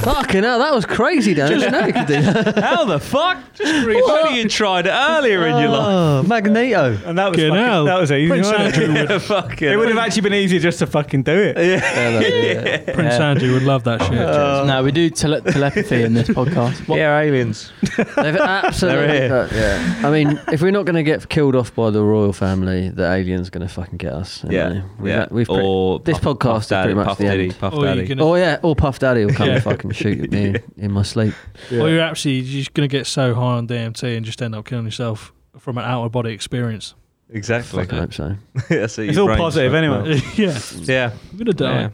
fucking hell, that was crazy, Dan. I didn't know you could
*laughs*
do that.
How the fuck? Just re- you tried it earlier in your life.
Oh,
*laughs*
Magneto.
And that was
Fucking
fucking,
hell.
that was easy.
Prince
wasn't it?
Andrew would,
Fucking.
it would have actually been easier just to fucking do it. Yeah.
*laughs*
Prince Andrew would love that shit.
no, we do tele- telepathy in this podcast. What-
Yeah, aliens.
They've absolutely.
They're
yeah. I mean, if we're not going to get killed off by the royal family, the alien's going to fucking get us. you know? We've,
yeah.
had- we've pre-
or
this
Puff-
podcast
Puff
is
Daddy,
pretty much
Puff
the
Daddy,
end.
Puff
or you're
Daddy.
gonna,
Oh yeah, or Puff Daddy will come and fucking shoot
*laughs*
at me in my sleep.
or oh, you're actually just gonna get so high on DMT and just end up killing yourself from an out of body experience.
Exactly.
I
*laughs*
hope so.
That's
It's all positive anyway. *laughs*
yeah,
Yeah.
I'm gonna die.
Yeah.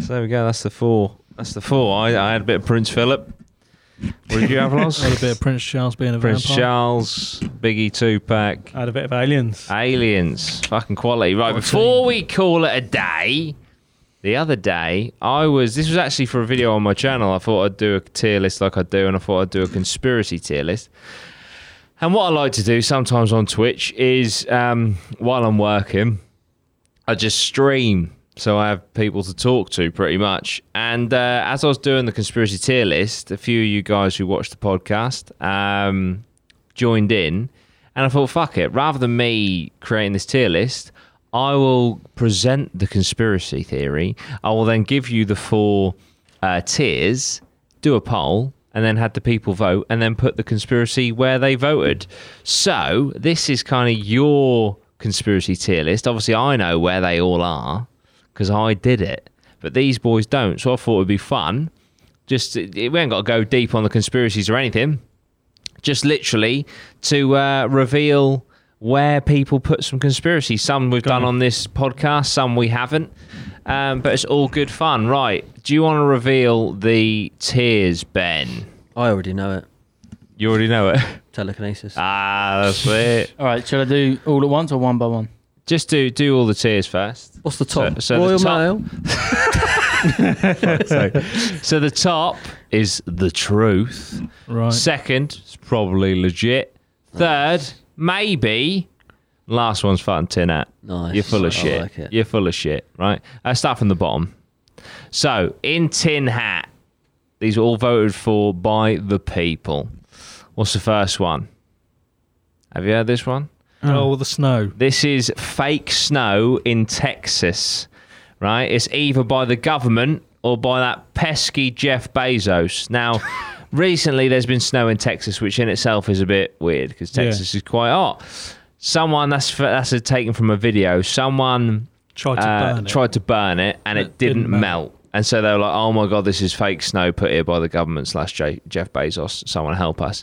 So there we go. That's the four. That's the four. I, I had a bit of Prince Philip. What did you have,
*laughs*
Loz?
Had a
*laughs*
bit of Prince Charles being a
Prince
vampire.
Charles, Biggie Tupac,
I had a bit of
Ah.
aliens.
Aliens. Fucking quality. Right, before we call it a day, the other day, I was. This was actually for a video on my channel. I thought I'd do a tier list like I do, and I thought I'd do a conspiracy tier list. And what I like to do sometimes on Twitch is um, while I'm working, I just stream. So I have people to talk to pretty much. And uh, as I was doing the conspiracy tier list, a few of you guys who watched the podcast um, joined in. And I thought, fuck it, rather than me creating this tier list, I will present the conspiracy theory. I will then give you the four uh, tiers, do a poll, and then had the people vote, and then put the conspiracy where they voted. So this is kind of your conspiracy tier list. Obviously, I know where they all are because I did it, but these boys don't. So I thought it would be fun. Just it- we ain't got to go deep on the conspiracies or anything just literally to uh, reveal where people put some conspiracy. Some we've done on this podcast, some we haven't. Um, but it's all good fun. Right. Do you want to reveal the tiers, Ben?
I already know it.
You already know it. *laughs*
Telekinesis.
ah, that's it.
All right, shall I do all at once or one by one?
Just do do all the tiers first.
What's the top?
So- so the
Royal
top-
Mail.
So the top is the truth.
Right.
Second, it's probably legit. Third, maybe. Last one's fucking tin hat.
Nice.
You're full of
I
shit.
like it.
You're full of shit, right? Let's start from the bottom. So, in Tin Hat, these were all voted for by the people. What's the first one? Have you heard this one?
Oh, the snow.
This is fake snow in Texas, right? It's either by the government or by that pesky Jeff Bezos.
*laughs*
Now, recently there's been snow in Texas, which in itself is a bit weird because
Yeah.
Texas is quite hot. Someone that's that's a, taken from a video. Someone
Tried to
uh,
burn it.
tried to burn it and it, didn't, melt. And so they were like, "Oh my god, this is fake snow put here by the government slash J- Jeff Bezos. Someone help us."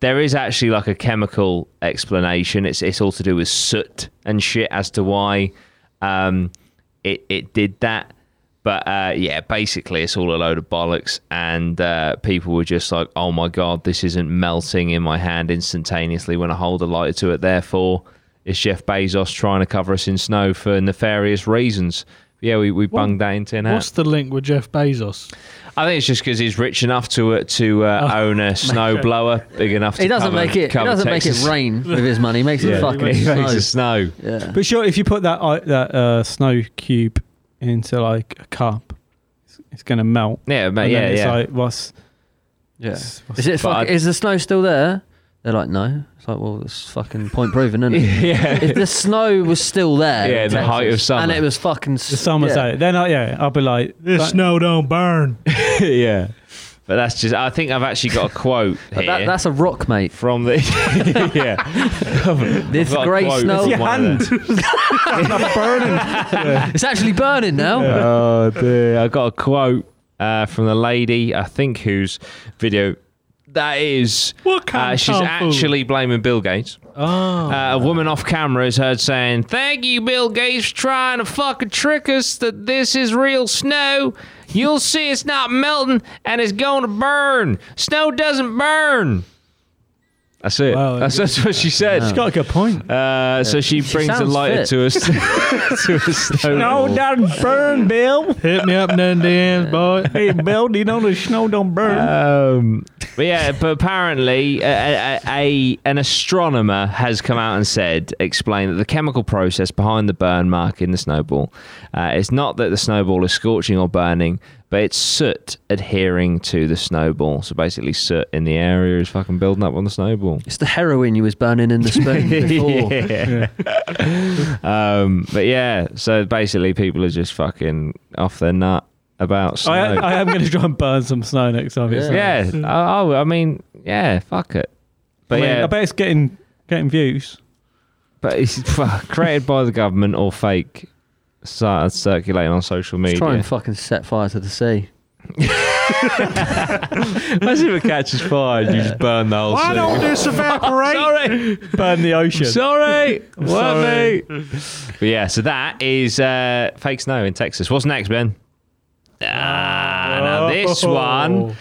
There is actually like a chemical explanation. It's it's all to do with soot and shit as to why um, it it did that. But uh, yeah, basically, it's all a load of bollocks, and uh, people were just like, "Oh my god, this isn't melting in my hand instantaneously when I hold a lighter to it." Therefore, it's Jeff Bezos trying to cover us in snow for nefarious reasons. Yeah, we, we bunged that into an
What's
hat.
the link with Jeff Bezos?
I think it's just because he's rich enough to uh, to uh,
Oh, *laughs*
own a snowblower big enough. to
He doesn't
cover-
make it. He
cover
doesn't
Texas.
make it rain with his money. He makes it
Yeah,
fucking
he makes *laughs* it
snow.
snow. *laughs*
Yeah.
But sure, if you put that i- that uh, snow cube into like a cup, it's, it's going to melt.
Yeah, mate,
And
yeah,
then it's
yeah. *laughs*
like, what's,
Yeah.
what's- what's-
Is it?
But
Fuck,
I-
is the snow still there? They're like, no. It's like, well, it's fucking point proven, isn't
*laughs*
it?
yeah.
if the snow was still there,
Yeah,
in
the height
Texas,
of summer.
and it was fucking s-
the summer's
yeah.
out. Then I, yeah, I'll be like,
This
that-
snow don't burn.
*laughs*
yeah. But that's just. I think I've actually got a quote here
But *laughs* that, that's a rock, mate.
from the. *laughs* yeah,
This
I've got a
great
quote
snow.
from one of them.
It's actually
*laughs*
burning now.
Oh dear! I got a quote uh, from the lady. I think whose video that is.
What kind
Uh,
of
she's
tofu?
actually blaming Bill Gates.
Oh,
Uh, a woman off camera is heard saying, Thank you, Bill Gates, for trying to fucking trick us that this is real snow. You'll see it's not melting and it's going to burn. Snow doesn't burn. That's it.
Wow,
that's, that's what she said.
Got a good point.
Uh, so she brings a
sounds
lighter
fit.
to us. *laughs* to a
*laughs*
snow.
No, don't *laughs* burn,
*laughs*
Bill.
hit me up, then,
*laughs*
Dan, boy.
Hey, Bill, do you know the snow don't burn?
Um, but yeah, but apparently, a, a, a an astronomer has come out and said, explained that the chemical process behind the burn mark in the snowball, uh, it's not that the snowball is scorching or burning, but it's soot adhering to the snowball. So basically, soot in the area is fucking building up on the snowball.
It's the heroin you was
*laughs*
burning in the spoon before.
Yeah. um, but yeah, so basically, people are just fucking off their nut about snow.
I, I am going to try and burn some snow next time. it's
Yeah.
snow.
Yeah, I, I, I mean, yeah, fuck it. But
I mean,
yeah,
I bet it's getting getting views.
but it's *laughs* fuck, created by the government or fake started circulating on social
Let's try
media.
and fucking set fire to the sea.
Imagine if it catches fire and you just burn the whole
Why
thing.
don't
*laughs*
this evaporate?
Sorry.
Burn the ocean.
Sorry.
sorry.
Sorry. But yeah, so that is uh, fake snow in Texas. What's next, Ben? Ah, now this
Oh.
one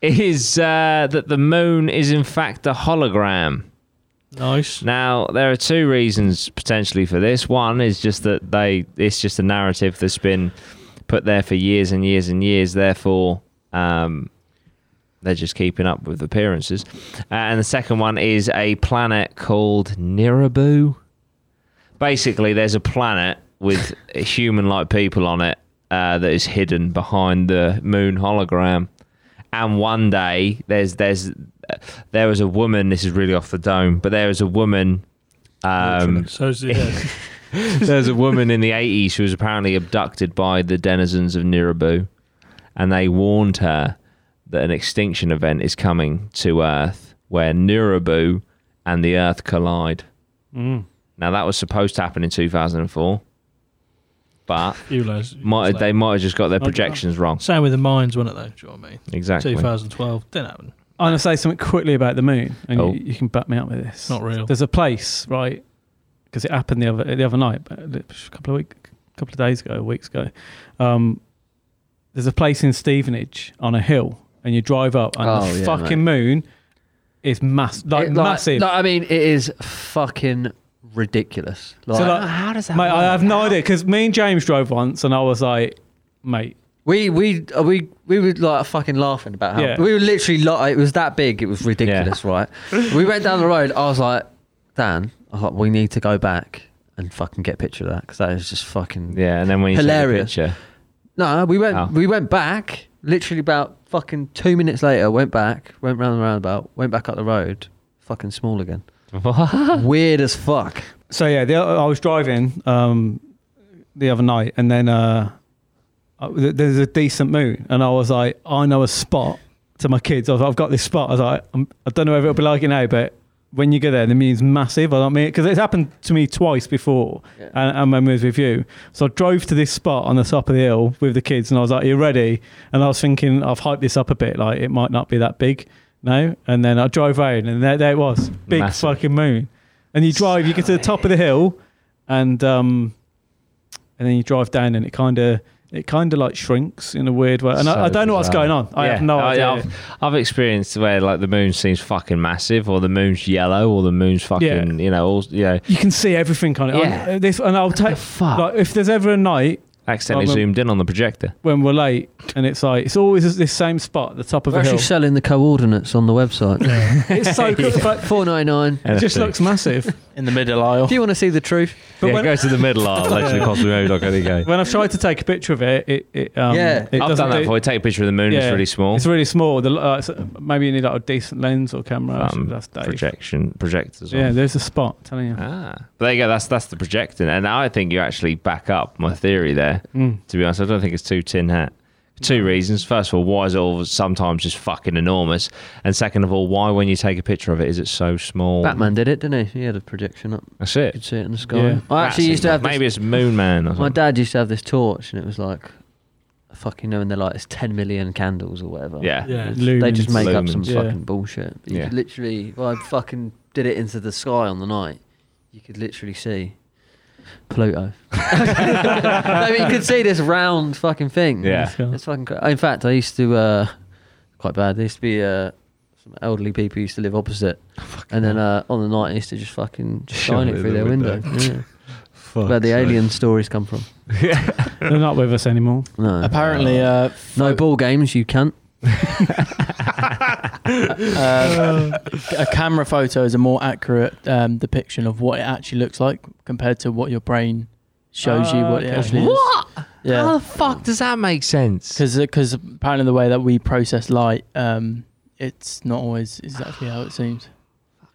is uh, that the moon is in fact a hologram.
Nice.
Now there are two reasons potentially for this. One is just that they it's just a narrative that's been put there for years and years and years. Therefore, um, they're just keeping up with appearances. Uh, and the second one is a planet called Nirabu. Basically, there's a planet with human-like people on it uh, that is hidden behind the moon hologram. And one day, there's there's uh, there was a woman. This is really off the dome, but there was a woman. Um,
so is the, yeah.
there's a woman in the 80s who was apparently abducted by the denizens of Nirabu, and they warned her that an extinction event is coming to Earth where Nirabu and the Earth collide.
Mm.
Now, that was supposed to happen in 2004,
*laughs*
but
you loads- you
*laughs* might,
loads
they
later.
might have just got their
Not done.
projections wrong.
Same with the mines, wasn't it? Though, do you know what I mean?
Exactly.
2012 didn't happen.
I'm gonna say something quickly about the moon, and
Oh.
you, you can back me up with this.
It's not real.
There's a place, right? Because it happened the other the other night, but uh, a couple of week, couple of days ago, weeks ago. Um, there's a place in Stevenage on a hill, and you drive up, and
Oh,
the
yeah,
fucking moon is mass, like
It-
massive.
like- I mean, it is fucking ridiculous. Like,
So, like,
how does that
mate, I have no idea because me and James drove once, and I was like, mate,
we we uh, we we were like fucking laughing about how
Yeah.
we were literally like it was that big. It was ridiculous, right? We went down the road. I was like, Dan, I was like, we need to go back and fucking get a picture of that because that is just fucking
Yeah, and then when you see the
Hilarious.
picture,
No, we went
Oh.
we went back literally about fucking two minutes later. Went back, went round the roundabout, went back up the road. Fucking small again. Weird as fuck.
So yeah, the, I was driving um, the other night, and then uh, I- th- there's a decent moon, and I was like, I know a spot to my kids. I was like, I've got this spot. I was like, I'm, I don't know if it'll be like it now, but when you get there, the moon's massive. I don't mean because it's happened to me twice before,
Yeah.
and, and when we was with you. So I drove to this spot on the top of the hill with the kids, and I was like, "Are you ready?" And I was thinking, I've hyped this up a bit, like it might not be that big. No, and then I drove round, and there, there it was, big
Massive.
fucking moon. And you drive, you get to the top of the hill, and um, and then you drive down, and it kind of it kind of like shrinks in a weird way. And
So
I, I don't know what's
bizarre.
going on. I have no idea.
I've, I've experienced where like the moon seems fucking massive, or the moon's yellow, or the moon's fucking you know, all you know,
you can see everything on it.
Yeah.
I- this, and I'll take
fuck?
like if there's ever a night
accidentally
I'm a-
zoomed in on the projector.
when we're late, and it's like it's always this same spot, at the top of
We're
a hill.
actually selling the coordinates on the website.
*laughs* it's so good, but
Four ninety nine.
it just looks massive.
in the middle aisle.
If you want to see the truth,
But
yeah,
when,
go to the
*laughs*
middle aisle. Literally, possibly maybe not going to go.
when I've tried to take a picture of it, it, it um,
Yeah.
it
I've
doesn't
done that
do-
before. I take a picture of the moon.
Yeah.
It's really small.
It's really small. The, uh, it's- maybe you need like, a decent lens or camera.
Um,
that's Dave.
Projection projectors.
Yeah,
On.
there's a spot. telling you.
Ah, but there you go. That's that's the projecting, and I think you actually back up my theory there.
Mm.
To be honest, I don't think it's too tin hat. Two reasons. First of all, why is it all sometimes just fucking enormous? And second of all, why when you take a picture of it is it so
Oh.
small?
Batman did it, didn't he? He had a projection up.
That's
You could
it.
see it in the sky.
Yeah.
I actually
That's
used
it.
to have this,
maybe it's Moon Man. Or
my
something.
dad used to have this torch, and it was like fucking knowing they're like it's ten million candles or whatever.
Yeah.
Yeah.
They just make up some
Lumens.
Yeah.
fucking bullshit. But You
Yeah.
could literally, if I fucking did it into the sky on the night, you could literally see Pluto. *laughs* I mean, you could see this round fucking thing.
Yeah.
It's fucking. Cra- in fact, I used to uh, quite bad. There used to be uh, some elderly people who used to live opposite, and then uh, on the night I used to just fucking just shine it through their window. Yeah. Where
*laughs*
the alien stories come from.
They're not with us anymore.
No,
Apparently, uh,
no ball games. You can't.
uh, a camera photo is a more accurate um, depiction of what it actually looks like compared to what your brain shows you what it
Okay.
actually is.
How
Yeah,
the fuck does that make sense?
because apparently the way that we process light, um, it's not always exactly how it seems.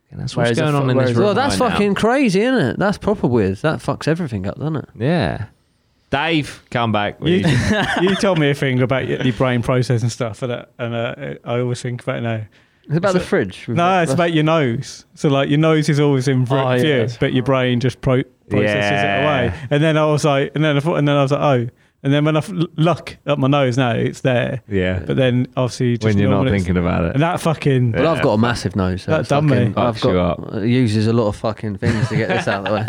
And that's
Whereas
what's going
if-
on in this
whereas-
room.
Well, that's
right now.
fucking crazy, isn't it? That's proper weird. That fucks everything up, doesn't it?
Yeah. Dave, come back.
You,
*laughs* We-
you told me a thing about your, your brain process and stuff, and, uh, and uh, I always think about it now.
Mm-hmm.
It's about
It's
the fridge. We've
No,
got-
it's about your nose. So like your nose is always in
Oh,
front
yeah,
view,
that's
but your brain just pro- processes
Yeah.
it away. And then I was like, and then I thought, and then I was like, oh, And then when I f- look up my nose now, it's there.
Yeah.
But then obviously, you just
when you're not
normal- it's-
thinking about it.
And that fucking.
Well, I've got a massive nose. So
That
it's
done me.
fucking- I've
Fucks you
got it uses a lot of fucking things to get this out of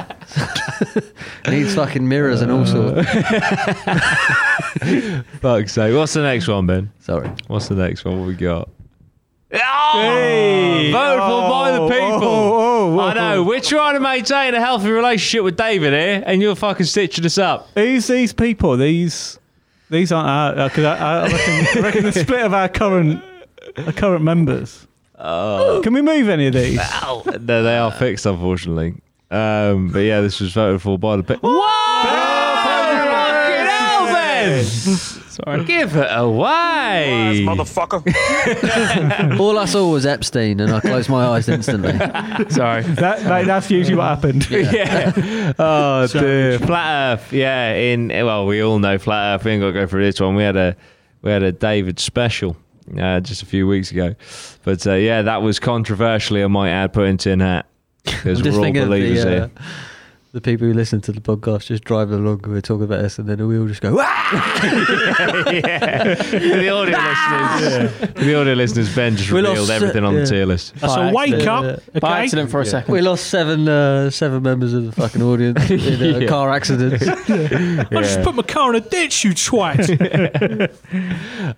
the way. *laughs* Needs fucking mirrors and all sorts.
*laughs* Fuck's sake. What's the next one, Ben?
Sorry.
What's the next one? What we got? Oh!
Hey!
Vote for by the
Oh,
people.
oh, oh, oh.
I know. We're trying to maintain a healthy relationship with David here, and you're fucking stitching us up.
Who's these people? These these aren't our. uh, 'cause I, I reckon, I reckon the split of our current our current members.
Oh.
Can we move any of these?
*laughs* no, they are fixed, unfortunately. Um, but yeah, this was voted for by the people. Fucking hell, Ben!
Sorry.
Give it away. *laughs*
All I saw was Epstein, and I closed my
*laughs*
eyes instantly.
Sorry.
That, that that's usually what happened.
yeah. Oh dear. Flat Earth. Yeah. In well, we all know Flat Earth. We ain't got to go through this one. We had a we had a David special uh, just a few weeks ago, but uh, yeah, that was controversially, I might add, put in tin hat because we're
I'm just
all
thinking of
believers
the, uh,
here.
the people who listen to the podcast just driving along and we're talking about this, and then we all just go, "Ah!"
yeah. For the audio listeners, for the audio listeners, Ben just
We lost
revealed
it,
everything on
yeah.
the tier list.
That's
By
a wake
accident.
up. Okay.
By accident for a second.
We lost seven uh, seven members of the fucking
*laughs*
audience in a car accident.
I just put my car in a ditch, you
*laughs*
twat.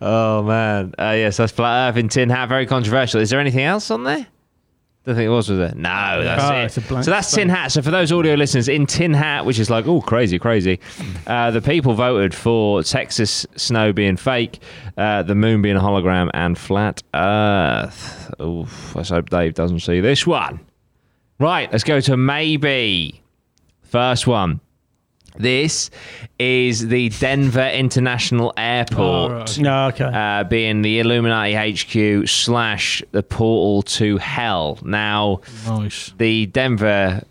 Oh man, uh, yes, that's Flat Earth in Tin Hat. Very controversial. Is there anything else on there? Don't think it was, was there? No, that's
Oh,
it.
it's a blank
so that's Tin Hat. So for those audio listeners, in Tin Hat, which is like oh crazy, crazy, uh, the people voted for Texas snow being fake, uh, the moon being a hologram, and flat Earth. Oof, let's hope Dave doesn't see this one. Right, let's go to maybe. First one. This is the Denver International Airport
Oh, right.
No, okay.
uh, being the Illuminati HQ slash the portal to hell. Now,
nice.
the Denver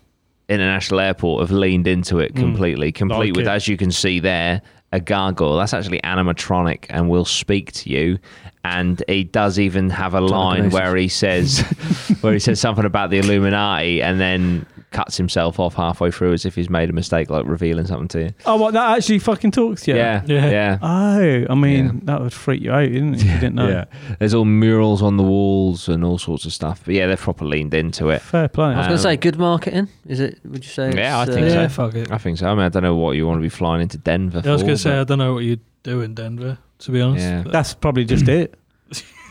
International Airport have leaned into it completely, complete
Like
with,
it.
as you can see there, a gargoyle. That's actually animatronic and will speak to you. And he does even have a line
Telekinesis.
where he says, where he says something about the Illuminati, and then cuts himself off halfway through as if he's made a mistake, like revealing something to you.
oh, what that actually fucking talks to you?
Yeah, yeah.
Yeah.
Oh, I mean
Yeah.
that would freak you out, didn't it? if You didn't know.
Yeah. There's all murals on the walls and all sorts of stuff. But yeah, they're proper leaned into it.
Fair
Uh,
play.
I was going to say, good marketing. Is it? Would you say?
Um, Yeah,
it's, uh,
I think
yeah,
so.
eh? fuck it.
I think so. I mean, I don't know what you want to be flying into Denver for.
I was going to say,
but-
I don't know what you do in Denver, to be honest.
Yeah.
But-
That's probably just it.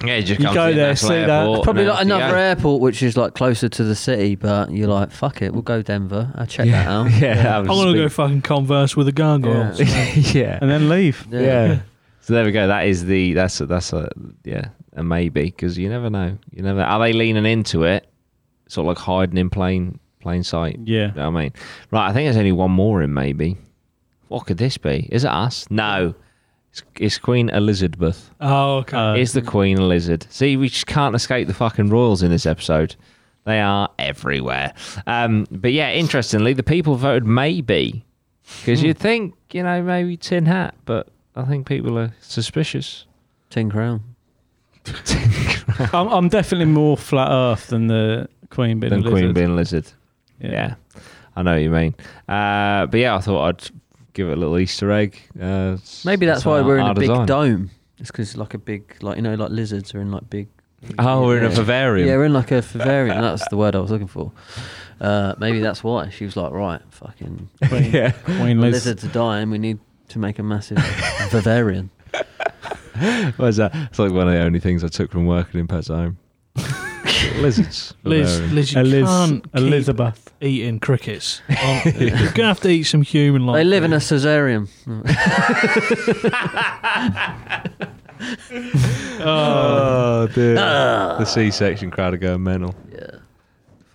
yeah, you, just
You
come
go
to the
there,
National
see that.
Airport
It's
and
Probably
then
like
off you
another
go.
airport, which is like closer to the city, but you're like, fuck it, we'll go Denver. I'll check that out.
*laughs* Yeah,
I want to go fucking converse with a gargoyle.
Yeah.
*laughs* yeah,
And then leave.
yeah. So there we go. That is the that's a, that's a yeah a maybe because you never know. You never are they leaning into it, sort of like hiding in plain plain sight.
Yeah.
You know what I mean, right. I think there's only one more in maybe. What could this be? Is it us? No, it's, it's Queen Elizabeth.
*laughs* Oh, okay.
is the Queen a lizard? See, we just can't escape the fucking royals in this episode. They are everywhere. Um, but yeah, interestingly, the people voted maybe because you'd think, you know, maybe Tin Hat, but I think people are suspicious.
Tin Crown.
I'm, I'm definitely more flat Earth than the Queen being
than
a lizard.
Queen being a lizard. Yeah. I know what you mean. Uh, but yeah, I thought I'd give it a little Easter egg. Uh, s-
Maybe that's why
our-
we're in
our
a big
design.
dome. It's because like a big, like you know, like lizards are in like big.
Oh, we're in a
Yeah.
vivarium.
Yeah, we're in like a vivarium. That's the word I was looking for. Uh, maybe that's why she was like, right, fucking
Queen,
Yeah.
Queen lizard.
lizards are dying. We need to make a massive vivarium.
Where's that? It's like one of the only things I took from working in Pet's home.
*laughs*
Lizards.
Liz,
Vivarium.
Liz, you
Eliz-
can't keep
Elizabeth.
eating
*laughs*
crickets. Oh, You're going to have to eat some human life.
They live in a caesareum.
Oh, dear. the C section crowd are going mental.
Yeah.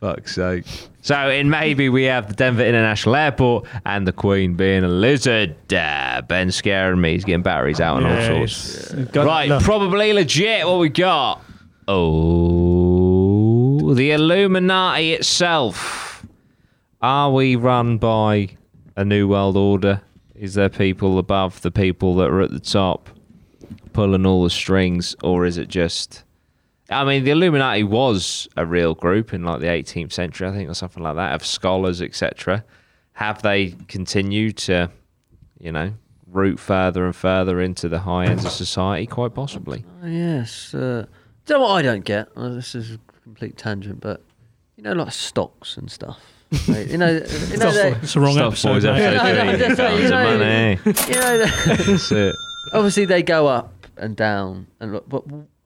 Fuck's sake. So, in maybe we have the Denver International Airport and the Queen being a lizard. Uh, Ben scaring me. He's getting batteries out and
Yeah,
all sorts.
it's- it's got-
right,
look,
probably legit what we got. Oh, the Illuminati itself. Are we run by a new world order? Is there people above the people that are at the top pulling all the strings, or is it just? I mean, the Illuminati was a real group in like the 18th century, I think, or something like that, of scholars, etc. Have they continued to, you know, root further and further into the high ends of society, quite possibly.
Oh, yes. Uh, do you know what I don't get? Oh, this is a complete tangent, but you know, like stocks and stuff. right? You know, you know, they,
It's the wrong
Stuff
episode.
boys
mate.
episode
*laughs*
three,
Yeah. Yeah.
tons of
Yeah.
money.
you know, they-
eh? That's it.
obviously they go up and down and look, but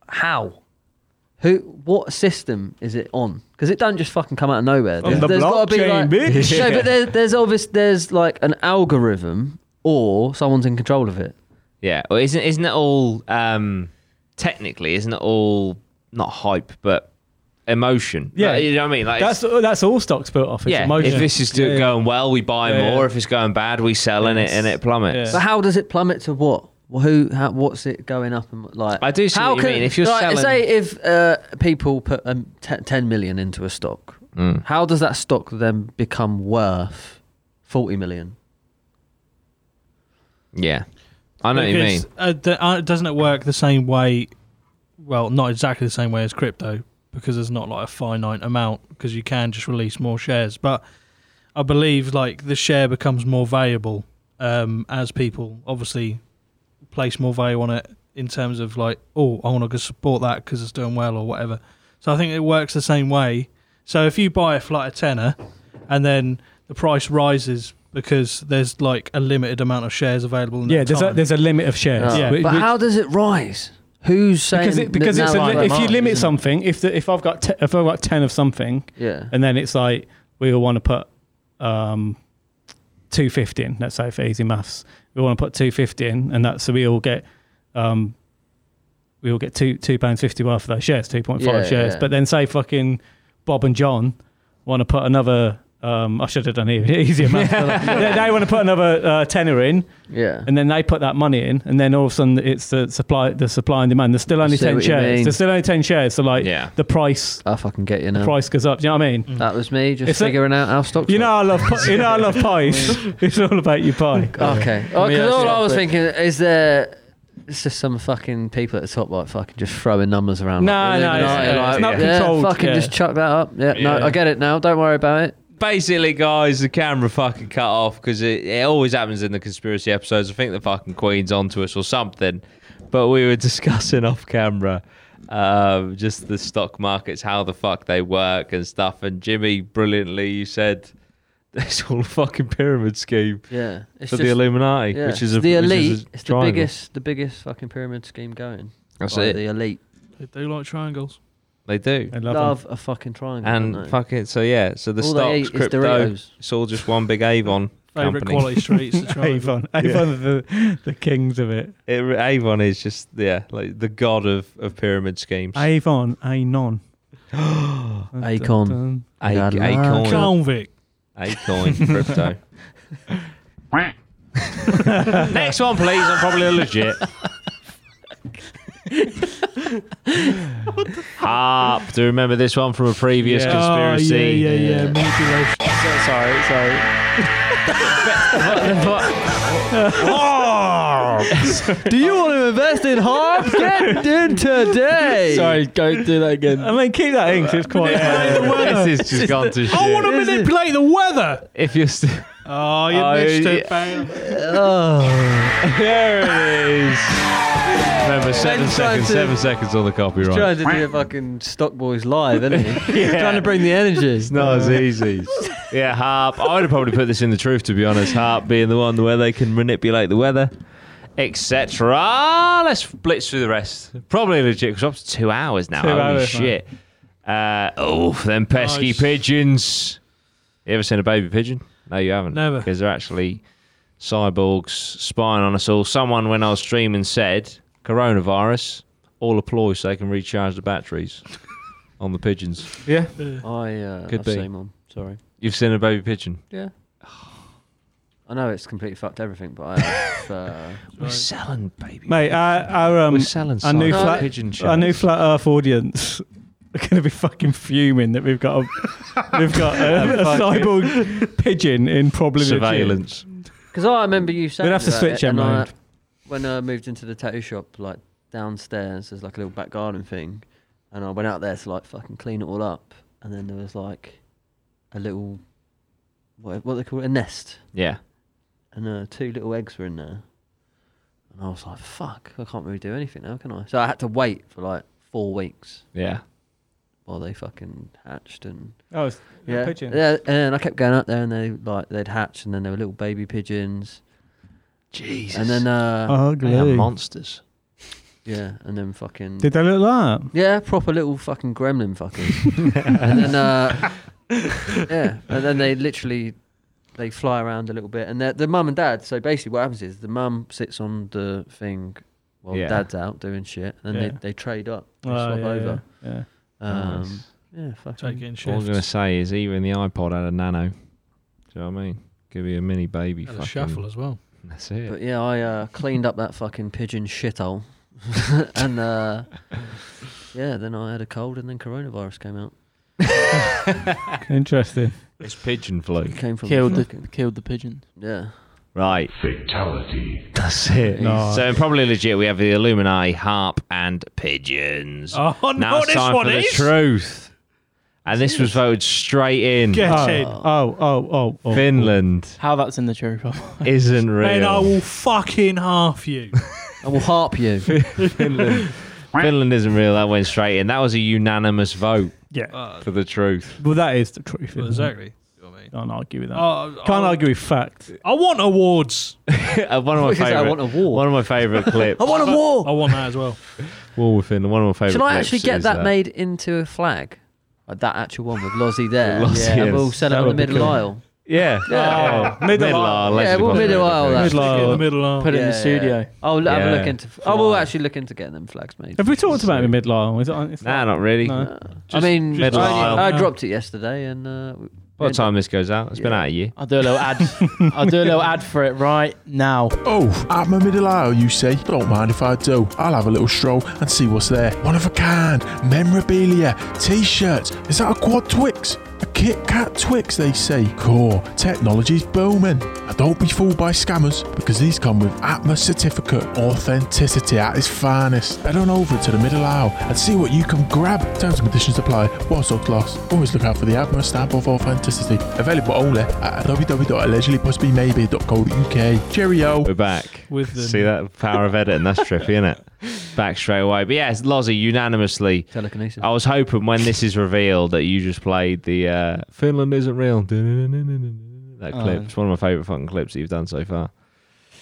how? Who? What system is it on? Because it don't just fucking come out of nowhere.
On the
gotta
blockchain,
like,
bitch.
*laughs* No, but there, there's obvious. There's like an algorithm, or someone's in control of it.
Yeah. Well, isn't isn't it all um, technically? Isn't it all not hype, but emotion?
Yeah.
Like, you know what I mean. Like
That's uh,
it's-
that's all stocks built off. It's
yeah.
emotion.
If this is do-
Yeah, yeah.
going well, we buy
Yeah,
more.
yeah.
If it's going bad, we sell in it, and it plummets.
But how does it plummet to what? Well, Who? How, what's it going up and what- like?
I do see
how
what you mean. If you're
like,
selling-
say if uh, people put um, te- ten million into a stock,
Mm.
how does that stock then become worth forty million?
Yeah. I know what you mean.
Because, Uh, the, uh, doesn't it work the same way? Well, not exactly the same way as crypto because there's not like a finite amount because you can just release more shares. But I believe like the share becomes more valuable um, as people obviously place more value on it in terms of like, oh, I want to go support that because it's doing well or whatever. So I think it works the same way. So if you buy it for like a tenner and then the price rises because there's like a limited amount of shares available. In
Yeah,
that
there's
time.
a, there's a limit of shares.
Yeah.
Which-
But
which-
how does it rise? Who's saying
because it, because
that
it's a
now
li-
like
if you
mine,
limit
isn't it?
something, if the, if I've got te- if I've got ten of something,
yeah,
and then it's like we all want to put um, two fifty in. Let's say for easy maths, we want to put two fifty in, and that's so we all get um, we all get two two pounds fifty worth of those shares, two point five
Yeah,
shares.
yeah.
But then say fucking Bob and John want to put another. Um, I should have done e- *laughs* easier maths. but,
*laughs*
like, they, they want to put another uh, tenner in,
yeah.
and then they put that money in, and then all of a sudden it's the supply, the supply and demand. There's still only
see
ten
what you
shares.
mean.
There's still only ten shares. So like
Yeah.
the price,
I fucking get you
the
now.
price goes up. Do you know what I mean?
That was me just
It's a-
figuring out how stocks.
You
work.
know I love pi- you know I love pies.
*laughs*
it's all about your pie.
Oh,
Okay. Because
Yeah,
all
yeah,
I was
but-
thinking is there. It's just some fucking people at the top, like fucking just throwing numbers around.
No,
like,
no,
Illuminati,
it's- yeah, it's not
yeah,
controlled,
Fucking
yeah.
just chuck that up. Yeah,
Yeah.
no, I get it now. Don't worry about it.
basically, guys, the camera fucking cut off because it, it always happens in the conspiracy episodes. I think the fucking Queen's onto us or something. But we were *laughs* discussing off camera um, just the stock markets, how the fuck they work and stuff. And Jimmy, brilliantly, you said *laughs* it's all a fucking pyramid scheme
Yeah, it's
for the Illuminati,
yeah,
which is a
it's the
which is a
elite. it's the
triangle.
biggest, the biggest fucking pyramid scheme going.
That's
By
it.
The elite
They do like triangles.
They do.
I love,
love,
'em.
a fucking triangle. don't
And
they?
fucking so yeah, so the
all they
stocks,
eat
crypto,
is Doritos.
it's all just one big Avon
Favorite
company.
quality
*laughs*
streets. The triangle.
Avon, Avon are the, the kings of it.
It, Avon is just yeah, like the god of, of pyramid schemes.
Avon, Anon.
Acon.
A-
Yeah, I'd love-
Acoin,
Convict.
Acoin crypto. Next one, please. I'm probably a legit. Harp. Do you remember this one from a previous
Yeah.
conspiracy?
Oh, yeah, yeah, yeah.
Yeah.
Manipulation.
Sorry, sorry.
Do you want to invest in harps? Get in today.
Sorry, go do that
I *laughs*
again.
mean, keep that in 'cause it's quite.
This is just gone to shit.
I want to
Is it-
manipulate the weather.
if you're still,
Oh, you
Oh,
missed
yeah.
it. Bam.
there it is. Remember, seven
Ben's trying
seconds.
to-
Seven seconds on the copyright.
Trying to do a fucking stock boys live, isn't
*laughs*
he? Trying to bring the energy.
It's not as easy. yeah, harp. I would have probably put this in the truth, to be honest. Harp being the one where they can manipulate the weather, etc. Let's blitz through the rest. Probably legit because we're up to two hours now.
Two
Holy
hours,
shit! Uh, oh, them pesky
Nice.
pigeons. You ever seen a baby pigeon? No, you haven't.
Never.
Because they're actually cyborgs spying on us all. Someone, when I was streaming, said coronavirus. All a ploy so they can recharge the batteries on the pigeons.
Yeah.
I uh,
Could
I've
be.
seen one. Sorry.
You've seen a baby pigeon.
Yeah. I know it's completely fucked everything, but I have, uh,
We're selling baby.
Mate, our, our, um,
We're selling
our new
cyber
flat-
pigeon shows.
our new flat Earth audience *laughs* are going to be fucking fuming that we've got a, we've got a, a cyborg pigeon in probably legit.
surveillance.
because I remember you saying
We'd have to
about
switch
it,
it
and I,
mode.
when I moved into the tattoo shop, like downstairs, there's like a little back garden thing, and I went out there to like fucking clean it all up, and then there was like a little what what they call it a nest,
Yeah.
and uh, two little eggs were in there. And I was like, fuck, I can't really do anything now, can I? So I had to wait for like four weeks
Yeah.
while they fucking hatched and
Oh, it's yeah.
yeah,
pigeon.
yeah. And then I kept going up there, and they like they'd hatch, and then there were little baby pigeons,
Jesus.
and then
Oh,
uh,
they are
Ugly.
monsters.
yeah, and then fucking
Did they look like that?
yeah, proper little fucking
*laughs*
gremlin fucking. and then uh, yeah, and then they literally they fly around a little bit, and they're- the mum and dad. So basically, what happens is the mum sits on the thing while
Yeah.
dad's out doing shit, and
Yeah.
they they trade up, they
Oh,
swap
yeah,
over.
yeah, yeah.
Um,
Nice.
Yeah,
Take it
fucking.
in
All I was going to
shifts.
say is even the iPod had a nano. Do you know what I mean? Give you a mini baby.
And a
fucking-
shuffle as well.
That's it.
But yeah, I uh, cleaned up that fucking pigeon shithole, *laughs* and uh, yeah, then I had a cold, and then coronavirus came out.
Interesting.
it's pigeon flu.
It came from
Killed the
fucking-
killed the pigeons.
yeah.
Right. Fatality. That's it.
Nice.
So probably legit. We have the Illuminati, harp, and pigeons.
Oh, no,
now it's
this
time
one
for
is.
the truth. And this was voted straight in.
Get
Oh.
it. Oh, oh, oh, oh.
Finland
*laughs* How that's in the cherry pop.
isn't
And I
real.
will fucking half you.
I will harp you.
Finland. Finland isn't real. That went straight in. That was a unanimous vote
Yeah.
for the truth.
Well, that is the truth.
Well,
isn't it?
Uh, exactly. You know what I mean?
Can't argue with that.
Oh,
Can't
I-
argue with fact.
I want awards.
*laughs* Uh, one of my
Because I want
favorite.
a war.
One of my
*laughs*
favorite clips.
I want a war.
I want that as well.
War with Finland. One of my favorite.
Should I
clips
actually get
oh, is uh,
that, made into a flag? Like Uh, that actual one with *laughs* Lozzie there.
With Lozzie,
yeah, and we'll
yes.
sell it
That
on the
would be
middle
cool.
aisle.
Yeah.
Yeah.
Oh,
Middle
middle
aisle.
aisle.
Yeah,
Legend
we'll
of
middle
Possibility.
aisle that.
Stick it in the middle arm.
Put it in the
Yeah,
studio.
yeah. I'll have
Yeah.
a look into. I will actually look into getting them flags made. uh,
Have we talked about the middle aisle? Is it on, it's
Nah, not really.
No.
I mean,
just
middle
I,
aisle.
I dropped it yesterday, and uh,
By the time this goes out, it's been
Yeah.
out a year.
I'll do a little ad. I'll do a little ad for it right now.
Oh, I'm a middle aisle, you say? Don't mind if I do. I'll have a little stroll and see what's there. One of a kind, memorabilia, t shirts. Is that a quad Twix? A Kit Kat Twix, they say. Cool, technology's booming. And don't be fooled by scammers because these come with Atma certificate authenticity at its finest. Head on over to the middle aisle and see what you can grab. Terms and conditions apply. Whilst on class, always look out for the Atma stamp of authenticity. Available only at www.allegedlypossiblymaybe.co.uk. Cheerio.
We're back.
With the-
See that power of editing? That's trippy, isn't it? Back straight away. But yeah, Lozzie, unanimously.
telekinesis.
I was hoping when this is revealed that you just played the uh, Finland isn't real. That clip.
Oh.
It's one of my favourite fucking clips that you've done so far.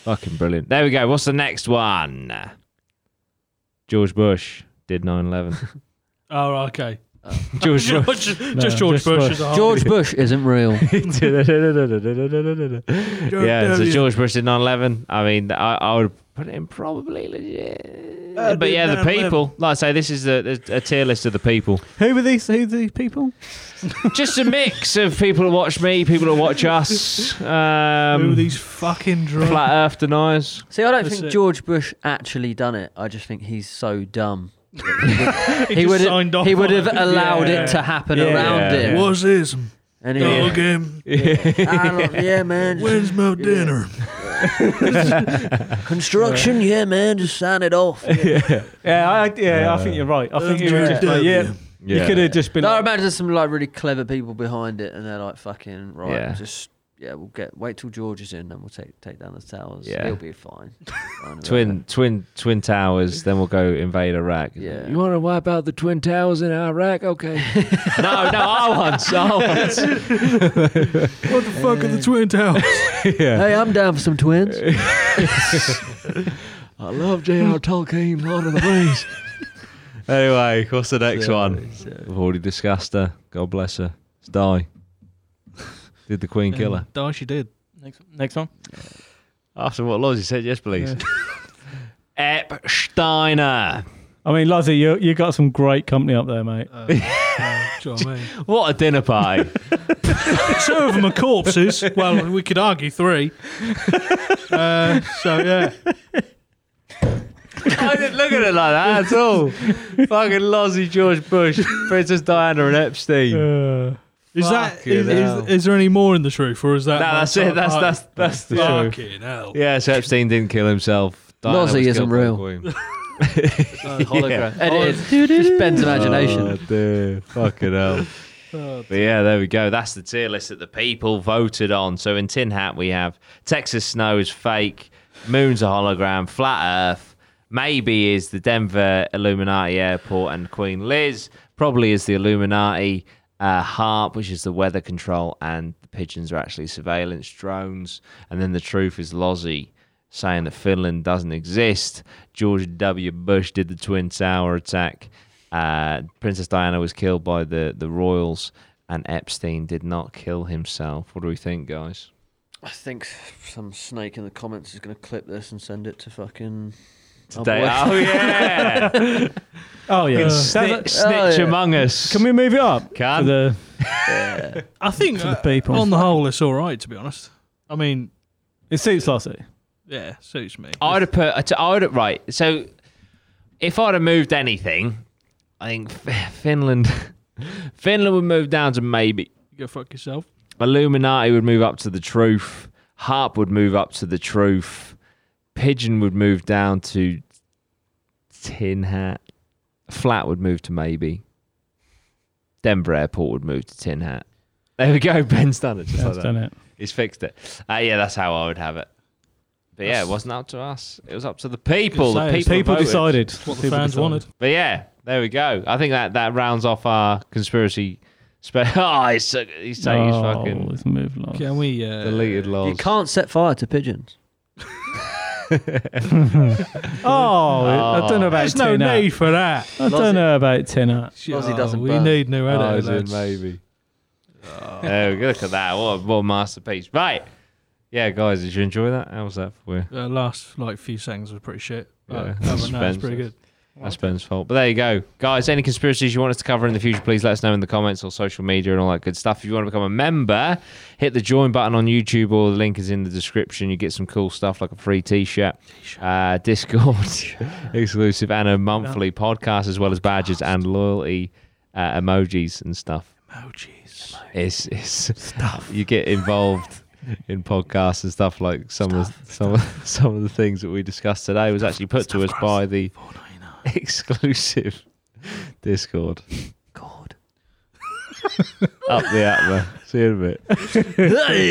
Fucking brilliant. There we go. What's the next one? George Bush did 9 *laughs* 11.
Oh, okay.
George
*laughs*
Bush.
just, just George
just
Bush.
Bush.
Is a whole-
George Bush isn't *laughs* real.
yeah, so George Bush did 9 11. I mean, I, I would put it in probably legit. but yeah, the people. Like I say, this is a, a tier list of the people.
Who were these? Who were these people?
Just a mix of people that watch me, people that watch us. Um,
Who are these fucking drugs?
Flat Earth deniers.
See, I don't
That's
think
it.
George Bush actually done it. I just think he's so dumb.
He,
he
just
would
signed off
he
on
would have
it.
allowed
Oh, Yeah.
it
*laughs*
to happen
Yeah.
around
Yeah.
him.
What's this?
And he
Dog *laughs*
yeah.
him.
*laughs*
yeah, man.
When's my dinner?
Construction, yeah. man. Just sign it off.
Yeah, I, yeah, I think you're right. I think you were just like, yeah, you could have just been.
No, I
Like,
imagine there's some like really clever people behind it, and they're like, "Fucking right,
Yeah.
just yeah, we'll get wait till George is in, then we'll take take down the towers.
Yeah.
he'll be fine." Fine,
Twin, twin, twin towers. Then we'll go invade Iraq.
Yeah.
You want to wipe out the twin towers in Iraq? Okay. *laughs* no, no, I want, I want.
What the fuck are the Twin Towers?
whatever. Hey, I'm down for some twins.
*laughs* I love J.R. Tolkien, Lord of the Rings. *laughs* anyway, what's the next one? We've already discussed her. God bless her. It's die. *laughs* Did the Queen kill her?
Die, she did.
Next, next one.
After what Lozzie said, yes, please. *laughs* Epsteiner.
I mean, Lozzie, you you got some great company up there, mate.
Uh, uh, do you know what I mean?
What a dinner party.
Two of them are corpses. Well, we could argue
*laughs*
three. Uh, so yeah,
*laughs* I didn't look at it like that at *laughs* all. Fucking Lozzie, George Bush, Princess Diana, and Epstein. No,
Uh,
is that
Fucking
is,
hell.
is, is there any more in the truth, or is that my
that's
top
it. That's
five?
that's that's the
fucking
truth.
hell.
Yeah, so Epstein didn't kill himself. Diana
Lozzie
was
isn't
killed by the *laughs* Queen.
real.
*laughs*
Hologram. Edited. Just Ben's imagination.
Oh, dear. Fucking hell. But yeah, there we go. That's the tier list that the people voted on. So in Tin Hat, we have Texas Snow is fake. Moon's a hologram. Flat Earth. Maybe is the Denver Illuminati Airport and Queen Liz. Probably is the Illuminati uh, HARP, which is the weather control, and the pigeons are actually surveillance drones. And then the truth is Lozzie saying that Finland doesn't exist. George W. Bush did the Twin Tower attack. Uh, Princess Diana was killed by the, the royals, and Epstein did not kill himself. What do we think, guys?
I think some snake in the comments is going to clip this and send it to fucking. our
Today,
boy.
*laughs* oh
*laughs*
yeah,
Oh yeah. Oh,
Sni- snitch
yeah.
among us.
Can we move it up?
Can.
For the
I think
for the
uh,
people.
on the whole, it's all right. To be honest, I mean,
it suits eh? Lossie.
yeah, suits me.
I'd have put. I'd- I'd have, right. So, if I'd have moved anything, I think F- Finland, *laughs* Finland would move down to maybe.
go fuck yourself.
Illuminati would move up to the truth. Harp would move up to the truth. Pigeon would move down to Tin Hat. Flat would move to maybe. Denver Airport would move to Tin Hat. There we go. *laughs* Ben's done it. Just like
That's
that.
done it.
He's fixed it. Uh, yeah, that's how I would have it. But yeah, it wasn't up to us. It was up to the people. The
Say,
people,
it's
People
voted.
decided.
What the
People
fans
decided. Oh,
wanted.
But yeah, there we go. I think that, that rounds off our conspiracy. Spe- *laughs* oh, he's, so- he's taking
oh,
his fucking
let's move along.
Can we? Uh,
deleted laws.
You
*laughs*
can't set fire to pigeons.
Oh, I don't know about
There's no
Tin Hat.
need for that.
I don't know about Tin Hat.
Ozzy doesn't
We
burn.
need new
Oh,
editors.
as in maybe. Oh. There we go. Look at that. What a, what a masterpiece. Right. Yeah, guys, did you enjoy that? How was that for you?
Uh, last like few seconds were pretty shit.
Yeah.
Like, other than that, it's pretty good.
Suspense. That's Ben's fault. But there you go. Guys, any conspiracies you want us to cover in the future, please let us know in the comments or social media and all that good stuff. If you want to become a member, hit the join button on YouTube or the link is in the description. You get some cool stuff like a free t shirt, uh, Discord *laughs* exclusive, and a monthly podcast, as well as badges and loyalty uh, emojis and stuff.
Oh, Emojis.
It's, it's stuff. You get involved in podcasts and stuff like some of some of, some of the things that we discussed today was actually put to us by the exclusive Discord. God. Up the app, man. See you in a bit.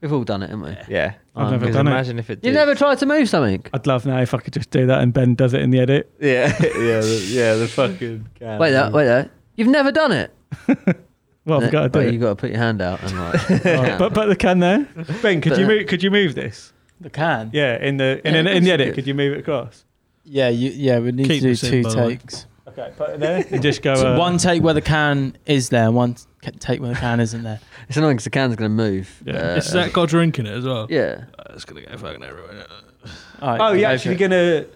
We've all done it, haven't we?
Yeah.
I've never
Because
done it.
imagine if it did.
You've never tried to move something.
I'd love now if I could just do that and Ben does it in the edit.
*laughs* Yeah, yeah, the, yeah, the fucking can.
Wait there, wait there. You've never done it.
Well, I've got to
Wait,
do *laughs*
You've
it.
got to put your hand out
*laughs*
and like.
Oh, but but the can there, Ben. Could
But
you
that-
move? Could you move this?
The can.
Yeah, in the in
Yeah,
in,
of
in the
course you
edit,
could.
could you move it across?
Yeah, you, yeah, we need
Keep
to do
this in,
two
by the way.
takes.
Okay, put it there and just go.
So
Uh,
one take where the can is there, one ca- take where the can isn't *laughs* there.
It's annoying because the can's going to move.
Yeah.
Uh,
It's that guy drinking it as well.
Yeah.
Uh, it's gonna go fucking everywhere.
All right,
Oh,
go
you're
for
actually
it.
gonna.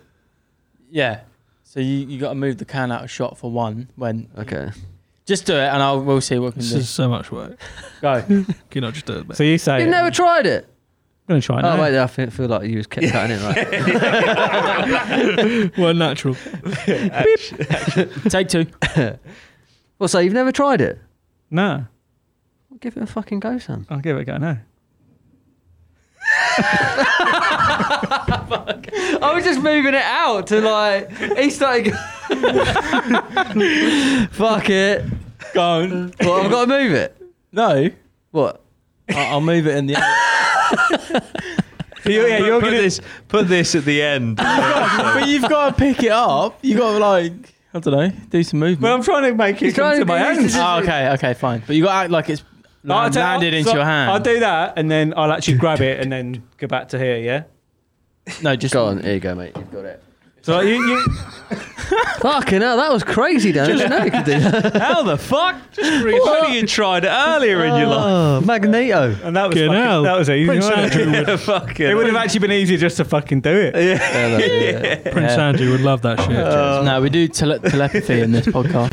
Yeah. So you you got to move the can out of shot for one when.
Okay.
Just do it, and I'll we'll see what we can
This
do.
is so much work.
Go.
Can you not just do it? mate?
So you say
You've
it.
never tried it.
I'm gonna try it
Oh
now.
wait, I feel, feel like you was kept cutting it right.
*laughs*
*laughs* Well, natural.
*laughs* Take two.
Well, so you've never tried it?
No,
Well, give it a fucking
*laughs*
go, son.
I'll give it a go now.
I was just moving it out to like. He started. go- *laughs* Fuck it.
Go.
Well, I've got to move it.
*laughs* No.
What?
I- I'll move it in *laughs* the.
You, yeah, you're put, this, put this at the end.
but you've got to pick it up. You got to like I don't know, do some movement.
Well, I'm trying to make
He's
it come
trying
to
to
my
be-
hands.
he's just-
*laughs*
oh, okay, okay, fine. But you got to act like it's
I'll
like,
do-
landed
I'll-
into
so
your hand.
I'll do that, and then I'll actually grab it, and then go back to here. Yeah.
No, just
Go on. Here you go, mate. You've got it.
So like, you, you
Fucking hell, that was crazy, Dan. I didn't know you could do
*laughs*
that.
How the fuck? Just re- you tried it earlier in your life.
Oh, Magneto.
and that was
Fucking
fucking,
hell.
that was easy.
Prince
wasn't it?
Andrew would,
*laughs*
Yeah, fucking.
It would have actually been easier just to fucking do it.
Yeah, that- yeah.
Prince Andrew would love that shit.
*laughs* No, we
*laughs*
do tele- telepathy in this podcast.